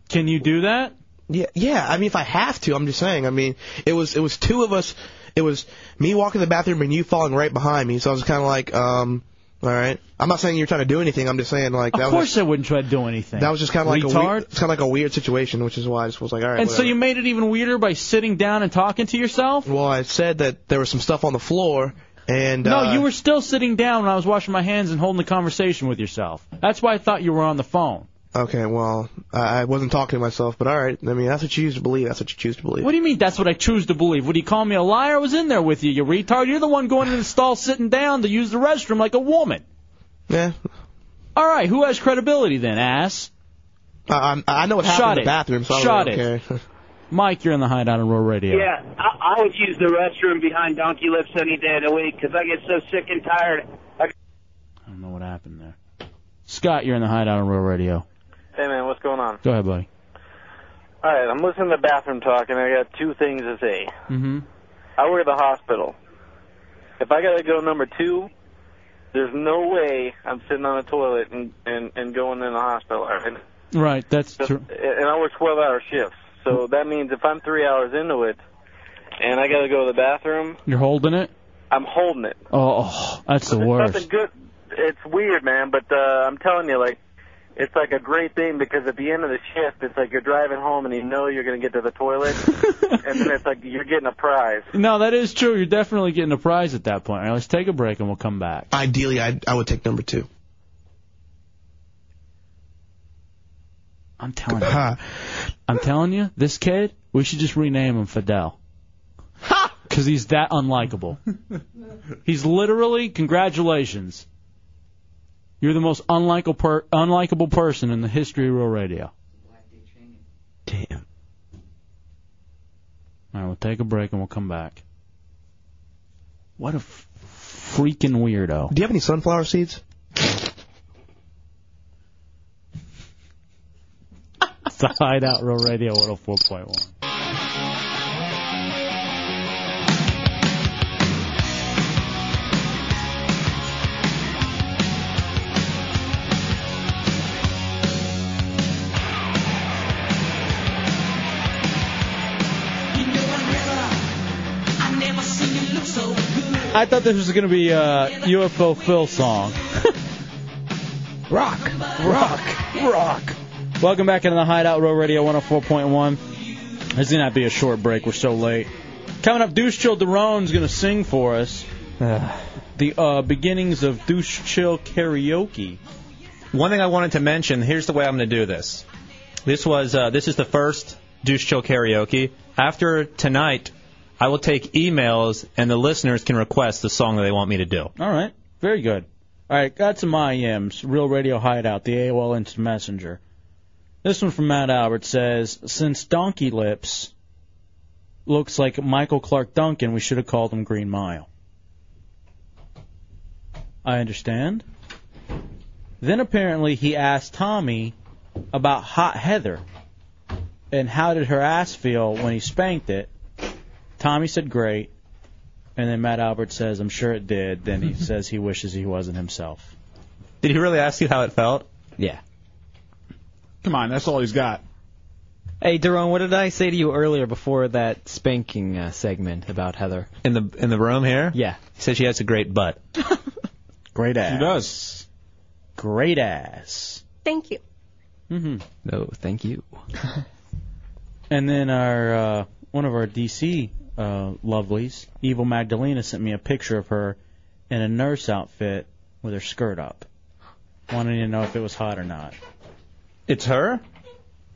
S2: Can you do that?
S18: Yeah, yeah. I mean, if I have to, I'm just saying. I mean, it was it was two of us. It was me walking to the bathroom and you falling right behind me. So I was kind of like, um, all right. I'm not saying you're trying to do anything. I'm just saying like that was
S2: Of course, I wouldn't try to do anything.
S18: that was just kind of like a
S2: Retard?
S18: weird, it's kind of like a weird situation, which is why I just was like, all right.
S2: And so
S18: whatever.
S2: you made it even weirder by sitting down and talking to yourself.
S18: Well, I said that there was some stuff on the floor, and
S2: No,
S18: uh,
S2: you were still sitting down when I was washing my hands and holding the conversation with yourself. That's why I thought you were on the phone.
S18: Okay, well, I I wasn't talking to myself, but all right. I mean, that's what you choose to believe. That's what you choose to believe.
S2: What do you mean that's what I choose to believe? Would you call me a liar? I was in there with you, you retard. You're the one going in the stall sitting down to use the restroom like a woman.
S18: Yeah.
S2: All right, who has credibility then, ass?
S18: I, I know what happened
S2: Shot
S18: in the
S2: it.
S18: bathroom, so I
S2: Shot
S18: don't really
S2: it.
S18: [LAUGHS]
S2: Mike, you're in the hideout on Roll Radio.
S26: Yeah, I, I would use the restroom behind Donkey Lips any day of the week 'cause I get so sick and tired. I
S2: I don't know what happened there. Scott, you're in the hideout on Roll Radio.
S16: Hey man, what's going on?
S2: Go ahead, buddy.
S16: All right, I'm listening to bathroom talk, and I got two things to say.
S2: Mm-hmm.
S16: I work at the hospital. If I gotta go number two, there's no way I'm sitting on a toilet and and, and going in the hospital. And,
S2: Right, that's true.
S16: and I work 12-hour shifts, so that means if I'm three hours into it, and I gotta go to the bathroom,
S2: You're holding it?
S16: I'm holding it.
S2: Oh, that's the worst.
S16: Nothing good. It's weird, man, but uh, I'm telling you, like, it's like a great thing because at the end of the shift, it's like you're driving home and you know you're gonna get to
S2: [LAUGHS]
S16: the toilet, and then it's like you're getting a prize.
S2: No, that is true. You're definitely getting a prize at that point. All right, let's take a break and we'll come back.
S18: Ideally, I I would take number two.
S2: I'm telling you. [LAUGHS] I'm telling you, this kid, we should just rename him Fidel. Because he's that unlikable. he's literally, congratulations. You're the most unlikable, per- unlikable person in the history of real radio. Damn. All right, we'll take a break and we'll come back. What a f- freaking weirdo.
S18: Do you have any sunflower
S2: [LAUGHS]
S18: seeds?
S2: It's the Hideout Real Radio 104.1.
S27: I never seen you look so good.
S2: I thought this was going to be a UFO Phil song. [LAUGHS] rock, rock, rock. Welcome back into the Hideout Row Radio 104.1. This is going to be
S13: [SIGHS]
S2: a short break. We're so late. Coming up, Deuce Chill Darone's going to sing for us. the uh, beginnings of douche chill karaoke.
S13: One thing I wanted to mention. Here's the way I'm going to do this. This was uh, this is the first douche chill karaoke. After tonight, I will take emails and the listeners can request the song that they want me to do.
S2: All right, very good. All right, got some IMs. Real Radio Hideout, the AOL Instant Messenger. This one from Matt Albert says, since Donkey Lips looks like Michael Clark Duncan, we should have called him Green Mile. I understand. Then apparently he asked Tommy about Hot Heather and how did her ass feel when he spanked it. Tommy said great, and then Matt Albert says I'm sure it did.
S13: [LAUGHS]
S2: Then he says he wishes he wasn't himself.
S13: Did he really ask you how it felt?
S5: Yeah.
S3: Come on, that's all he's got.
S5: Hey, Daron, what did I say to you earlier before that spanking uh, segment about Heather?
S13: In the in the room here?
S5: Yeah.
S13: He said she has a great butt.
S2: great ass.
S13: She
S3: does.
S2: Great ass.
S11: Thank you.
S2: hmm
S13: Mm-hmm.
S5: No, thank you.
S2: [LAUGHS] And then our uh, one of our DC uh, lovelies, Evil Magdalena, sent me a picture of her in a nurse outfit with her skirt up, wanting to know if it was hot or not.
S13: It's her.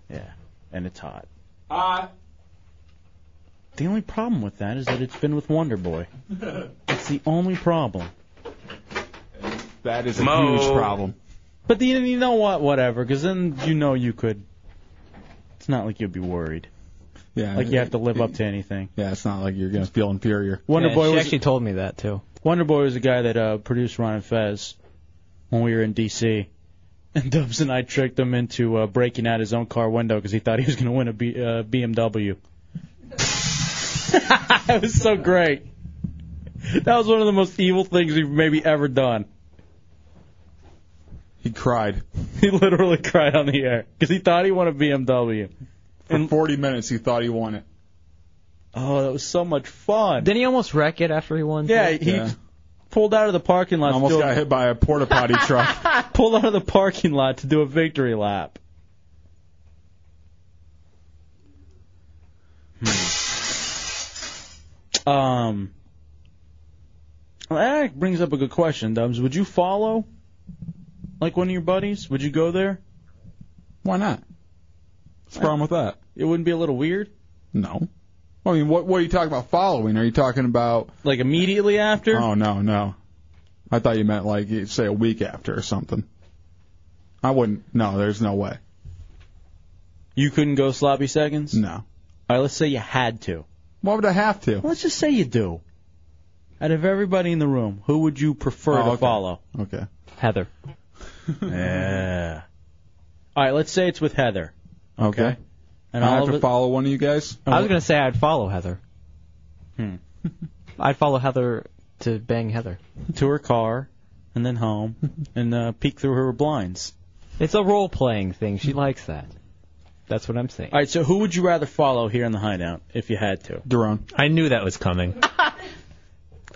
S2: Yeah, and it's hot.
S3: Uh,
S2: The only problem with that is that it's been with
S13: [LAUGHS]
S2: Wonder Boy. It's the only problem.
S3: that is a
S2: Mo.
S3: huge problem.
S2: But the, you know what? Whatever, because then you know you could. It's not like you'd be worried.
S3: Yeah.
S2: Like you have to live up to anything.
S3: Yeah, it's not like you're gonna feel inferior.
S2: Wonder Boy was
S5: told me that too.
S2: Wonder Boy was the guy that uh, produced Ron and Fez when we were in D.C. [LAUGHS] And Dubs and I tricked him into uh, breaking out his own car window because he thought he was going to win a B- uh, [LAUGHS] BMW. that was so great. That was one of the most evil things we've maybe ever done.
S3: He cried.
S2: [LAUGHS] He literally cried on the air because he thought he won a BMW.
S3: For 40 minutes, he thought he won it.
S2: Oh, that was so much fun.
S5: Didn't he almost wreck it after he won?
S2: Yeah, he pulled out of the parking lot.
S3: Almost got hit by a porta
S2: [LAUGHS]
S3: potty truck.
S2: Pulled out of the parking lot to do a victory lap. Hmm. Um, well, that brings up a good question, Dubs. Would you follow, like one of your buddies? Would you go there?
S3: Why not? What's the problem with that?
S2: It wouldn't be a little weird,
S3: No. I mean, what what are you talking about following? Are you talking about?
S2: like immediately after.
S3: Oh no, no. I thought you meant like you say a week after or something. I wouldn't. No, there's no way.
S2: You couldn't go sloppy seconds.
S3: No.
S2: All right, let's say you had to.
S3: Why would I have to?
S2: Let's just say you do. Out of everybody in the room, who would you prefer
S3: Oh,
S2: to
S3: okay.
S2: follow?
S3: Okay. [LAUGHS]
S5: Heather.
S2: yeah. All right, let's say it's with Heather.
S3: Okay.
S2: And
S3: I
S2: all
S3: have
S2: of
S3: to
S2: it-
S3: follow one of you guys.
S5: I was gonna say I'd follow Heather.
S2: Hmm.
S5: [LAUGHS] I'd follow Heather to bang Heather.
S2: [LAUGHS] To her car, and
S5: [LAUGHS]
S2: then home, and uh, peek through her blinds.
S5: It's a role playing thing. She likes that. That's what I'm saying.
S2: All right, so who would you rather follow here in the hideout if you had to?
S3: Duron.
S13: I knew that was coming.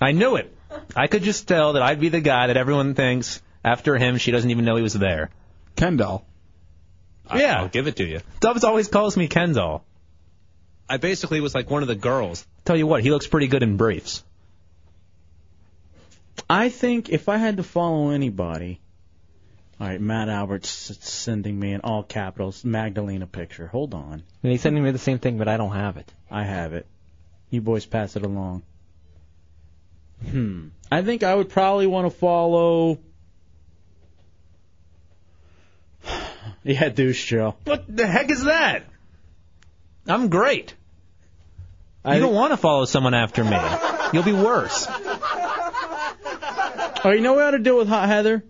S13: I knew it. I could just tell that I'd be the guy that everyone thinks after him she doesn't even know he was there.
S3: Kendall.
S13: yeah. I'll give it to you. Dubs always calls me Kendall. I basically was like one of the girls. Tell you what, he looks pretty good in briefs.
S2: I think if I had to follow anybody, all right, Matt Albert's s- sending me in all capitals Magdalena picture. Hold on,
S5: And he's sending me the same thing, but I don't have it.
S2: I have it. You boys pass it along. Hmm. I think I would probably want to follow. yeah, douche Joe.
S13: What the heck is that? I'm great.
S2: I-
S13: you don't want to follow someone after me. You'll be worse.
S2: Oh, you know what I ought to do with Hot Heather?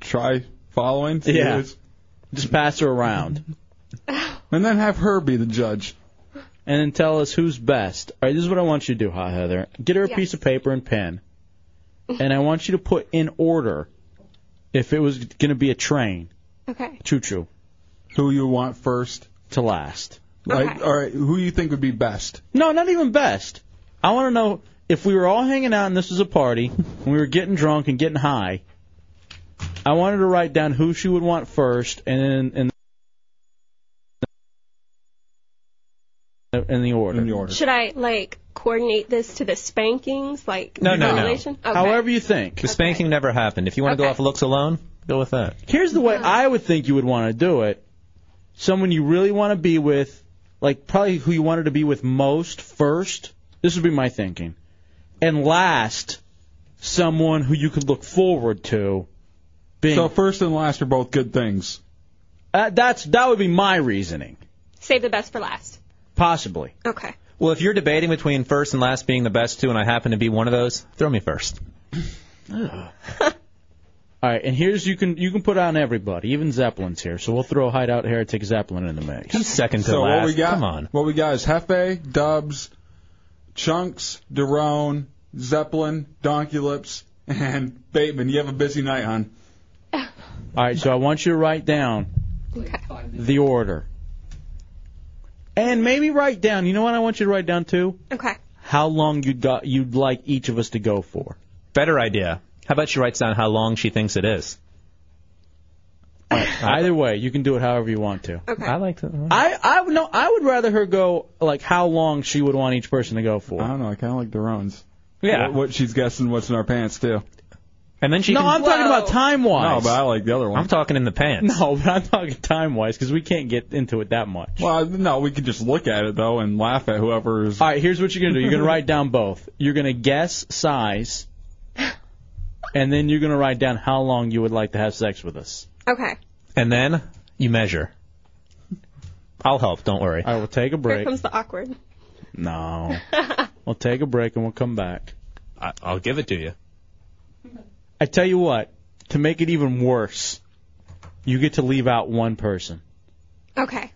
S3: Try following. see
S2: Yeah.
S3: if it's-
S2: Just pass her around.
S3: [LAUGHS] And then have her be the judge.
S2: And then tell us who's best. All right, this is what I want you to do, Hot Heather. Get her a piece of paper and pen. And I want you to put in order if it was going to be a train.
S11: Okay.
S2: Choo choo.
S3: Who you want first
S2: to last?
S3: Like, all right, who you think would be best?
S2: No, not even best. I want to know if we were all hanging out and this was a party, and we were getting drunk and getting high. I wanted to write down who she would want first, and then and, in the order. In the order.
S11: Should I like coordinate this to the spankings? Like
S13: No, no, no.
S11: violation? Okay.
S2: However you think.
S13: The spanking never happened. If you want to go off looks alone, go with that.
S2: Here's the way I would think you would want to do it. Someone you really want to be with, like probably who you wanted to be with most first. This would be my thinking. And last, someone who you could look forward to being. So
S3: first and last are both good things.
S2: Uh, that's that would be my reasoning,
S11: Save the best for last.
S2: possibly.
S11: Okay.
S13: Well, if you're debating between first and last being the best two, and I happen to be one of those, throw me first.
S2: All right, and here's you can you can put on everybody, even Zeppelin's here. So we'll throw Hideout Heretic Zeppelin in the mix.
S13: He's second
S3: so what we got? What we got is Hefe, Dubs, Chunks, Derone, Zeppelin, Donkey Lips, and Bateman. You have a busy night, hon.
S2: All right, so I want you to write down the order, and maybe write down. You know what I want you to write down too?
S11: Okay.
S2: How long you got you'd like each of us to go for?
S13: Better idea. How about she writes down how long she thinks it is?
S2: Either way, you can do it however you want to.
S11: Okay.
S13: I like that.
S2: I I would no I would rather her go like how long she would want each person to go for. I
S3: don't know. I kind of like Derone's.
S2: Yeah.
S3: What, what she's guessing, what's in our pants too.
S13: And then she
S2: no, I'm talking about time wise.
S3: No, but I like the other one.
S13: I'm talking in the pants.
S2: [LAUGHS] No, but I'm talking time wise because we can't get into it that much.
S3: Well, no, we could just look at it though and laugh at whoever is.
S2: All right, here's what you're gonna do. You're gonna write down both. You're gonna guess
S11: [LAUGHS]
S2: size, and then you're gonna write down how long you would like to have sex with us.
S11: Okay.
S13: And then you measure. I'll help. Don't worry.
S2: I will take a
S11: Here
S2: break.
S11: comes the awkward. [LAUGHS]
S2: No. we'll take a break and we'll come back.
S13: I, I'll give it to you.
S2: I tell you what, to make it even worse, you get to leave out one person.
S11: Okay.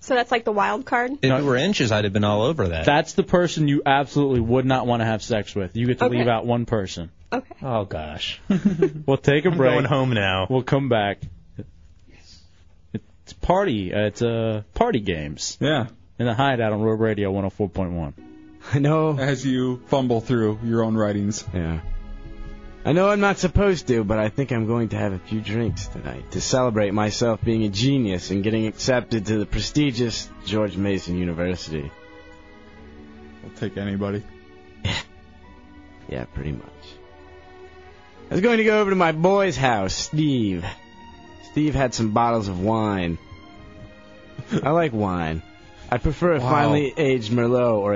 S11: So that's like the wild card.
S13: If it were inches, I'd have been all over that.
S2: That's the person you absolutely would not want to have sex with. You get to
S11: Okay.
S2: leave out one person.
S11: Okay.
S13: Oh gosh.
S2: We'll take a
S13: I'm
S2: break.
S13: going home now.
S2: We'll come back. It's party. Uh, it's uh, party games.
S3: Yeah.
S2: In the hideout on Road Radio 104.1.
S3: I know. As you fumble through your own writings.
S8: Yeah. I know I'm not supposed to, but I think I'm going to have a few drinks tonight to celebrate myself being a genius and getting accepted to the prestigious George Mason University.
S3: I'll take anybody.
S8: [LAUGHS] yeah, pretty much. I was going to go over to my boy's house, Steve. Steve had some bottles
S3: [LAUGHS]
S8: of wine. I like wine. I prefer a
S1: Wow.
S8: finely aged Merlot or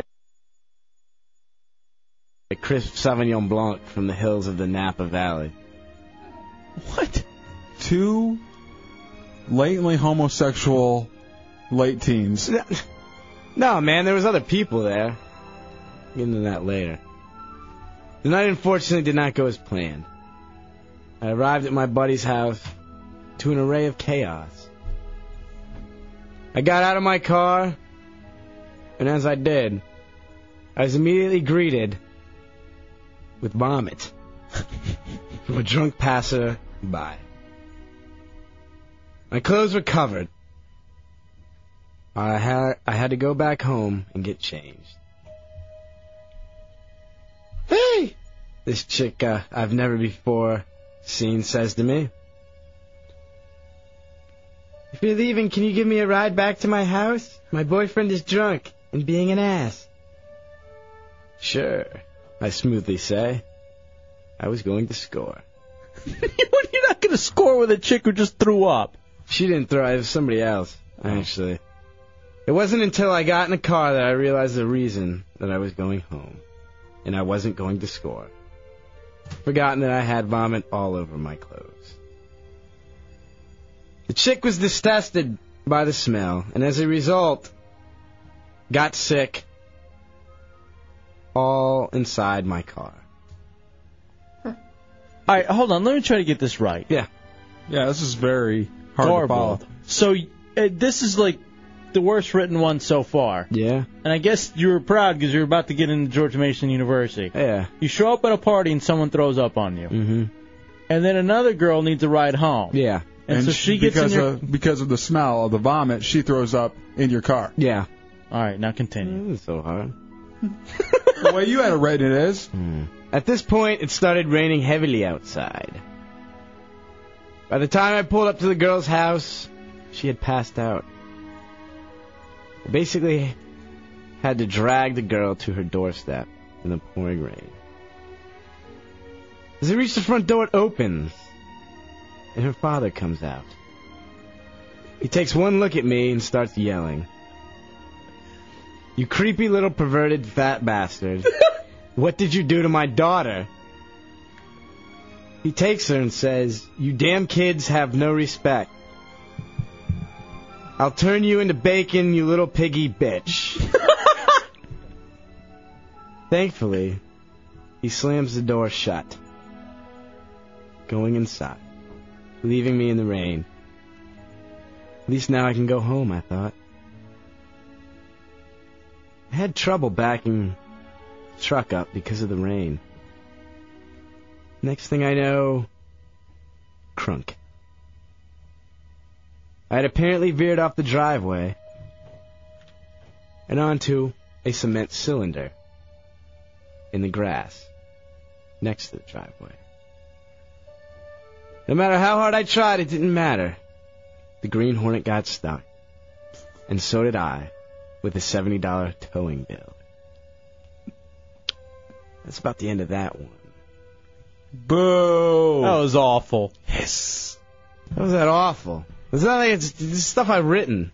S8: a crisp Sauvignon Blanc from the hills of the Napa Valley.
S3: Two latently homosexual late teens.
S8: No, man, there was other people there. Get into that later. The night unfortunately did not go as planned. I arrived at my buddy's house to an array of chaos. I got out of my car, and as I did, I was immediately greeted with vomit from a drunk passer by. My clothes were covered. I had I had to go back home and get changed. Hey, this chick uh, I've never before seen says to me, "If you're leaving, can you give me a ride back to my house? My boyfriend is drunk and being an ass." Sure, I smoothly say. I was going to score.
S2: [LAUGHS] You're not going to score with a chick who just threw up.
S8: She didn't throw. It was somebody else, actually. It wasn't until I got in the car that I realized the reason that I was going home, and I wasn't going to score. Forgotten that I had vomit all over my clothes. The chick was disgusted by the smell, and as a result, got sick. All inside my car.
S2: All right, hold on. Let me try to get this right.
S8: Yeah.
S3: Yeah, this is very hard to follow.
S2: So uh, this is like the worst written one so far.
S8: Yeah.
S2: And I guess you were proud because you were about to get into George Mason University.
S8: Yeah.
S2: You show up at a party and someone throws up on you.
S8: Mm-hmm.
S2: And then another girl needs a ride home.
S8: Yeah.
S2: And, so
S3: sh-
S2: she gets in
S3: because
S2: your.
S3: of, because of the smell of the vomit, she throws up in your car.
S8: Yeah.
S2: All right, now continue.
S8: This is so hard.
S3: the way you had it right, it is.
S8: Hmm. At this point, it started raining heavily outside. By the time I pulled up to the girl's house, she had passed out. I basically had to drag the girl to her doorstep in the pouring rain. As they reach the front door, it opens, and her father comes out. He takes one look at me and starts yelling. You creepy little perverted fat bastard. what did you do to my daughter? He takes her and says, You damn kids have no respect. I'll turn you into bacon, you little piggy bitch. Thankfully, he slams the door shut, going inside, leaving me in the rain. At least now I can go home, I thought. I had trouble backing the truck up because of the rain. Next thing I know, crunk. I had apparently veered off the driveway and onto a cement cylinder in the grass next to the driveway. No matter how hard I tried, it didn't matter. The Green Hornet got stuck, and so did I with a $70 towing bill. That's about the end of that one.
S2: Boo! That was awful.
S8: Yes. How was that awful? It's not like it's, it's stuff I've written.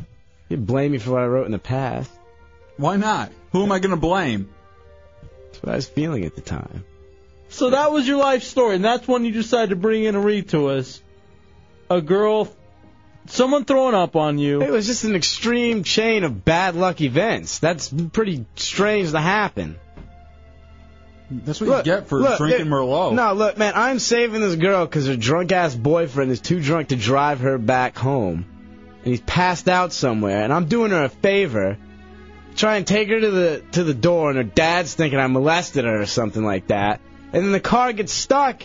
S8: You blame me for what I wrote in the past.
S3: Why not? Who am I going to blame?
S8: That's what I was feeling at the time.
S2: So that was your life story, and that's when you decided to bring in and read to us. A girl, someone throwing up on you.
S8: It was just an extreme chain of bad luck events. That's pretty strange to happen.
S3: That's what you get for drinking
S8: dude,
S3: Merlot.
S8: No, look, man, I'm saving this girl because her drunk ass boyfriend is too drunk to drive her back home. And he's passed out somewhere, and I'm doing her a favor. Try and take her to the to the door, and her dad's thinking I molested her or something like that. And then the car gets stuck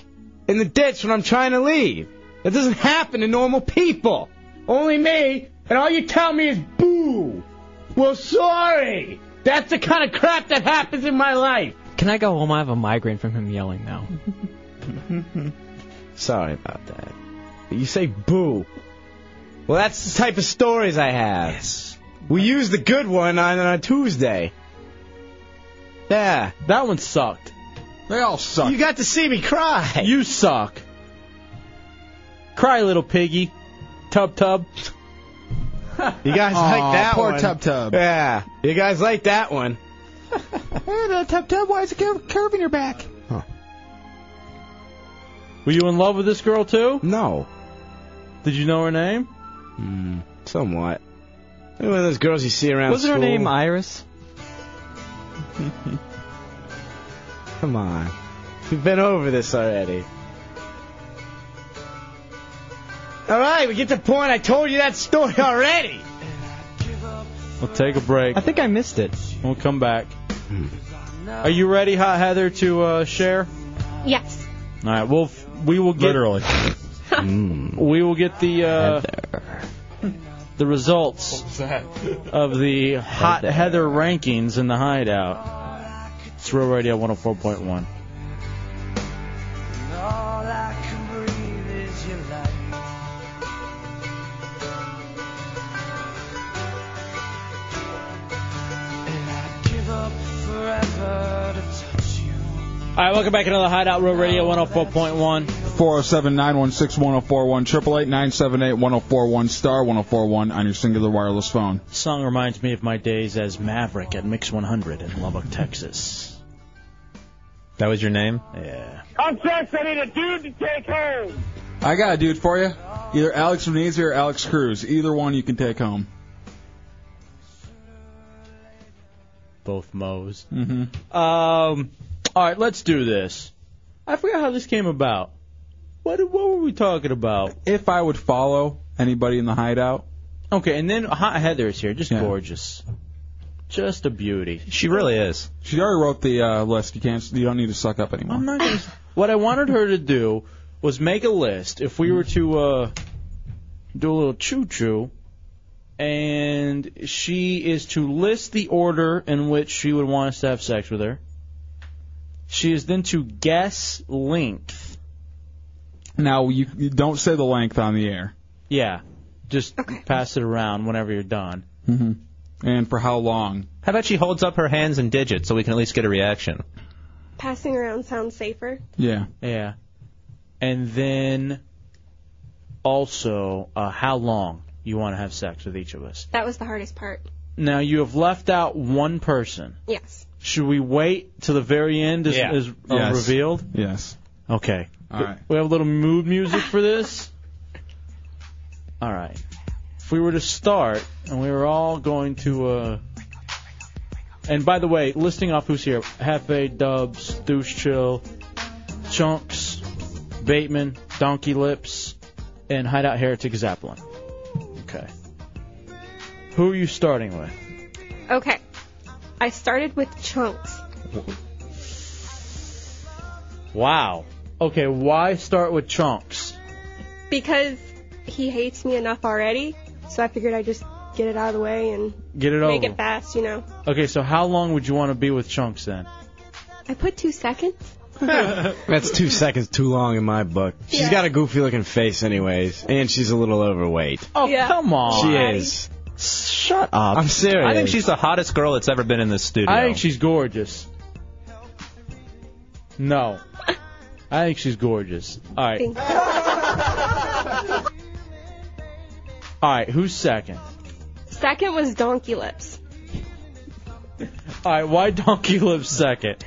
S8: in the ditch when I'm trying to leave. That doesn't happen to normal people. Only me, and all you tell me is boo. Well, sorry. That's the kind of crap that happens in my life.
S5: Can I go home? I have a migraine from him yelling [LAUGHS] now.
S8: Sorry about that. But you say boo. Well, that's the type of stories I have. Yes. We used the good one on, on Tuesday. Yeah.
S2: That one sucked.
S3: They all suck.
S8: You got to see me cry.
S2: You suck. Cry, little piggy. Tub tub.
S8: You guys
S3: Aw,
S8: like that
S3: poor
S8: one?
S3: Tub Tub.
S8: Yeah. You guys like that one?
S3: tub tub, why is it curve, curve in your back?
S2: Were you in love with this girl too?
S8: No.
S2: Did you know her name?
S8: Hmm. Somewhat. One of those girls you see around
S5: Wasn't her
S8: school.
S5: name Iris?
S8: [LAUGHS] Come on. We've been over this already. All right, we get to the point. I told you that story [LAUGHS] already.
S2: We'll take a break. I
S5: think I missed it.
S2: We'll come back.
S13: Hmm.
S2: Are you ready, Hot Heather, to uh, share?
S11: Yes.
S2: All right, we'll f- we will get literally. [LAUGHS] we will get the uh, the results of the Hot Heather rankings in the Hideout. It's Real Radio 104.1. All right, welcome back to another Hideout Real Radio 104.1.
S3: 407 916 1041, 888 978 1041, star 1041 on your singular wireless phone.
S2: Song reminds me of my days as Maverick at Mix 100 in Lubbock, Texas.
S13: That was your name?
S2: Yeah.
S9: I'm just I need a dude to take home.
S3: I got a dude for you. Either Alex Venezia or Alex Cruz. Either one you can take home.
S2: Both Moes.
S3: Mm-hmm.
S2: Um, all right, let's do this. I forgot how this came about. What what were we talking about?
S3: If I would follow anybody in the hideout.
S2: Okay, and then Hot Heather is here, just gorgeous, just a beauty.
S13: She really is.
S3: She already wrote the uh, list. You can't. You don't need to suck up anymore.
S2: I'm not gonna. what I wanted her to do was make a list. If we were to uh, do a little choo choo, and she is to list the order in which she would want us to have sex with her. She is then to guess length.
S3: Now you, you don't say the length on the air.
S2: Yeah, just pass it around whenever you're done.
S3: Mm-hmm. And for how long?
S13: How about she holds up her hands and digits so we can at least get a reaction?
S11: Passing around sounds safer.
S3: Yeah.
S2: Yeah. And then also uh, how long you want to have sex with each of us.
S11: That was the hardest part.
S2: Now you have left out one person.
S11: Yes.
S2: Should we wait till the very end is,
S3: Yeah.
S2: is uh,
S3: Yes.
S2: revealed?
S3: Yes.
S2: Okay.
S3: All right.
S2: We have a little mood music for this. All right. If we were to start, and we were all going to. Uh... And by the way, listing off who's here: Hefe, Dubs, Douche Chill, Chunks, Bateman, Donkey Lips, and Hideout Heretic Zeppelin. Okay. Who are you starting with?
S11: Okay. I started with chunks.
S2: Wow. Okay, why start with Chunks?
S11: because he hates me enough already, so I figured I'd just get it out of the way and
S2: Get it
S11: make
S2: over.
S11: it fast, you know.
S2: Okay, so how long would you want to be with Chunks then?
S11: I put two seconds.
S8: That's two seconds too long in my book. She's got a goofy looking face, anyways, and she's a little overweight.
S2: Oh, come on.
S8: She is.
S2: Shut
S3: Uh,
S13: up.
S8: I'm serious.
S13: I think she's the hottest girl that's ever been in this studio.
S2: I think she's gorgeous.
S11: [LAUGHS]
S2: No. I think she's gorgeous. All right. All right, who's second?
S11: Second was donkey lips.
S2: All right, why Donkey Lips second?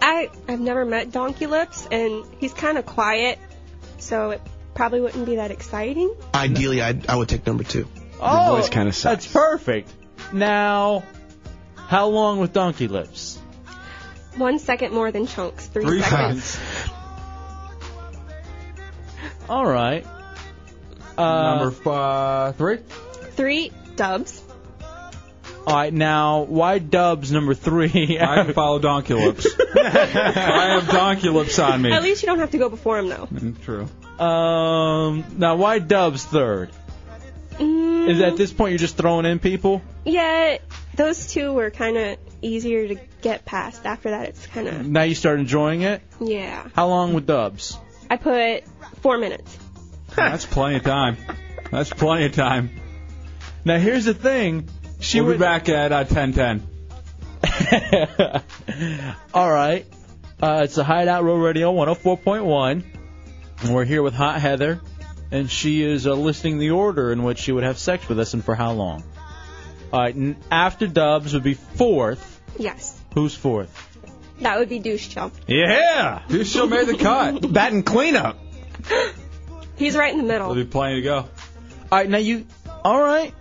S11: I I've never met donkey lips, and he's kind of quiet, so it probably wouldn't be that exciting.
S18: Ideally, I'd, I would take number two.
S2: Oh,
S18: voice kinda
S2: that's perfect. Now, how long with Donkey Lips?
S11: One second more than chunks. Three, seconds.
S2: All right. Uh,
S3: Number f- uh, three.
S11: Three dubs.
S2: All right, now why Dubs
S3: [LAUGHS]
S2: number three? I can
S3: follow Donkey
S2: [LAUGHS]
S3: Lips. I have Donkey Lips on
S11: At
S3: me. Mm,
S11: least you don't have to go before him though.
S3: True.
S2: Um, now why Dubs third? Is at this point you're just throwing in people?
S11: Yeah, those two were kind of easier to get past. After that, it's kind of
S2: Now you start enjoying it.
S11: yeah.
S2: How long with Dubs?
S11: I put four minutes.
S3: That's plenty of time. That's plenty of time.
S2: Now here's the thing. She
S3: will be back at uh, ten ten.
S2: All right. Uh, it's the Hideout Row Radio 104.1. And we're here with Hot Heather, and she is uh, listing the order in which she would have sex with us and for how long. All right. n- After Dubs would be fourth.
S11: Yes,
S2: Who's fourth?
S11: that would be douche chump.
S2: Yeah.
S3: Who still made the
S2: [LAUGHS]
S3: cut?
S8: Batting cleanup.
S11: He's right in the middle.
S3: There'll be plenty to go. All
S2: right, now you. All right.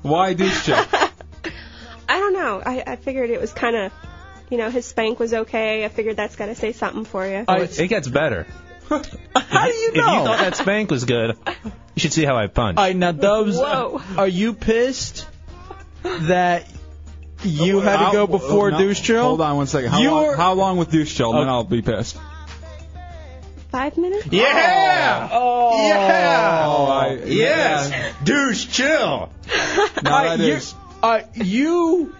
S3: Why douche check?
S11: I don't know. I, I figured it was kind of, you know, his spank was okay. I figured that's got to say something for you.
S13: Oh, it, it gets better.
S2: [LAUGHS] How do you
S13: If you thought that spank was good, you should see how I punch.
S2: All right, now Dubs,
S11: Whoa.
S2: are you pissed that [LAUGHS] you had to
S3: I'll-
S2: go before
S3: Oh, no,
S2: Douche Chill?
S3: Hold on one second. How,
S2: You
S3: long,
S2: were-
S3: how long with douche chill? Then I'll be pissed.
S11: Five minutes.
S8: Yeah.
S2: Oh.
S8: Yeah.
S3: Oh, I-
S8: yes. Douche,
S13: [LAUGHS]
S8: chill.
S3: No, that
S2: you-
S3: is-
S2: uh, you.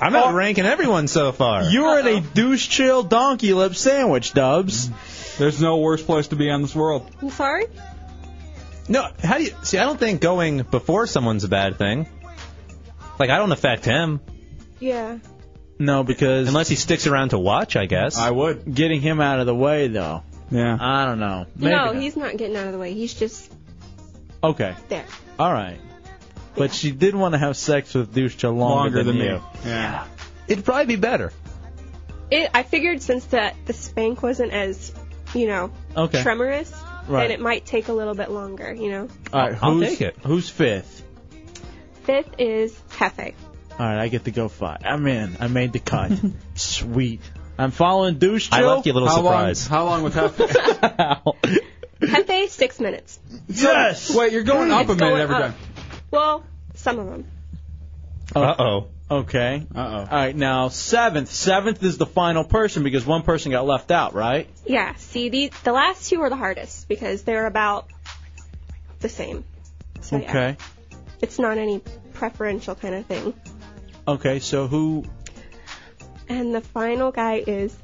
S13: I'm outranking everyone so far.
S2: You're in a douche chill donkey lip sandwich, Dubs.
S3: There's no worse place to be on this world.
S11: I'm sorry.
S13: No, how do you see? I don't think going before someone's a bad thing. Like I don't affect him
S11: Yeah.
S2: No, because
S13: unless he sticks around to watch, I guess. I
S3: would.
S2: Getting him out of the way though.
S3: Yeah.
S2: I don't know. Maybe
S11: no,
S2: not.
S11: he's not getting out of the way. He's just
S2: Okay.
S11: there.
S2: All right. But she did want to have sex with douche chill
S13: Longer
S2: longer,
S13: than
S2: you.
S13: me.
S3: Yeah.
S13: It'd probably be better.
S11: It, I figured since the the spank wasn't as, you know,
S2: Okay.
S11: tremorous,
S2: Right.
S11: then it might take a little bit longer. You know.
S2: All right.
S13: I'll
S2: who's,
S13: take it.
S2: Who's fifth?
S11: Fifth is Hefe.
S2: All right, I get to go five. I'm in. I made the cut. Sweet. I'm following douche chill.
S13: I like your little
S2: How long-
S13: surprise.
S3: How long with half?
S11: Hefe, six minutes.
S2: [LAUGHS] yes.
S3: Wait, you're going up a
S11: It's
S3: minute
S11: going
S3: every
S11: up.
S3: time.
S11: Well, some of them.
S13: Uh oh.
S2: Okay. Uh oh. All right, now seventh. Seventh is the final person because one person got left out, right?
S11: Yeah. See, the the last two were the hardest because they're about the same. So yeah,
S2: Okay.
S11: it's not any preferential kind of thing.
S2: Okay. So who?
S11: And the final guy is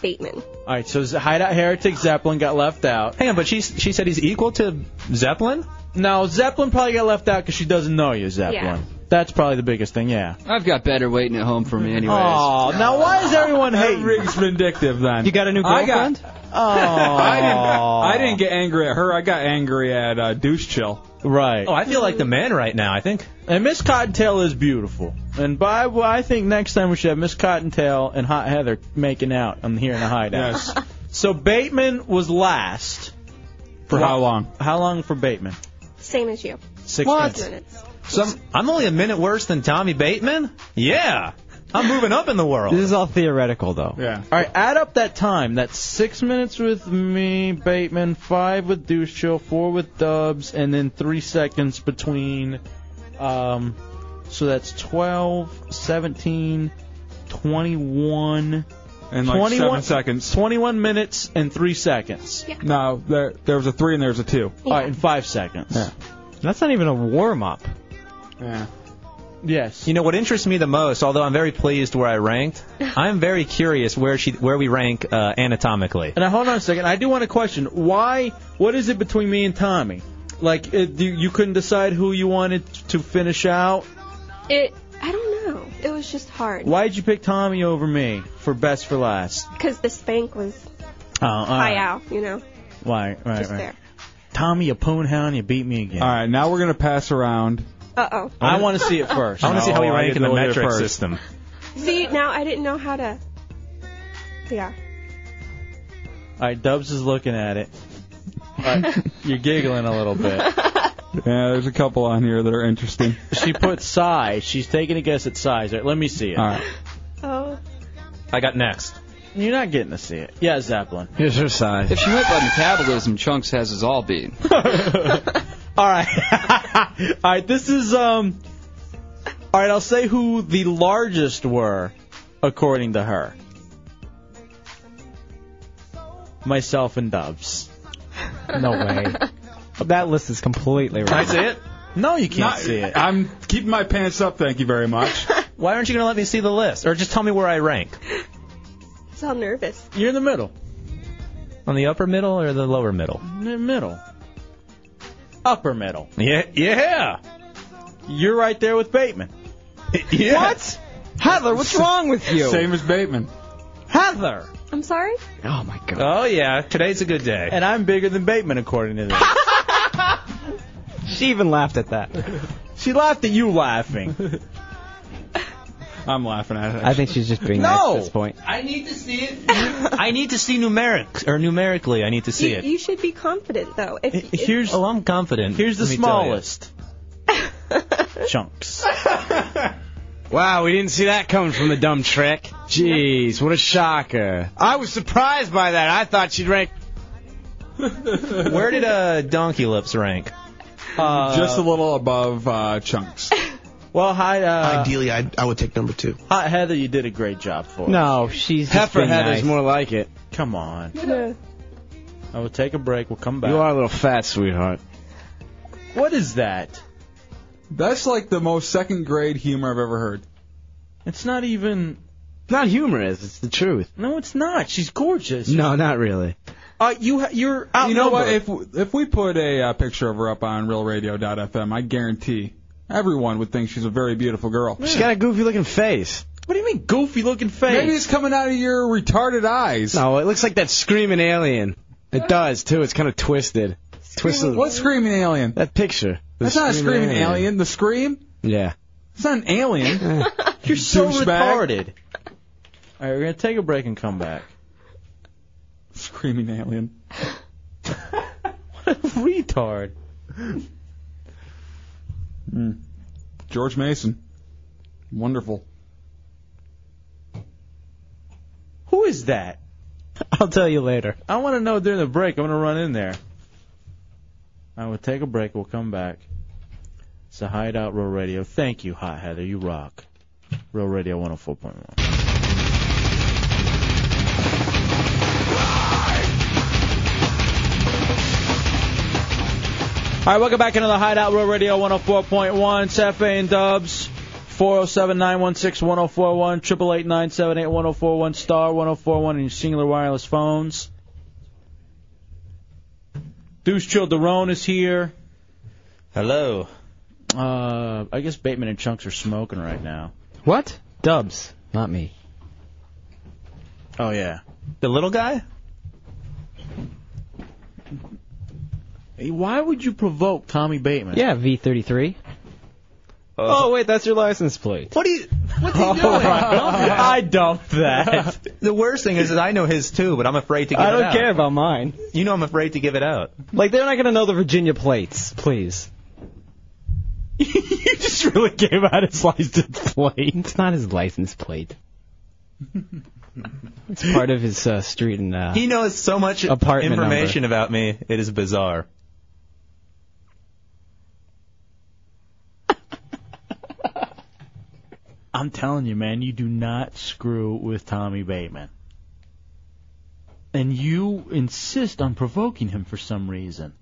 S11: Bateman.
S2: All right. So Z- Hideout Heretic Zeppelin got left out.
S13: Hang on, but she she said he's equal to Zeppelin.
S2: No, Zeppelin probably got left out because she doesn't know you, Zeppelin. That's probably the biggest thing, yeah.
S16: I've got better waiting at home for me
S2: [LAUGHS]
S16: anyways.
S2: Oh, now why
S3: [LAUGHS]
S2: is everyone hating? Everything's
S3: vindictive then.
S16: You got a new
S3: girlfriend?
S5: Oh.
S3: I didn't.
S13: Aw.
S3: I didn't get angry at her. I got angry at uh, douche chill.
S2: Right.
S13: Oh, I feel like the man right now. I think.
S2: And Miss Cottontail is beautiful. And by well, I think next time we should have Miss Cottontail and Hot Heather making out. I'm here in the hideout.
S3: Yes.
S2: So Bateman was last.
S3: For how long?
S2: How long for Bateman?
S11: Same as you.
S2: Six What? minutes.
S11: minutes.
S13: Some, I'm only a minute worse than Tommy Bateman. Yeah, I'm moving up in the world.
S5: This is all theoretical, though.
S3: Yeah.
S2: All right, add up that time. That's six minutes with me, Bateman, five with Deuce Chill, four with Dubs, and then three seconds between. Um, so that's 12, 17, 21.
S3: And like seven
S2: 21
S3: seconds.
S2: 21 minutes and three seconds.
S3: No, there there was a three and there was a two.
S2: All right, in five seconds.
S3: Yeah.
S5: That's not even a warm up.
S3: Yeah.
S2: Yes.
S13: You know what interests me the most, although I'm very pleased where I
S2: [LAUGHS]
S13: ranked. I'm very curious where she where we rank uh, anatomically.
S2: And now hold on a second. I do want to question why. What is it between me and Tommy? Like it, you, you couldn't decide who you wanted to finish out.
S11: It. I don't know. It was just hard
S2: Why'd you pick Tommy over me for best for last?
S11: because the spank was
S2: Oh, all
S11: high
S2: right.
S11: out. You know,
S2: Why? Right, right.
S11: just there.
S2: Tommy, you poon hound, you beat me again.
S3: All right, now we're gonna pass around.
S11: Uh oh.
S2: I want to see it first.
S13: I want to see how we
S3: No, I
S13: rank
S3: get
S13: in the
S3: to go here
S13: metric
S3: first.
S13: system.
S11: See, now I didn't know how to. Yeah.
S2: All right, Dubs is looking at it. All right, you're giggling a little bit.
S3: Yeah, there's a couple on here that are interesting.
S2: She put size. She's taking a guess at size. All right, let me see it.
S3: All right.
S11: Oh.
S13: I got next.
S2: You're not getting to see it. Yeah, Zeppelin.
S5: Here's her size.
S16: If she went by metabolism, Chunks has us all beat.
S2: All right. [LAUGHS] all right, this is um All right, I'll say who the largest were according to her. Myself and Dubs.
S5: No way. [LAUGHS] That list is completely wrong.
S13: it?
S2: No, you can't
S3: Not-
S2: see it.
S3: I'm keeping my pants up. Thank you very
S2: [LAUGHS]
S3: much.
S13: Why aren't you going to let me see the list, or just tell me where I rank?
S11: It's all nervous.
S2: You're in the middle.
S13: On the upper middle or the lower middle?
S2: In the middle. Upper middle.
S13: Yeah, yeah.
S2: You're right there with Bateman.
S5: What? Heather, what's wrong with you?
S3: Same as Bateman.
S2: Heather.
S11: I'm sorry.
S5: Oh my god.
S13: Oh yeah, today's a good day.
S2: And I'm bigger than Bateman according to [LAUGHS] this.
S5: She even laughed at that.
S2: she laughed at you laughing.
S3: I'm laughing at it.
S5: I think she's just being nice
S13: No.
S5: at this
S2: [LAUGHS]
S5: point.
S13: I need to see it.
S11: [LAUGHS]
S13: I need to see numeric or numerically. I need to see
S11: you,
S13: it.
S11: you should be confident though. If, if
S2: Here's
S13: oh, I'm confident.
S2: here's the
S13: Let me tell you.
S2: smallest. [LAUGHS] Chunks.
S8: [LAUGHS] Wow, we didn't see that coming from the dumb trick. Jeez, what a shocker. I was surprised by that. I thought she'd rank.
S13: Where did uh, Donkey Lips rank?
S2: Uh,
S3: Just a little above uh, chunks.
S2: well, hi, uh,
S18: Ideally, I I would take number two.
S2: Hot Heather, you did a great job for us.
S5: No, she's just
S8: Heifer
S5: being
S8: head
S5: nice.
S8: is more like it.
S2: Come on.
S11: Yeah.
S2: I will take a break. We'll come back.
S8: You are a little fat, sweetheart.
S2: What is that?
S3: That's like the most second grade humor I've ever heard.
S2: It's not even.
S8: It's not humorous. It's the truth.
S2: No, it's not. She's gorgeous.
S8: No, not really.
S2: Uh, you ha- you're outnumbered.
S3: you know what? If if we put a uh, picture of her up on RealRadio.fm, I guarantee everyone would think she's a very beautiful girl.
S8: She's got a goofy looking face.
S2: what do you mean goofy looking face?
S3: Maybe it's coming out of your retarded eyes.
S8: No, it looks like that screaming alien. It does too. It's kind of twisted. Twisted.
S3: What screaming alien?
S8: That picture. The
S3: That's not a screaming alien. The scream?
S2: [LAUGHS]
S8: Yeah. Eh.
S3: It's not an alien.
S2: you're so
S3: douchebag.
S2: retarded. All right, we're gonna take a break and come back.
S3: screaming alien.
S2: What a [LAUGHS] retard.
S3: Hmm. George Mason. Wonderful.
S2: Who is that?
S5: I'll tell you later.
S2: I want to know during the break. I'm gonna run in there. I will take a break. We'll come back. It's a Hideout Real Radio. Thank you, Hot Heather. You rock. Real Radio 104.1. All right, welcome back into the Hideout Road Radio 104.1. Cefe and Dubs, 407-916-1041, 888-978-1041, star 1041 on your singular wireless phones. Deuce Chill Derone is here.
S13: Hello.
S2: Uh, I guess Bateman and Chunks are smoking right now.
S5: What? Dubs, not me.
S2: Oh yeah.
S28: The little guy?
S2: Why would you provoke Tommy Bateman?
S5: Yeah, V33.
S28: Oh,
S5: wait, that's your license plate.
S28: What do you?
S3: [LAUGHS]
S2: What's he doing?
S28: I
S5: dumped
S28: that. [LAUGHS] the worst thing is that I know his too, but I'm afraid to give
S5: I
S28: it out.
S5: don't care about mine.
S28: You know I'm afraid to give it out.
S5: Like they're not gonna know the Virginia plates, please. [LAUGHS] you just really gave out his license plate. It's not his license plate. it's part of his uh, street and uh,
S28: He knows so much
S5: Apartment
S28: information about me. It is bizarre.
S2: I'm telling you, man, you do not screw with Tommy Bateman. And you insist on provoking him for some reason.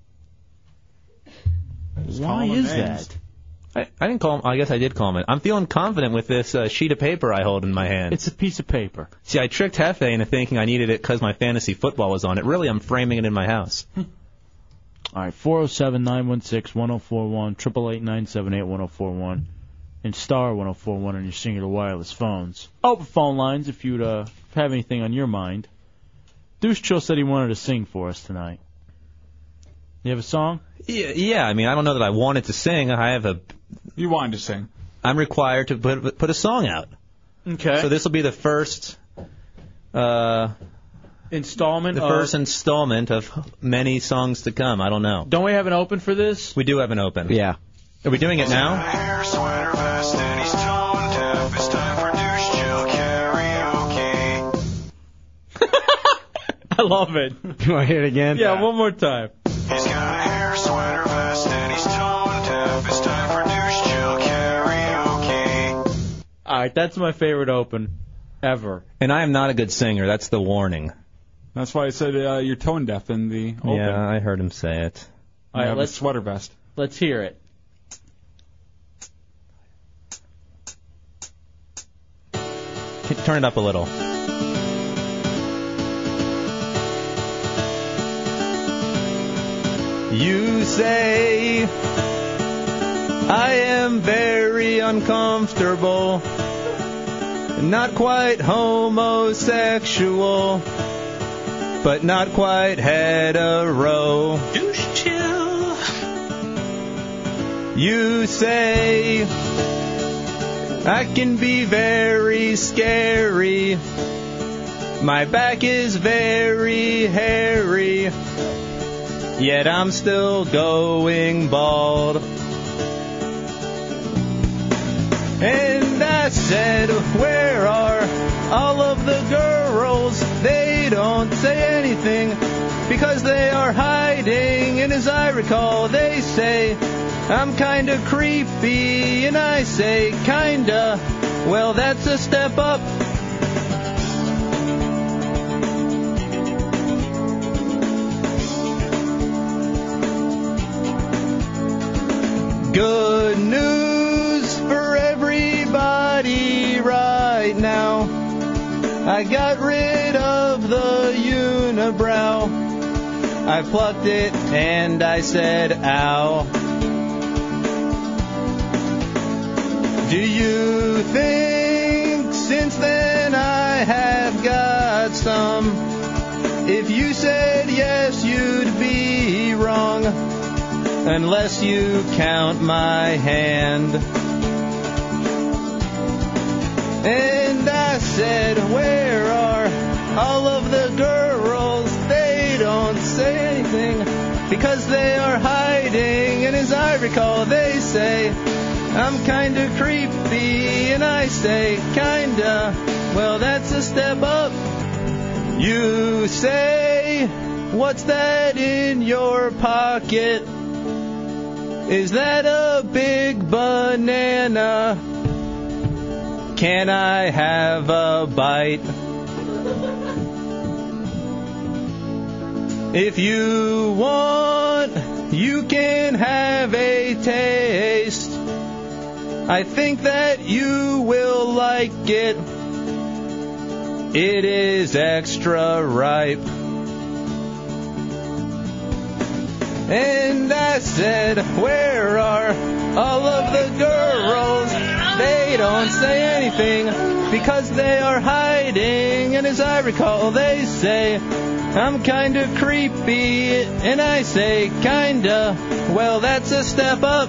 S2: Why
S28: call him
S2: is
S28: names.
S2: that?
S28: I, I didn't call him. I guess I did call him. it. I'm feeling confident with this uh, sheet of paper I hold in my hand.
S2: It's a piece of paper.
S28: See, I tricked Hefe into thinking I needed it because my fantasy football was on it. Really, I'm framing it in my house.
S5: Hmm.
S2: All right, 407 916 1041, 888 978 1041, and star 1041 on your singular wireless phones. Open phone lines if you'd uh, have anything on your mind. Deuce Chill said he wanted to sing for us tonight. You have a song?
S28: Yeah, yeah. I mean, I don't know that I wanted to sing. I have a.
S3: You wanted to sing.
S28: I'm required to put put a song out.
S2: Okay.
S28: So this will be the first. Uh,
S2: installment.
S28: The
S2: of-
S28: first installment of many songs to come. I don't know.
S2: Don't we have an open for this?
S28: We do have an open.
S5: Yeah.
S28: Are we doing it now?
S2: [LAUGHS] I love it.
S29: You want to hear it again?
S2: Yeah, one more time. All right, that's my favorite open ever.
S28: And I am not a good singer. That's the warning.
S3: That's why I said uh, you're tone deaf in the open.
S28: Yeah, I heard him say it.
S3: You
S2: All right,
S3: have a
S2: let's-
S3: sweater vest.
S2: Let's hear it.
S28: T- Turn it up a little. You say I am very uncomfortable, not quite homosexual, but not quite hetero. You say I can be very scary. My back is very hairy. Yet I'm still going bald. And I said, Where are all of the girls? They don't say anything because they are hiding. And as I recall, they say, I'm kinda creepy. And I say, Kinda. Well, that's a step up. Good news for everybody right now. I got rid of the unibrow. I plucked it and I said, ow. Do you think since then I have got some? If you said yes, you'd be wrong unless you count my hand. And I said, Where are all of the girls? They don't say anything because they are hiding. And as I recall, they say, I'm kinda creepy. And I say, Kinda. Well, that's a step up. You say, What's that in your pocket? Is that a big banana? Can I have a bite? If you want, you can have a taste. I think that you will like it. It is extra ripe.
S9: And I said, Where are all of the girls? They don't say anything because they are hiding. And as I recall, they say, I'm kinda creepy. And I say, Kinda. Well, that's a step up.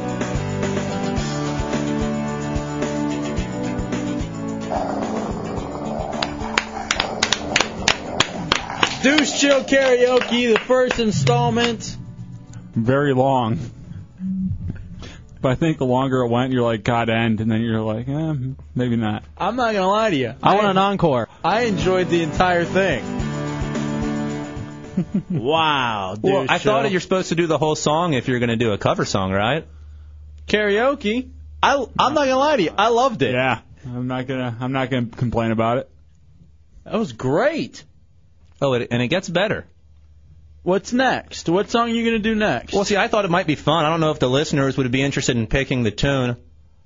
S2: Deuce Chill Karaoke, the first installment.
S3: Very long. But I think the longer it went, you're like, God, end. And then you're like, eh, maybe not.
S2: I'm not gonna lie to you.
S3: I want an encore.
S2: I enjoyed the entire thing. [LAUGHS] wow, dude.
S13: Well, I
S2: Shell.
S13: thought you're supposed to do the whole song if you're going to do a cover song, right?
S2: karaoke. I I'm not gonna lie to you. I loved it.
S3: Yeah, I'm not gonna I'm not gonna complain about it.
S2: That was great.
S13: Oh, it, and it gets better.
S2: What's next? What song are you going to do next?
S13: Well, see, I thought it might be fun. I don't know if the listeners would be interested in picking the tune.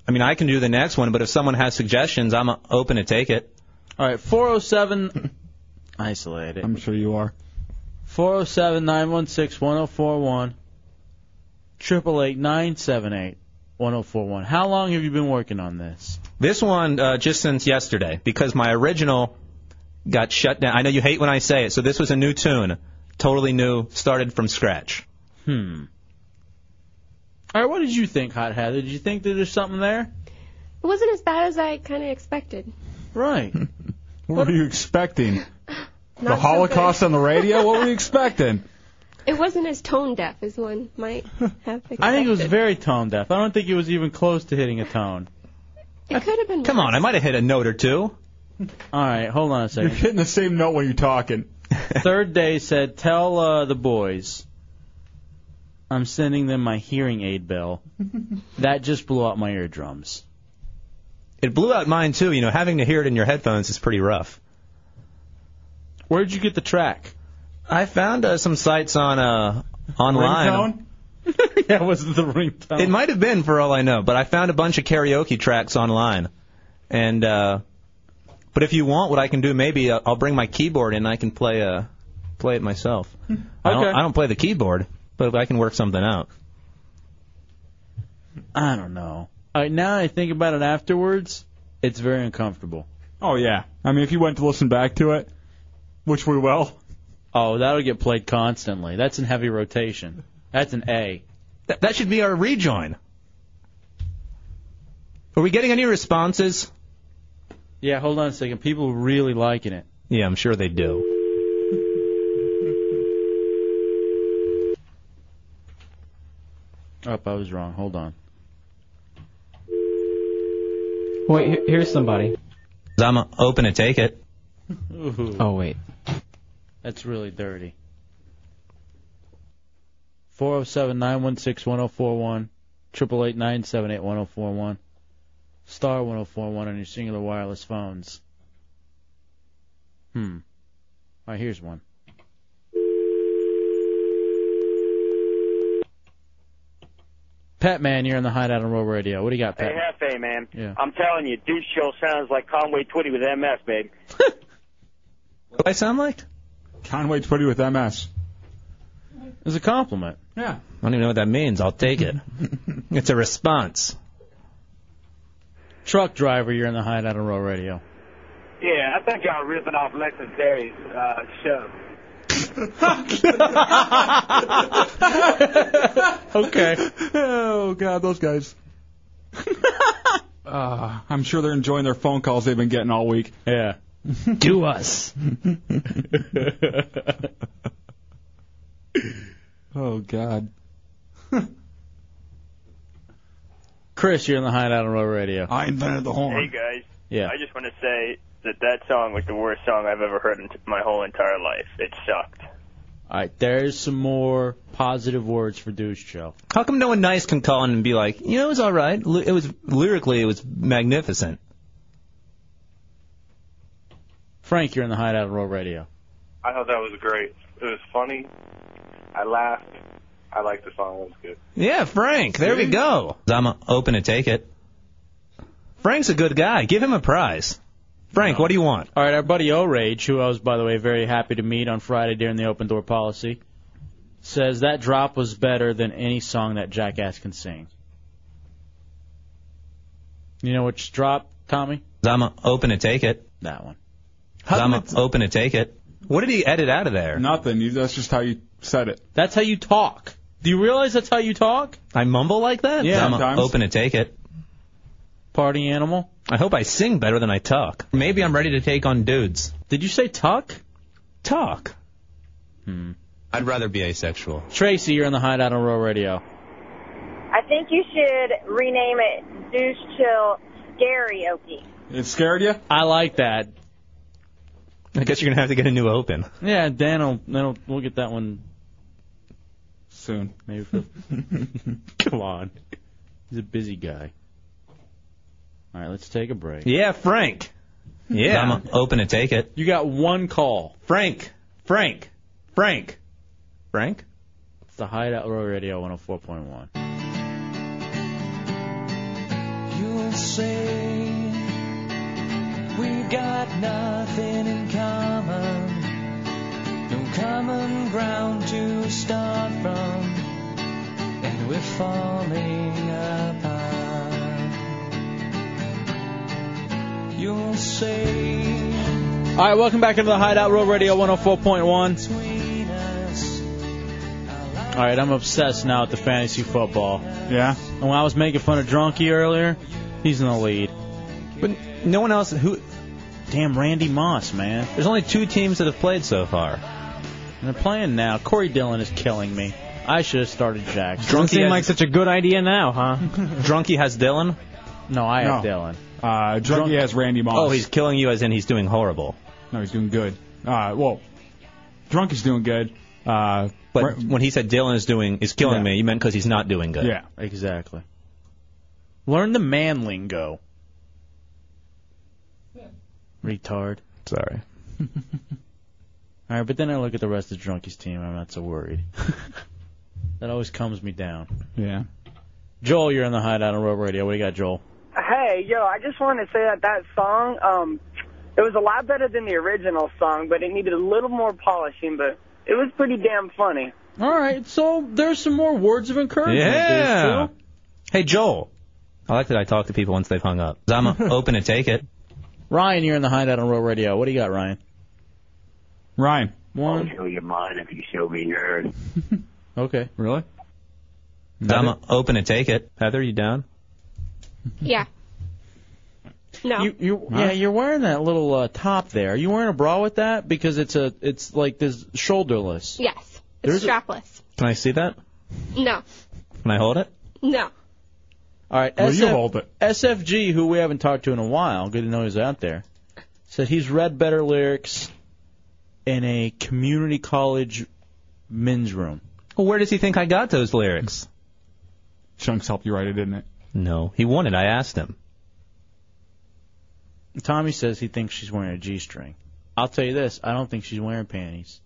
S13: I mean, I can do the next one, but if someone has suggestions, I'm uh, open to take it.
S2: All right,
S13: [LAUGHS]
S2: 407 isolated. I'm
S3: sure you are.
S2: 407 916 1041 888 978 1041. How long have you been working on this?
S13: This one uh, just since yesterday because my original got shut down. I know you hate when I say it, so this was a new tune, totally new, started from scratch.
S2: Hmm. All right, what did you think, Hot Heather? Did you think that there's something there?
S11: It wasn't as bad as I kind of expected.
S2: Right.
S3: [LAUGHS] what were you
S11: [LAUGHS]
S3: expecting? the
S11: Not so
S3: Holocaust
S11: good.
S3: on the radio? What were
S11: [LAUGHS]
S3: you expecting?
S11: It wasn't as tone deaf as one
S2: [LAUGHS]
S11: might have expected.
S2: I think it was very tone deaf. I don't think it was even close to hitting a tone.
S11: It could have been.
S13: Come on, I might have hit a note or two.
S2: All right, hold on a
S3: You're
S2: second.
S3: hitting the same note when you're talking.
S2: [LAUGHS] Third day said, "Tell uh, the boys, I'm sending them my hearing
S3: [LAUGHS]
S2: aid bill." That just blew out my eardrums.
S13: It blew out mine too. You know, having to hear it in your headphones is pretty rough.
S2: Where'd you get the track?
S13: I found uh, some sites on uh, online.
S2: Ringtone? [LAUGHS] yeah, was it the ringtone?
S13: It might have been for all I know, but I found a bunch of karaoke tracks online. And uh, but if you want, what I can do, maybe uh, I'll bring my keyboard and I can play uh, play it myself. I, don't,
S2: Okay.
S13: I don't play the keyboard, but I can work something out.
S2: I don't know. All right, now I think about it afterwards, it's very uncomfortable.
S3: Oh yeah. I mean, if you went to listen back to it, which we will.
S2: Oh, that'll get played constantly. That's in heavy rotation. That's an A.
S13: That, that should be our rejoin. Are we getting any responses?
S2: Yeah, hold on a second. People are really liking it.
S13: Yeah, I'm sure they do.
S2: Up, Oh, I was wrong. Hold on.
S5: Wait, here- here's somebody.
S13: I'm uh, open to take it.
S2: Ooh.
S5: Oh wait.
S2: That's really dirty. 407 916 1041, 888 978 1041, star 1041 on your singular wireless phones. Hmm. Alright, here's one. Pat Man, you're on the Hideout on Roll Radio. What do you got, Pat?
S1: [LAUGHS] Hey, Hefe, man.
S2: Yeah.
S1: I'm telling you, Deuce Show sounds like Conway Twitty with MS, babe.
S13: What do I sound like?
S3: Conway Twitty with MS.
S2: It's a compliment.
S3: Yeah.
S13: I don't even know what that means. I'll take it. it's a response.
S2: Truck driver, you're in the Hideout on Roll Radio.
S4: Yeah, I think y'all ripping off Lexus Terry's uh, show.
S2: okay.
S3: [LAUGHS] Oh God, those guys. uh, I'm sure they're enjoying their phone calls they've been getting all week.
S2: Yeah.
S5: [LAUGHS] Do us.
S3: oh God.
S2: [LAUGHS] Chris, you're in the Hideout on Roll Radio.
S3: I invented the
S14: Hey guys.
S2: Yeah.
S14: I just want to say that that song was the worst song I've ever heard in t- my whole entire life. It sucked.
S2: All right, there's some more positive words for Deuce Show.
S13: How come no one nice can call in and be like, you know, it was all right. Ly- It was lyrically, it was magnificent.
S2: Frank, you're in the Hideout on Roll Radio.
S19: I thought that was great. It was funny. I laughed. I liked the song. It was good.
S13: Yeah, Frank. There we go. I'm uh, open to take it. Frank's a good guy. Give him a prize. Frank, what do you want?
S2: All right, our buddy O Rage, who I was, by the way, very happy to meet on Friday during the open door policy, says that drop was better than any song that Jackass can sing. You know which drop, Tommy?
S13: I'm open to take it.
S2: That one.
S13: I'm open to take it. What did he edit out of there?
S3: Nothing. You- That's just how you said it.
S2: That's how you talk. Do you realize that's how you talk?
S13: I mumble like that?
S2: Yeah,
S13: I'm
S2: sometimes.
S13: open to take it.
S2: Party animal?
S13: I hope I sing better than I talk. Maybe I'm ready to take on dudes.
S2: Did you say tuck?
S13: Talk. Hmm. I'd rather be asexual.
S2: Tracy, you're in the hideout on Row Radio.
S21: I think you should rename it Douche Chill Karaoke.
S3: It scared you?
S2: I like that.
S13: I guess you're gonna have to get a new open.
S2: Yeah, Dan will, Dan will we'll get that one
S3: soon.
S2: Maybe
S13: [LAUGHS]
S2: for, come on. He's a busy guy. All right, let's take a break.
S13: Yeah, Frank. Yeah. I'm open to take it.
S2: You got one call.
S13: Frank. Frank. Frank. Frank?
S2: It's the Hideout Row Radio 104.1.
S9: You'll say we've got nothing in common, no common ground to start from, and we're falling apart. You'll say
S2: All right, welcome back into the Hideout Row Radio 104.1.
S9: between us,
S2: All right, I'm obsessed now with the fantasy football.
S3: Yeah.
S2: And when I was making fun of Drunky earlier, he's in the lead.
S13: But no one else who.
S2: Damn, Randy Moss, man.
S13: There's only two teams that have played so far.
S2: And they're playing now. Corey Dillon is killing me. I should have started Jackson.
S5: Doesn't seem like such a good idea now, huh?
S13: [LAUGHS] Drunky has Dylan?
S2: No, I have
S13: No.
S2: Dillon.
S3: Uh, Drunky
S13: Drunk-
S3: has Randy Moss.
S13: Oh, he's killing you as in he's doing horrible.
S3: No, he's doing good. Uh, well, Drunk is doing good. Uh,
S13: But
S3: Ra-
S13: when he said Dylan is doing is killing me, you meant because he's not doing good.
S3: Yeah.
S2: Exactly. Learn the man lingo. Hmm. Retard. [LAUGHS]
S13: Sorry.
S2: All right, but then I look at the rest of Drunky's team. I'm not so [LAUGHS] worried. that always calms me down.
S3: Yeah.
S2: Joel, you're in the hideout on Road Radio. What do you got, Joel?
S6: Hey, yo, I just wanted to say that that song, um, it was a lot better than the original song, but it needed a little more polishing, but it was pretty damn funny.
S2: All right, so there's some more words of encouragement.
S13: Yeah. Hey, Joel. I like that I talk to people once they've hung up. I'm
S3: [LAUGHS]
S13: open to take it.
S2: Ryan, you're in the hideout on Road Radio. What do you got, Ryan?
S3: Ryan.
S2: One.
S10: Show your mind if you show me yours.
S2: Okay.
S3: Really?
S13: I'm open to take it. Heather, you down?
S11: Yeah. No.
S2: You, you, yeah, you're wearing that little uh, top there. Are you wearing a bra with that? Because it's a, it's like this shoulderless.
S11: yes.
S2: There's
S11: It's
S2: a-
S11: strapless.
S13: Can I see that?
S11: No.
S13: Can I hold it?
S11: No.
S2: All right,
S13: Well,
S2: SF,
S13: you hold it.
S2: SFG, who we haven't talked to in a while, good to know he's out there, said he's read better lyrics in a community college men's room.
S13: Well, where does he think I got those lyrics?
S3: Chunks helped you write it, didn't it?
S13: No, he wanted. I asked him.
S2: Tommy says he thinks she's wearing a G-string. I'll tell you this, I don't think she's wearing panties.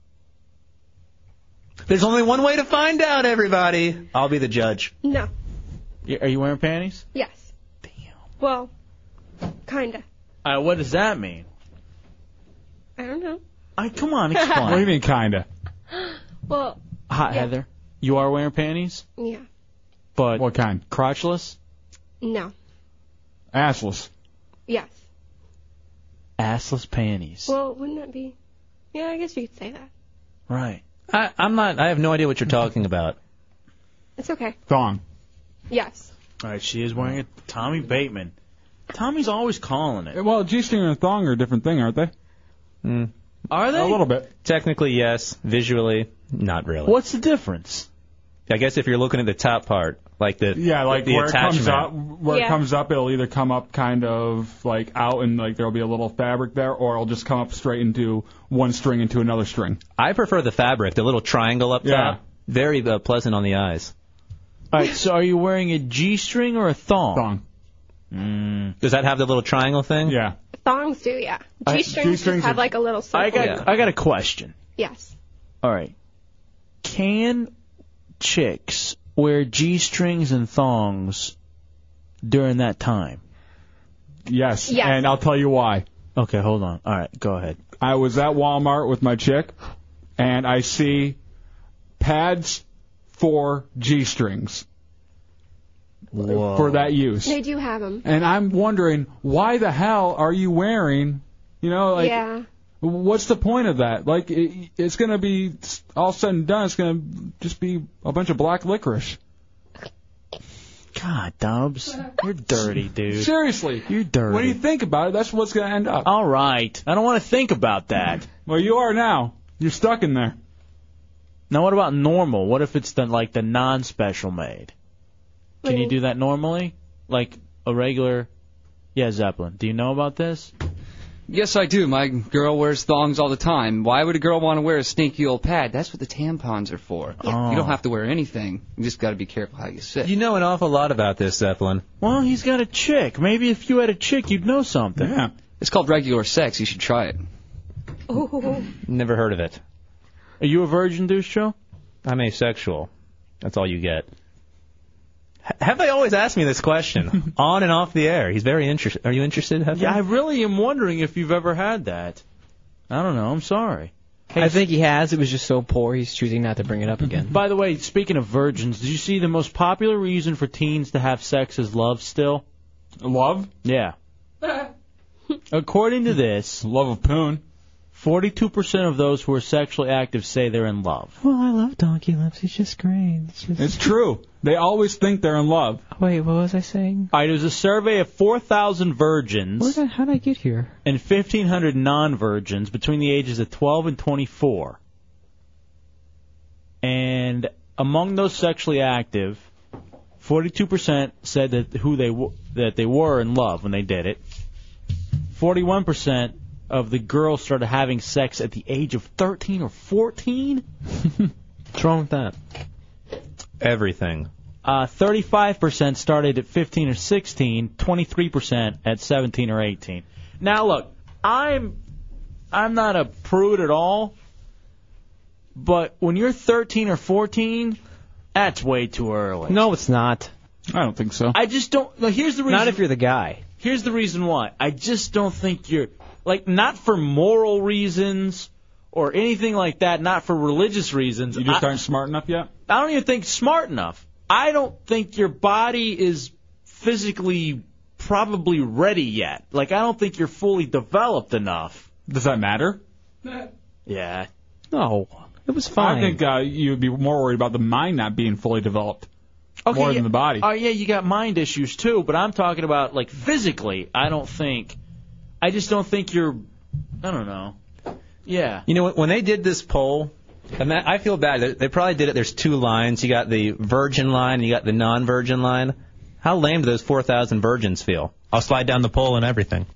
S13: There's only one way to find out, everybody. I'll be the judge.
S11: No.
S2: Y- Are you wearing panties?
S11: Yes. Damn. Well, kinda.
S2: Uh, what does that mean?
S11: I don't know.
S2: I come [LAUGHS] on, explain.
S11: What do you
S3: mean, kinda?
S11: Well,
S2: Hot
S11: Yeah.
S2: Heather, you are wearing panties,
S11: yeah.
S2: but
S3: what kind?
S2: Crotchless,
S11: No.
S3: Assless.
S11: Yes.
S2: assless panties.
S11: Well, wouldn't that be? Yeah, I guess you could say that.
S2: Right.
S13: I, I'm not. I have no idea what you're
S3: [LAUGHS]
S13: talking about.
S11: It's okay.
S3: Thong.
S11: Yes.
S2: All right, she is wearing a Tommy Bateman. Tommy's always calling it.
S3: Well, G-string and a thong are a different thing, aren't they?
S13: Mm.
S2: Are they?
S3: A little bit.
S13: Technically, yes. Visually, not really.
S2: What's the difference?
S13: I guess if you're looking at the top part, like the
S3: [LAUGHS] Yeah, like
S13: the
S3: where it comes
S13: attachment.
S3: up, where
S11: Yeah.
S3: it comes up, it'll either come up kind of like out and like there'll be a little fabric there, or it'll just come up straight into one string into another string.
S13: I prefer the fabric, the little triangle up
S3: Yeah.
S13: top. Very uh, pleasant on the eyes.
S2: All right, so are you wearing a G-string or a thong?
S3: Thong.
S13: Mm. Does that have the little triangle thing?
S3: Yeah.
S11: Thongs do, yeah.
S2: I-
S11: G strings
S2: G-strings
S11: just have
S2: are-
S11: like a little circle.
S2: I got I got a question.
S11: Yes.
S2: All right. Can chicks wear G-strings and thongs during that time?
S3: Yes.
S2: Yes.
S3: And I'll tell you why.
S2: Okay, hold on. All right, go ahead.
S3: I was at Walmart with my chick, and I see pads for G strings for that use.
S11: They do have them.
S3: And I'm wondering why the hell are you wearing, you know, like
S11: yeah.
S3: what's the point of that? Like it, it's going to be all said and done, it's going to just be a bunch of black licorice.
S2: God, Dubs, you're dirty, dude.
S3: Seriously,
S2: you're dirty.
S3: When you think about it, that's what's going to end up.
S2: All right, I don't want to think about that.
S3: Well, you are now. You're stuck in there.
S2: Now, what about normal? What if it's the like the non-special made? Can you do that normally? Like a regular? Yeah, Zeppelin. Do you know about this?
S16: Yes, I do. My girl wears thongs all the time. Why would a girl want to wear a stinky old pad? That's what the tampons are for.
S2: Oh.
S16: You don't have to wear anything. You just got to be careful how you sit.
S13: You know an awful lot about this, Zeppelin.
S2: Well, he's got a chick. Maybe if you had a chick, you'd know something.
S3: Yeah.
S16: It's called regular sex. You should try it.
S11: Oh,
S13: Never heard of it.
S2: Are you a virgin, Deuce Joe?
S13: I'm asexual. That's all you get. H- Have they always asked me this
S2: [LAUGHS]
S13: question on and off the air? He's very interested. Are you interested? Hefe?
S2: Yeah, I really am wondering if you've ever had that. I don't know. I'm sorry.
S5: I think he has. It was just so poor. He's choosing not to bring it up again.
S2: By the way, speaking of virgins, did you see the most popular reason for teens to have sex is love still?
S3: Love? [LAUGHS]
S2: Yeah. According to this,
S3: love of poon.
S2: 42% of those who are sexually active say they're in love.
S5: well, I love Donkey Lips. He's just great. It's just.
S3: It's true. They always think they're in love.
S5: Oh, Wait, what was I saying?
S2: All right, it was a survey of 4,000
S5: Where
S2: virgins
S5: did, how did I get here?
S2: and 1,500 non-virgins between the ages of 12 and 24. And among those sexually active, 42% said that who they w- that they were in love when they did it. 41% of the girls started having sex at the age of 13 or 14.
S13: [LAUGHS] What's wrong with that? Everything.
S2: Uh, 35% started at 15 or 16, 23% at 17 or 18. Now look, I'm I'm not a prude at all, but when you're 13 or 14, that's way too early.
S5: No, it's not.
S3: I don't think so.
S2: I just don't. Now here's the reason.
S5: Not if you're the guy.
S2: Here's the reason why. I just don't think you're like not for moral reasons or anything like that. Not for religious reasons.
S3: You just
S2: I,
S3: aren't smart enough yet.
S2: I don't even think smart enough. I don't think your body is physically probably ready yet. Like I don't think you're fully developed enough.
S3: Does that matter?
S2: Yeah.
S5: No, it was
S3: I think uh, you'd be more worried about the mind not being fully developed
S2: Okay,
S3: more
S2: yeah.
S3: than the body.
S2: Oh yeah, you got mind issues too, but I'm talking about like physically. I don't think. I just don't think you're. I don't know. Yeah.
S13: You know what? When they did this poll, and that, I feel bad. They- They probably did it. There's two lines. You got the virgin line and you got the non-virgin line. How lame do those 4,000 virgins feel? I'll slide down the poll and everything.
S5: [LAUGHS]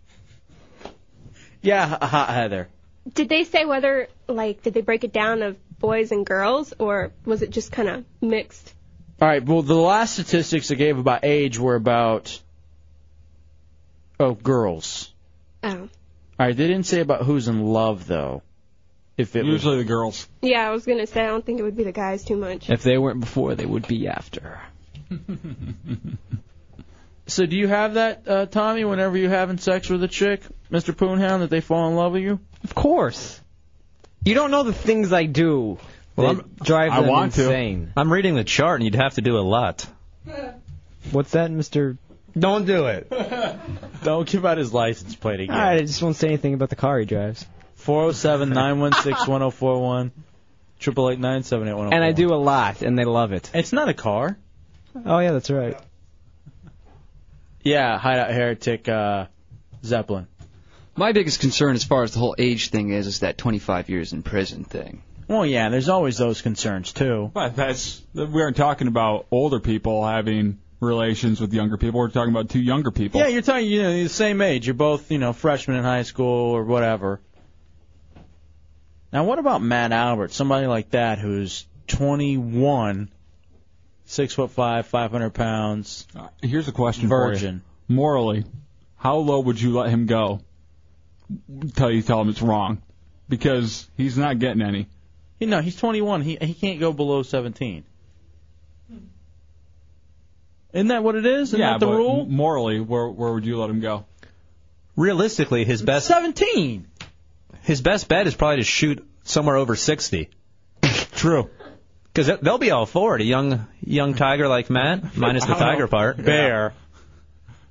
S2: Yeah, H- H-
S5: uh,
S2: Heather.
S11: Did they say whether like did they break it down of boys and girls or was it just kind of mixed?
S2: All right. Well, the last statistics they gave about age were about oh girls.
S11: Oh.
S2: All right. They didn't say about who's in love though. If it
S3: Usually the girls.
S11: Yeah, I was gonna say I don't think it would be the guys too much.
S5: If they weren't before, they would be after.
S2: So do you have that, uh, Tommy? Whenever you're having sex with a chick, Mr. Poonhound, that they fall in love with you?
S5: Of course. You don't know the things I do
S13: Well,
S5: that
S13: I'm-
S5: drive
S13: I
S5: them
S13: want to.
S5: insane.
S13: I'm reading the chart, and you'd have to do a lot.
S5: What's that, Mister?
S13: Don't do it.
S2: Don't give out his license plate
S5: All right, [LAUGHS] I just won't say anything about the car he drives.
S2: Four zero seven nine one six one zero four one, triple eight nine seven eight one zero.
S5: And I do a lot, and they love it.
S2: It's not a car.
S5: Oh yeah, that's right.
S2: Yeah, hideout heretic uh, Zeppelin.
S16: My biggest concern as far as the whole age thing is is that 25 years in prison thing.
S2: Well, yeah, there's always those concerns too.
S3: But that's we aren't talking about older people having relations with younger people. We're talking about two younger people.
S2: Yeah, you're talking, you know, you're the same age. You're both, you know, freshmen in high school or whatever. Now, what about Matt Albert? Somebody like that who's 21, six foot five, 500 pounds,
S3: Uh, Here's a question for
S2: virgin.
S3: you. Morally, how low would you let him go? Tell you tell him it's wrong because he's not getting any.
S2: You know, he's 21. He he can't go below 17. Hmm. Isn't that what it is? Isn't
S3: yeah,
S2: that the
S3: but
S2: rule?
S3: m- morally, where where would you let him go?
S13: Realistically, his best
S2: 17.
S13: his best bet is probably to shoot somewhere over 60.
S3: True.
S13: Because they'll be all for it. A young young tiger like Matt, minus the
S9: I don't
S13: tiger
S9: know.
S13: part.
S9: Bear.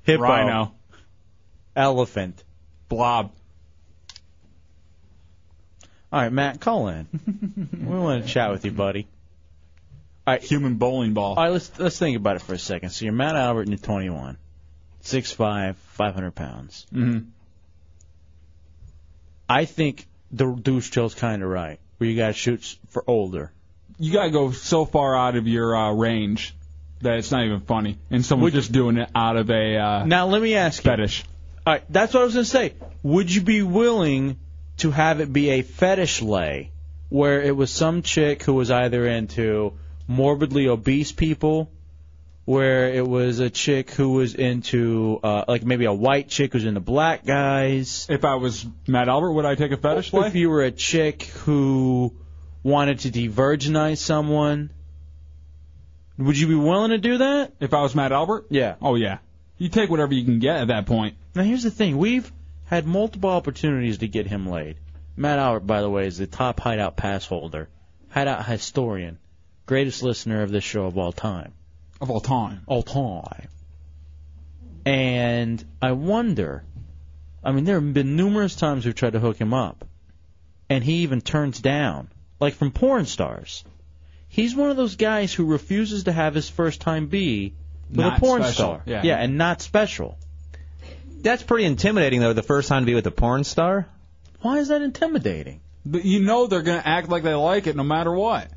S13: Hippo.
S9: Rhino.
S13: Elephant.
S3: Blob.
S2: All right, Matt, call in. we want to chat with you, buddy. All right,
S3: human bowling ball.
S2: All right, let's let's think about it for a second. So you're Matt Albert, and you're 21, six five, 500 pounds.
S3: Mm-hmm.
S2: I think the douche chill's kind of right, where you got to shoot s- for older.
S3: You gotta go so far out of your uh, range that it's not even funny, and someone's just doing it out of a uh,
S2: now. Let me ask
S3: fetish.
S2: All right, that's what I was going to say. Would you be willing to have it be a fetish lay where it was some chick who was either into morbidly obese people, where it was a chick who was into, uh, like maybe a white chick who's into black guys?
S3: If I was Matt Albert, would I take a fetish
S2: lay? If you were a chick who wanted to de-virginize someone, would you be willing to do that?
S3: If I was Matt Albert?
S2: Yeah.
S3: Oh yeah. You take whatever you can get at that point.
S2: Now here's the thing: we've had multiple opportunities to get him laid. Matt Albert, by the way, is the top hideout pass holder, hideout historian, greatest listener of this show of all time.
S3: Of all time.
S2: All time. And I wonder. I mean, there have been numerous times we've tried to hook him up, and he even turns down, like from porn stars. He's one of those guys who refuses to have his first time be with
S13: Not
S2: a porn
S13: special.
S2: star.
S13: Yeah.
S2: yeah, and not special.
S13: That's pretty intimidating, though, the first time to be with a porn star.
S2: Why is that intimidating?
S3: But you know they're gonna act like they like it no matter what.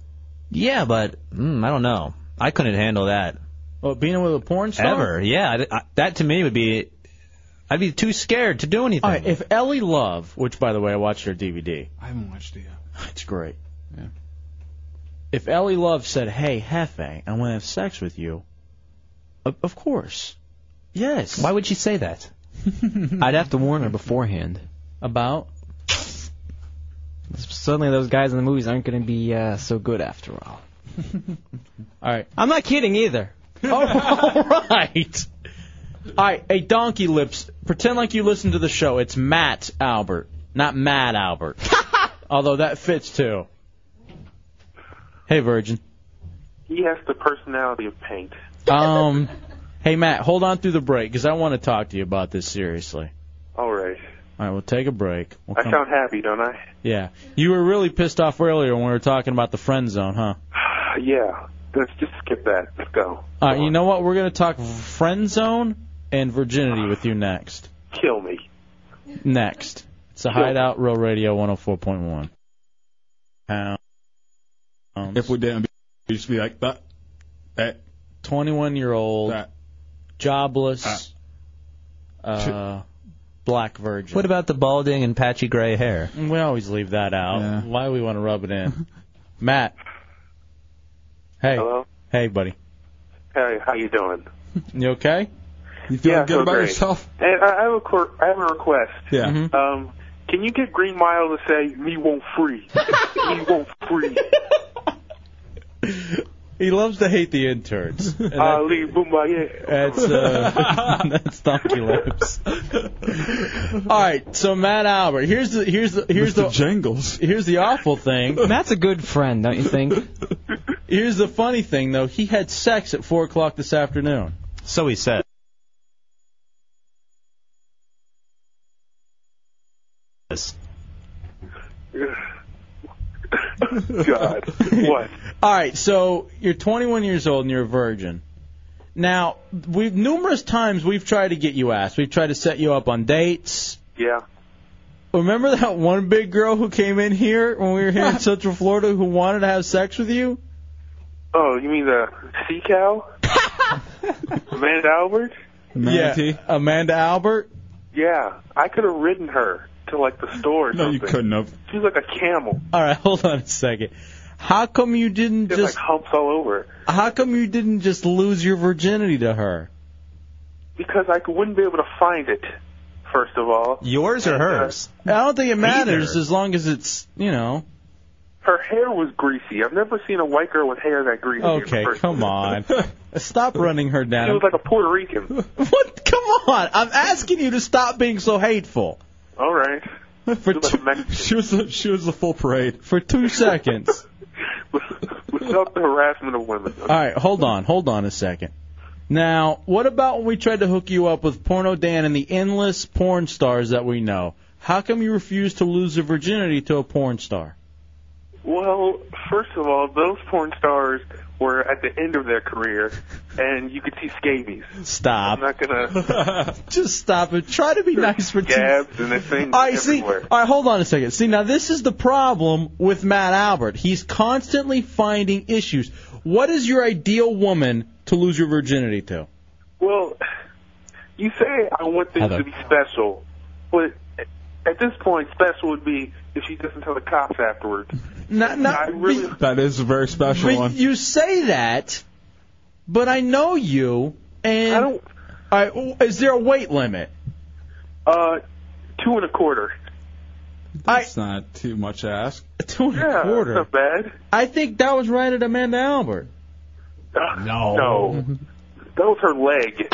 S13: Yeah, but mm, I don't know. I couldn't handle that.
S2: Well, being with a porn star?
S13: Ever. Yeah, th- I- that to me would be. I'd be too scared to do anything.
S2: All right, if Ellie Love, which by the way I watched her DVD,
S3: I haven't watched it yet. [LAUGHS]
S2: it's great. Yeah. If Ellie Love said, "Hey, Hefe, I want to have sex with you," of, of course, yes. Why
S13: would she say that?
S5: I'd have to warn her beforehand.
S2: About?
S5: Suddenly, those guys in the movies aren't going to be uh, so good after
S2: [LAUGHS]
S5: all.
S2: [LAUGHS] all right. Oh,
S5: I'm not kidding
S2: [LAUGHS]
S5: either.
S2: all right. All right, hey Donkey Lips, pretend like you listen to the show. It's Matt Albert, not Matt Albert. Although that fits too. Hey Virgin.
S7: He has the personality of paint.
S2: Um, hey Matt, hold on through the break because I want to talk to you about this seriously.
S7: All right.
S2: All right, we'll take a break. We'll
S7: I
S2: come-
S7: sound happy, don't I? [SIGHS]
S2: yeah, you were really pissed off earlier when we were talking about the friend zone, huh?
S7: yeah. Let's just skip that. Let's go.
S2: All right, you know what? We're gonna talk friend zone and virginity with you next.
S7: Kill me.
S2: Next, it's a hideout, Real Radio 104.1. Pound.
S3: If we didn't, we'd just be like that. That.
S2: 21 year old, jobless, uh, black virgin.
S13: What about the balding and patchy gray hair?
S2: We always leave that out. Why we want to rub it
S3: Ah.
S2: in? [LAUGHS] Matt. Hey.
S7: Hello?
S2: Hey, buddy.
S7: Hey, how you doing?
S2: You okay?
S3: You
S7: feeling Yeah, good so about great. yourself? And I I have a cor- I have a request.
S3: Yeah.
S2: Mm-hmm.
S7: Um, can you get Green Mile to say me won't free? [LAUGHS] me won't free.
S2: He loves to hate the
S5: [LAUGHS]
S2: interns. And that-
S7: Ali Boumbaye.
S2: that's uh, [LAUGHS] that's donkey lips.
S5: [LAUGHS]
S2: All right, so Matt Albert, here's the here's the here's the
S3: jingles.
S2: Here's the awful thing.
S5: [LAUGHS] Matt's a good friend, don't you think?
S2: [LAUGHS] Here's the funny thing though. He had sex at four o'clock this afternoon.
S13: So he said.
S7: [LAUGHS] God. What?
S2: All right, so you're 21 years old and you're a virgin. Now, we've numerous times we've tried to get you asked. We've tried to set you up on dates.
S7: Yeah.
S2: Remember that one big girl who came in here when we
S3: [LAUGHS]
S2: were here in Central Florida who wanted to have sex with you?
S7: Oh, you mean the sea [LAUGHS] cow? Amanda Albert?
S2: Yeah, Amanda Albert.
S7: Yeah. I could have ridden her to like the store. Or no, something. you
S3: couldn't have.
S7: She's like a camel.
S2: All right, [LAUGHS] hold on a second. How come you didn't
S7: She had,
S2: just
S7: like humps all over.
S2: How come you didn't just lose your virginity to her?
S7: Because I wouldn't be able to find it. First of all,
S13: Yours
S7: uh,
S13: or hers?
S2: I don't think it matters
S7: Either.
S2: as long as it's, you know.
S7: her hair was greasy. I've never seen a white girl with hair that greasy.
S2: Okay,
S7: First-
S2: come on. Stop running her
S7: She
S2: down.
S7: was like a Puerto Rican.
S2: [LAUGHS] What? Come on! I'm asking you to stop being so hateful.
S7: All right.
S2: For
S7: two,
S2: [LAUGHS]
S3: she was the, she was the full parade
S2: for two seconds.
S19: up the harassment of women.
S2: All right, hold on, Um, hold on a second. Now, what about when we tried to hook you up with Porno Dan and the endless porn stars that we know? How come you refuse to lose your virginity to a porn star?
S19: Well, first of all, those porn stars were at the end of their career, and you could see scabies.
S7: [LAUGHS]
S2: Stop.
S19: I'm not gonna
S2: Just stop it. Try to be nice for
S19: scabs and the things
S2: All right, see, all
S19: everywhere.
S2: right, hold on a second. See, now this is the problem with Matt Albert. He's constantly finding issues. What is your ideal woman to lose your virginity to?
S19: Well, you say I want things to be special, but at this point, special would be if she doesn't tell the cops afterwards.
S2: [LAUGHS] Not, not,
S19: I really
S3: That is a very special
S2: But
S3: one.
S2: you say that, but I know you, and I don't. is there a weight limit?
S19: Uh, two and a quarter.
S3: That's not too much to ask.
S2: Two and
S19: yeah,
S2: a quarter.
S19: Not bad.
S2: I think that was right at Amanda Albert.
S19: [LAUGHS] No. No. That was her leg.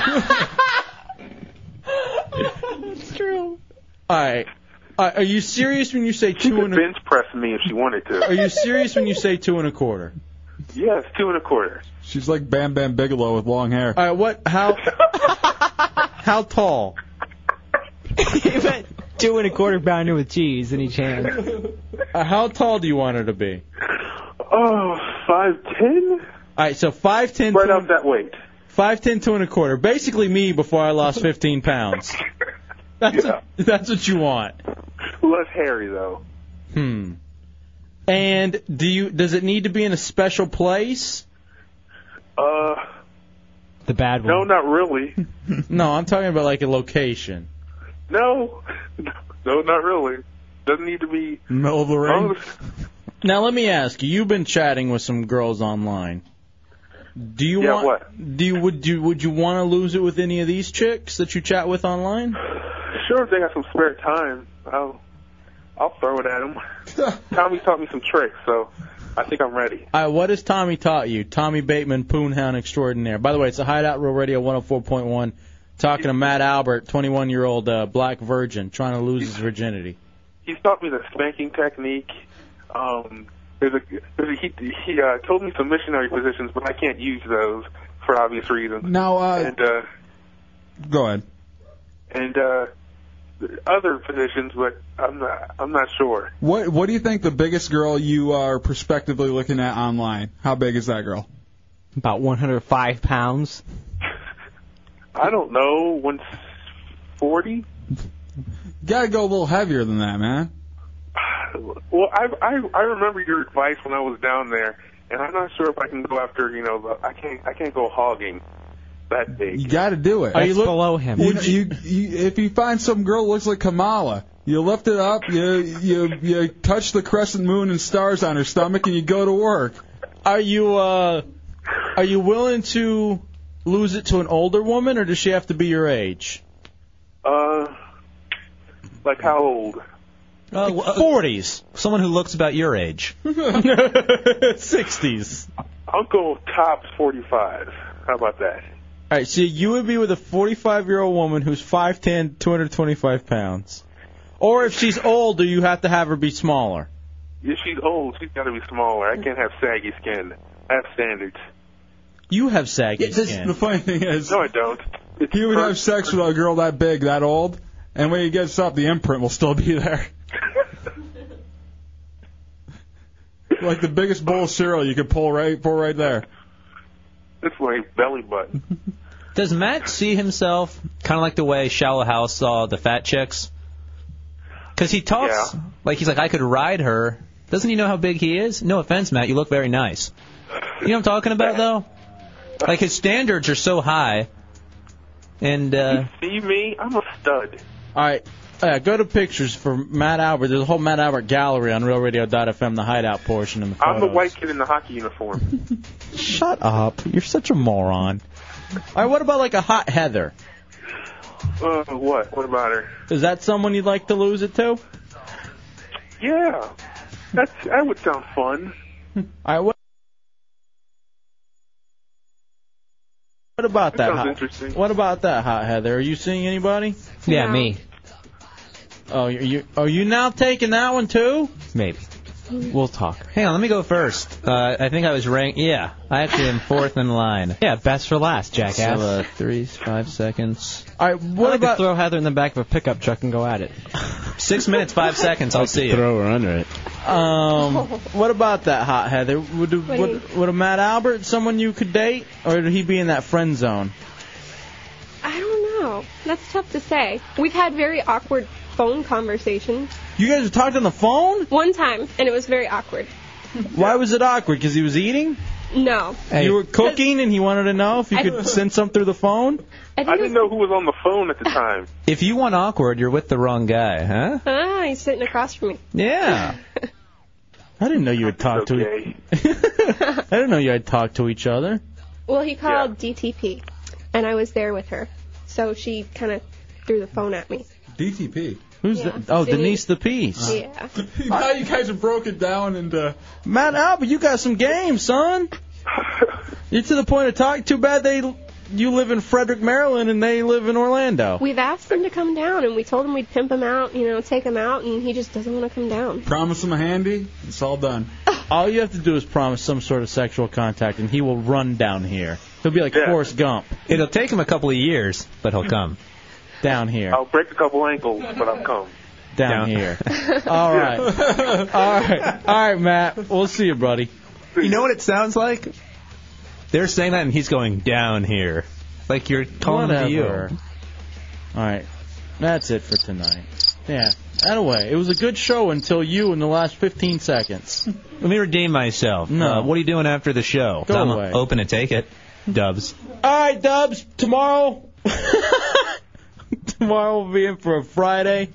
S2: [LAUGHS] That's true. All right. Uh, are you serious when you say
S19: She
S2: two
S19: could
S2: and a,
S19: bench press me if she wanted to.
S2: Are you serious when you say two and a quarter?
S19: Yes, two and a quarter.
S3: She's like Bam Bam Bigelow with long hair.
S2: All right, what? How? how tall?
S5: Two and a quarter pounder with cheese in each [LAUGHS] hand.
S2: Uh, how tall do you want her to be?
S19: Oh, five ten.
S2: All right, so five ten.
S19: Right up that weight.
S2: Five ten, two and a quarter. Basically, me before I
S19: [LAUGHS]
S2: lost fifteen pounds. That's a, [LAUGHS] that's what you want.
S19: Less hairy though.
S2: Hmm. And do you? Does it need to be in a special place?
S19: Uh,
S5: The bad
S19: no, not
S2: [LAUGHS]
S19: really.
S2: No, I'm talking about like a location.
S19: No, [LAUGHS] no, not really. Doesn't need to be.
S2: Middle of the
S19: ring.
S2: Oh. Now let me ask you. You've been chatting with some girls online. Do you
S19: Yeah,
S2: want? Do you would you would you want to lose it with any of these chicks that you chat with online?
S19: Sure, if they got some spare time, I'll I'll throw it
S3: [LAUGHS]
S19: at them. Tommy taught me some tricks, so I think I'm ready.
S2: All right, what has Tommy taught you? Tommy Bateman, Poonhound Extraordinaire. By the way, it's a Hideout Real Radio 104.1, talking to Matt Albert, 21 year old uh, black virgin, trying to lose his virginity.
S19: He's taught me the spanking technique. Um, there's a, there's a, he he uh, told me some missionary positions, but I can't use those for obvious reasons.
S3: Now, uh,
S19: and uh,
S3: Go ahead.
S19: and uh, other positions, but I'm not I'm not sure.
S3: What What do you think the biggest girl you are prospectively looking at online? How big is that girl?
S5: About 105 pounds.
S19: I don't know. Once forty.
S3: Gotta go a little heavier than that, man.
S19: Well, I, I I remember your advice when I was down there, and I'm not sure if I can go after you know the, I can't I can't go hogging that big.
S3: You gotta do it.
S19: Are you That's look- below him.
S3: You, you, you, if you find some girl who looks like Kamala, you lift it up, you you you touch the crescent moon and stars on her stomach, and you go to work.
S2: Are you uh, are you willing to lose it to an older woman, or does she have to be your age?
S19: Uh, like how old?
S2: Forties.
S13: Oh, uh, Someone who looks about your age.
S2: [LAUGHS] Sixties.
S19: I'll go tops 45. How about that?
S2: All right, so you would be with a 45 year old woman who's 5'10, 225 pounds. Or if she's older, you have to have her be smaller.
S19: If she's old, she's got to be smaller. I can't have saggy skin. I have standards.
S2: You have saggy skin.
S3: The funny thing is,
S19: no, I don't.
S3: He would have sex with a girl that big, that old, and when he gets up, the imprint will still be there. like the biggest bowl of cereal you could pull right pull right there.
S19: It's my belly button.
S13: Does Matt see himself kind of like the way Shallow House saw the fat chicks? Because he talks like he's like, I could ride her. Doesn't he know how big he is? No offense, Matt. You look very nice. You know what I'm talking about, though? Like his standards are so high. And uh,
S19: See me? I'm a stud.
S2: All right, uh, go to pictures for Matt Albert. There's a whole Matt Albert gallery on RealRadio.fm, the hideout portion. And the
S19: I'm the
S2: photos.
S19: white kid in the hockey uniform.
S2: Shut up. You're such a moron. All right, what about like a hot Heather?
S19: uh, what? What about her?
S2: Is that someone you'd like to lose it to? All
S19: Yeah. That's that would sound fun.
S2: right, what, what about
S19: That
S2: that?
S19: sounds
S2: hot,
S19: interesting.
S2: What about that hot Heather? Are you seeing anybody?
S5: Yeah, me.
S2: Oh, you are you now taking that one too?
S5: Maybe. We'll talk.
S13: Hang on, let me go first. Uh, I think I was ranked. Yeah, I actually am fourth in line.
S5: Yeah, best for last,
S13: So,
S5: jackass.
S13: uh, three, five seconds.
S5: All right, what about throw Heather in the back of a pickup truck and go at it?
S13: Six minutes, five seconds. I'll see you.
S8: Throw her under it.
S2: Um,
S11: [LAUGHS]
S2: what about that hot Heather? Would would, would a Matt Albert someone you could date, or would he be in that friend zone?
S11: I don't know. That's tough to say. We've had very awkward phone conversations.
S2: You guys have talked on the
S11: [LAUGHS]
S2: phone
S11: One time, and it was very awkward.
S2: Why was it awkward? Because he was eating.
S11: No.
S2: You were cooking, and he wanted to know if you
S11: I-
S2: could send some through the phone.
S11: I,
S19: didn't know who was on the
S15: [LAUGHS]
S19: phone at the time.
S13: If you want awkward, you're with the wrong guy, huh?
S11: [LAUGHS] Ah, he's sitting across from me.
S13: Yeah.
S2: I didn't know you had talked to. e- [LAUGHS] I didn't know you had talked to each other.
S11: Well, he called DTP, and I was there with her. So she kind of threw the phone at me.
S3: DTP.
S2: Who's
S11: Yeah.
S2: that? Oh, Denise
S11: Denise.
S2: the Peace.
S11: Yeah.
S3: [LAUGHS] now you guys have broken down uh, into.
S2: Matt Albert, you got some game,
S19: [LAUGHS]
S2: son. You're to the point of talk. Too bad they you live in Frederick, Maryland, and they live in Orlando.
S11: We've asked him to come down, and we told him we'd pimp him out, you know, take him out, and he just doesn't want to come down.
S3: Promise him a handy. It's all done.
S2: [LAUGHS] All you have to do is promise some sort of sexual contact, and he will run down here. He'll be like Forrest Gump.
S13: It'll take him a couple of years, but he'll come.
S2: Down here.
S19: I'll break a couple ankles, but I'm calm.
S2: Down [LAUGHS] here. All right. All right. All right, Matt. We'll see you, buddy.
S13: You know what it sounds like? They're saying that, and he's going down here, like you're calling him to you.
S2: Whatever. All right. That's it for tonight. Yeah. That way. It was a good show until you in the last 15 seconds.
S13: Let me redeem myself.
S2: No.
S13: Uh, what are you doing after the show?
S2: Go
S13: I'm
S2: away.
S13: open to take it. Dubs.
S2: All right, Dubs. Tomorrow. [LAUGHS] tomorrow we'll be in for a Friday.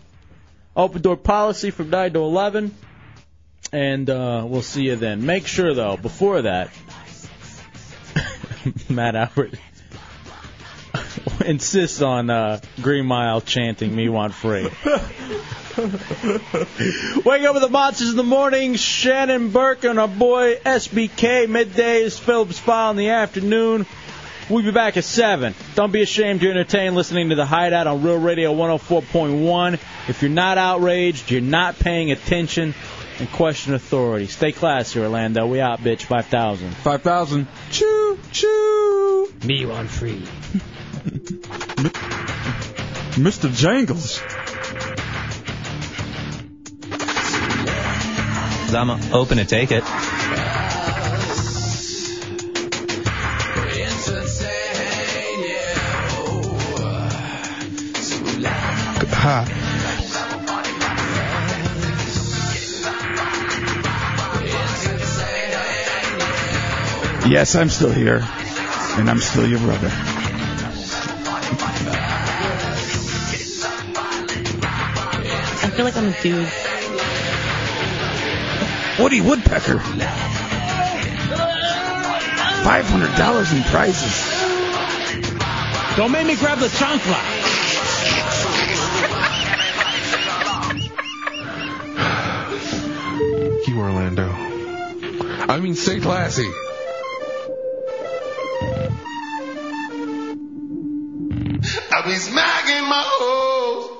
S2: Open door policy from 9 to 11. And uh, we'll see you then. Make sure, though, before that, [LAUGHS] Matt Albert [LAUGHS] insists on uh, Green Mile chanting Me Want Free. [LAUGHS] Wake up with the monsters in the morning. Shannon Burke and our boy SBK. Midday is Phillips File in the afternoon. We'll be back at 7. Don't be ashamed to entertain listening to The Hideout on Real Radio 104.1. If you're not outraged, you're not paying attention, and question authority. Stay classy, Orlando. We out, bitch. 5,000.
S3: 5,000. Choo, choo.
S2: Me on free.
S3: Mr. Jangles.
S13: I'm open to take it.
S18: Ha.
S3: Yes, I'm still here. And I'm still your brother.
S12: I feel like I'm a dude.
S3: Woody Woodpecker. $500 in prizes.
S2: Don't make me grab the chancla.
S15: You, Orlando. I mean, stay classy.
S9: I've been smacking my hoes.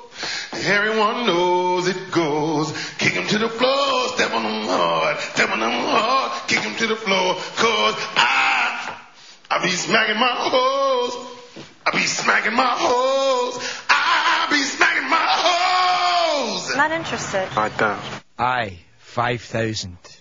S9: Everyone knows it goes. Kick 'em to the floor, step on 'em hard, step on 'em hard, kick 'em to the floor. Cause I, I be smacking my hoes. I be smacking my hoes. I be smacking my hoes.
S17: Not interested.
S15: I don't. I, 5,000.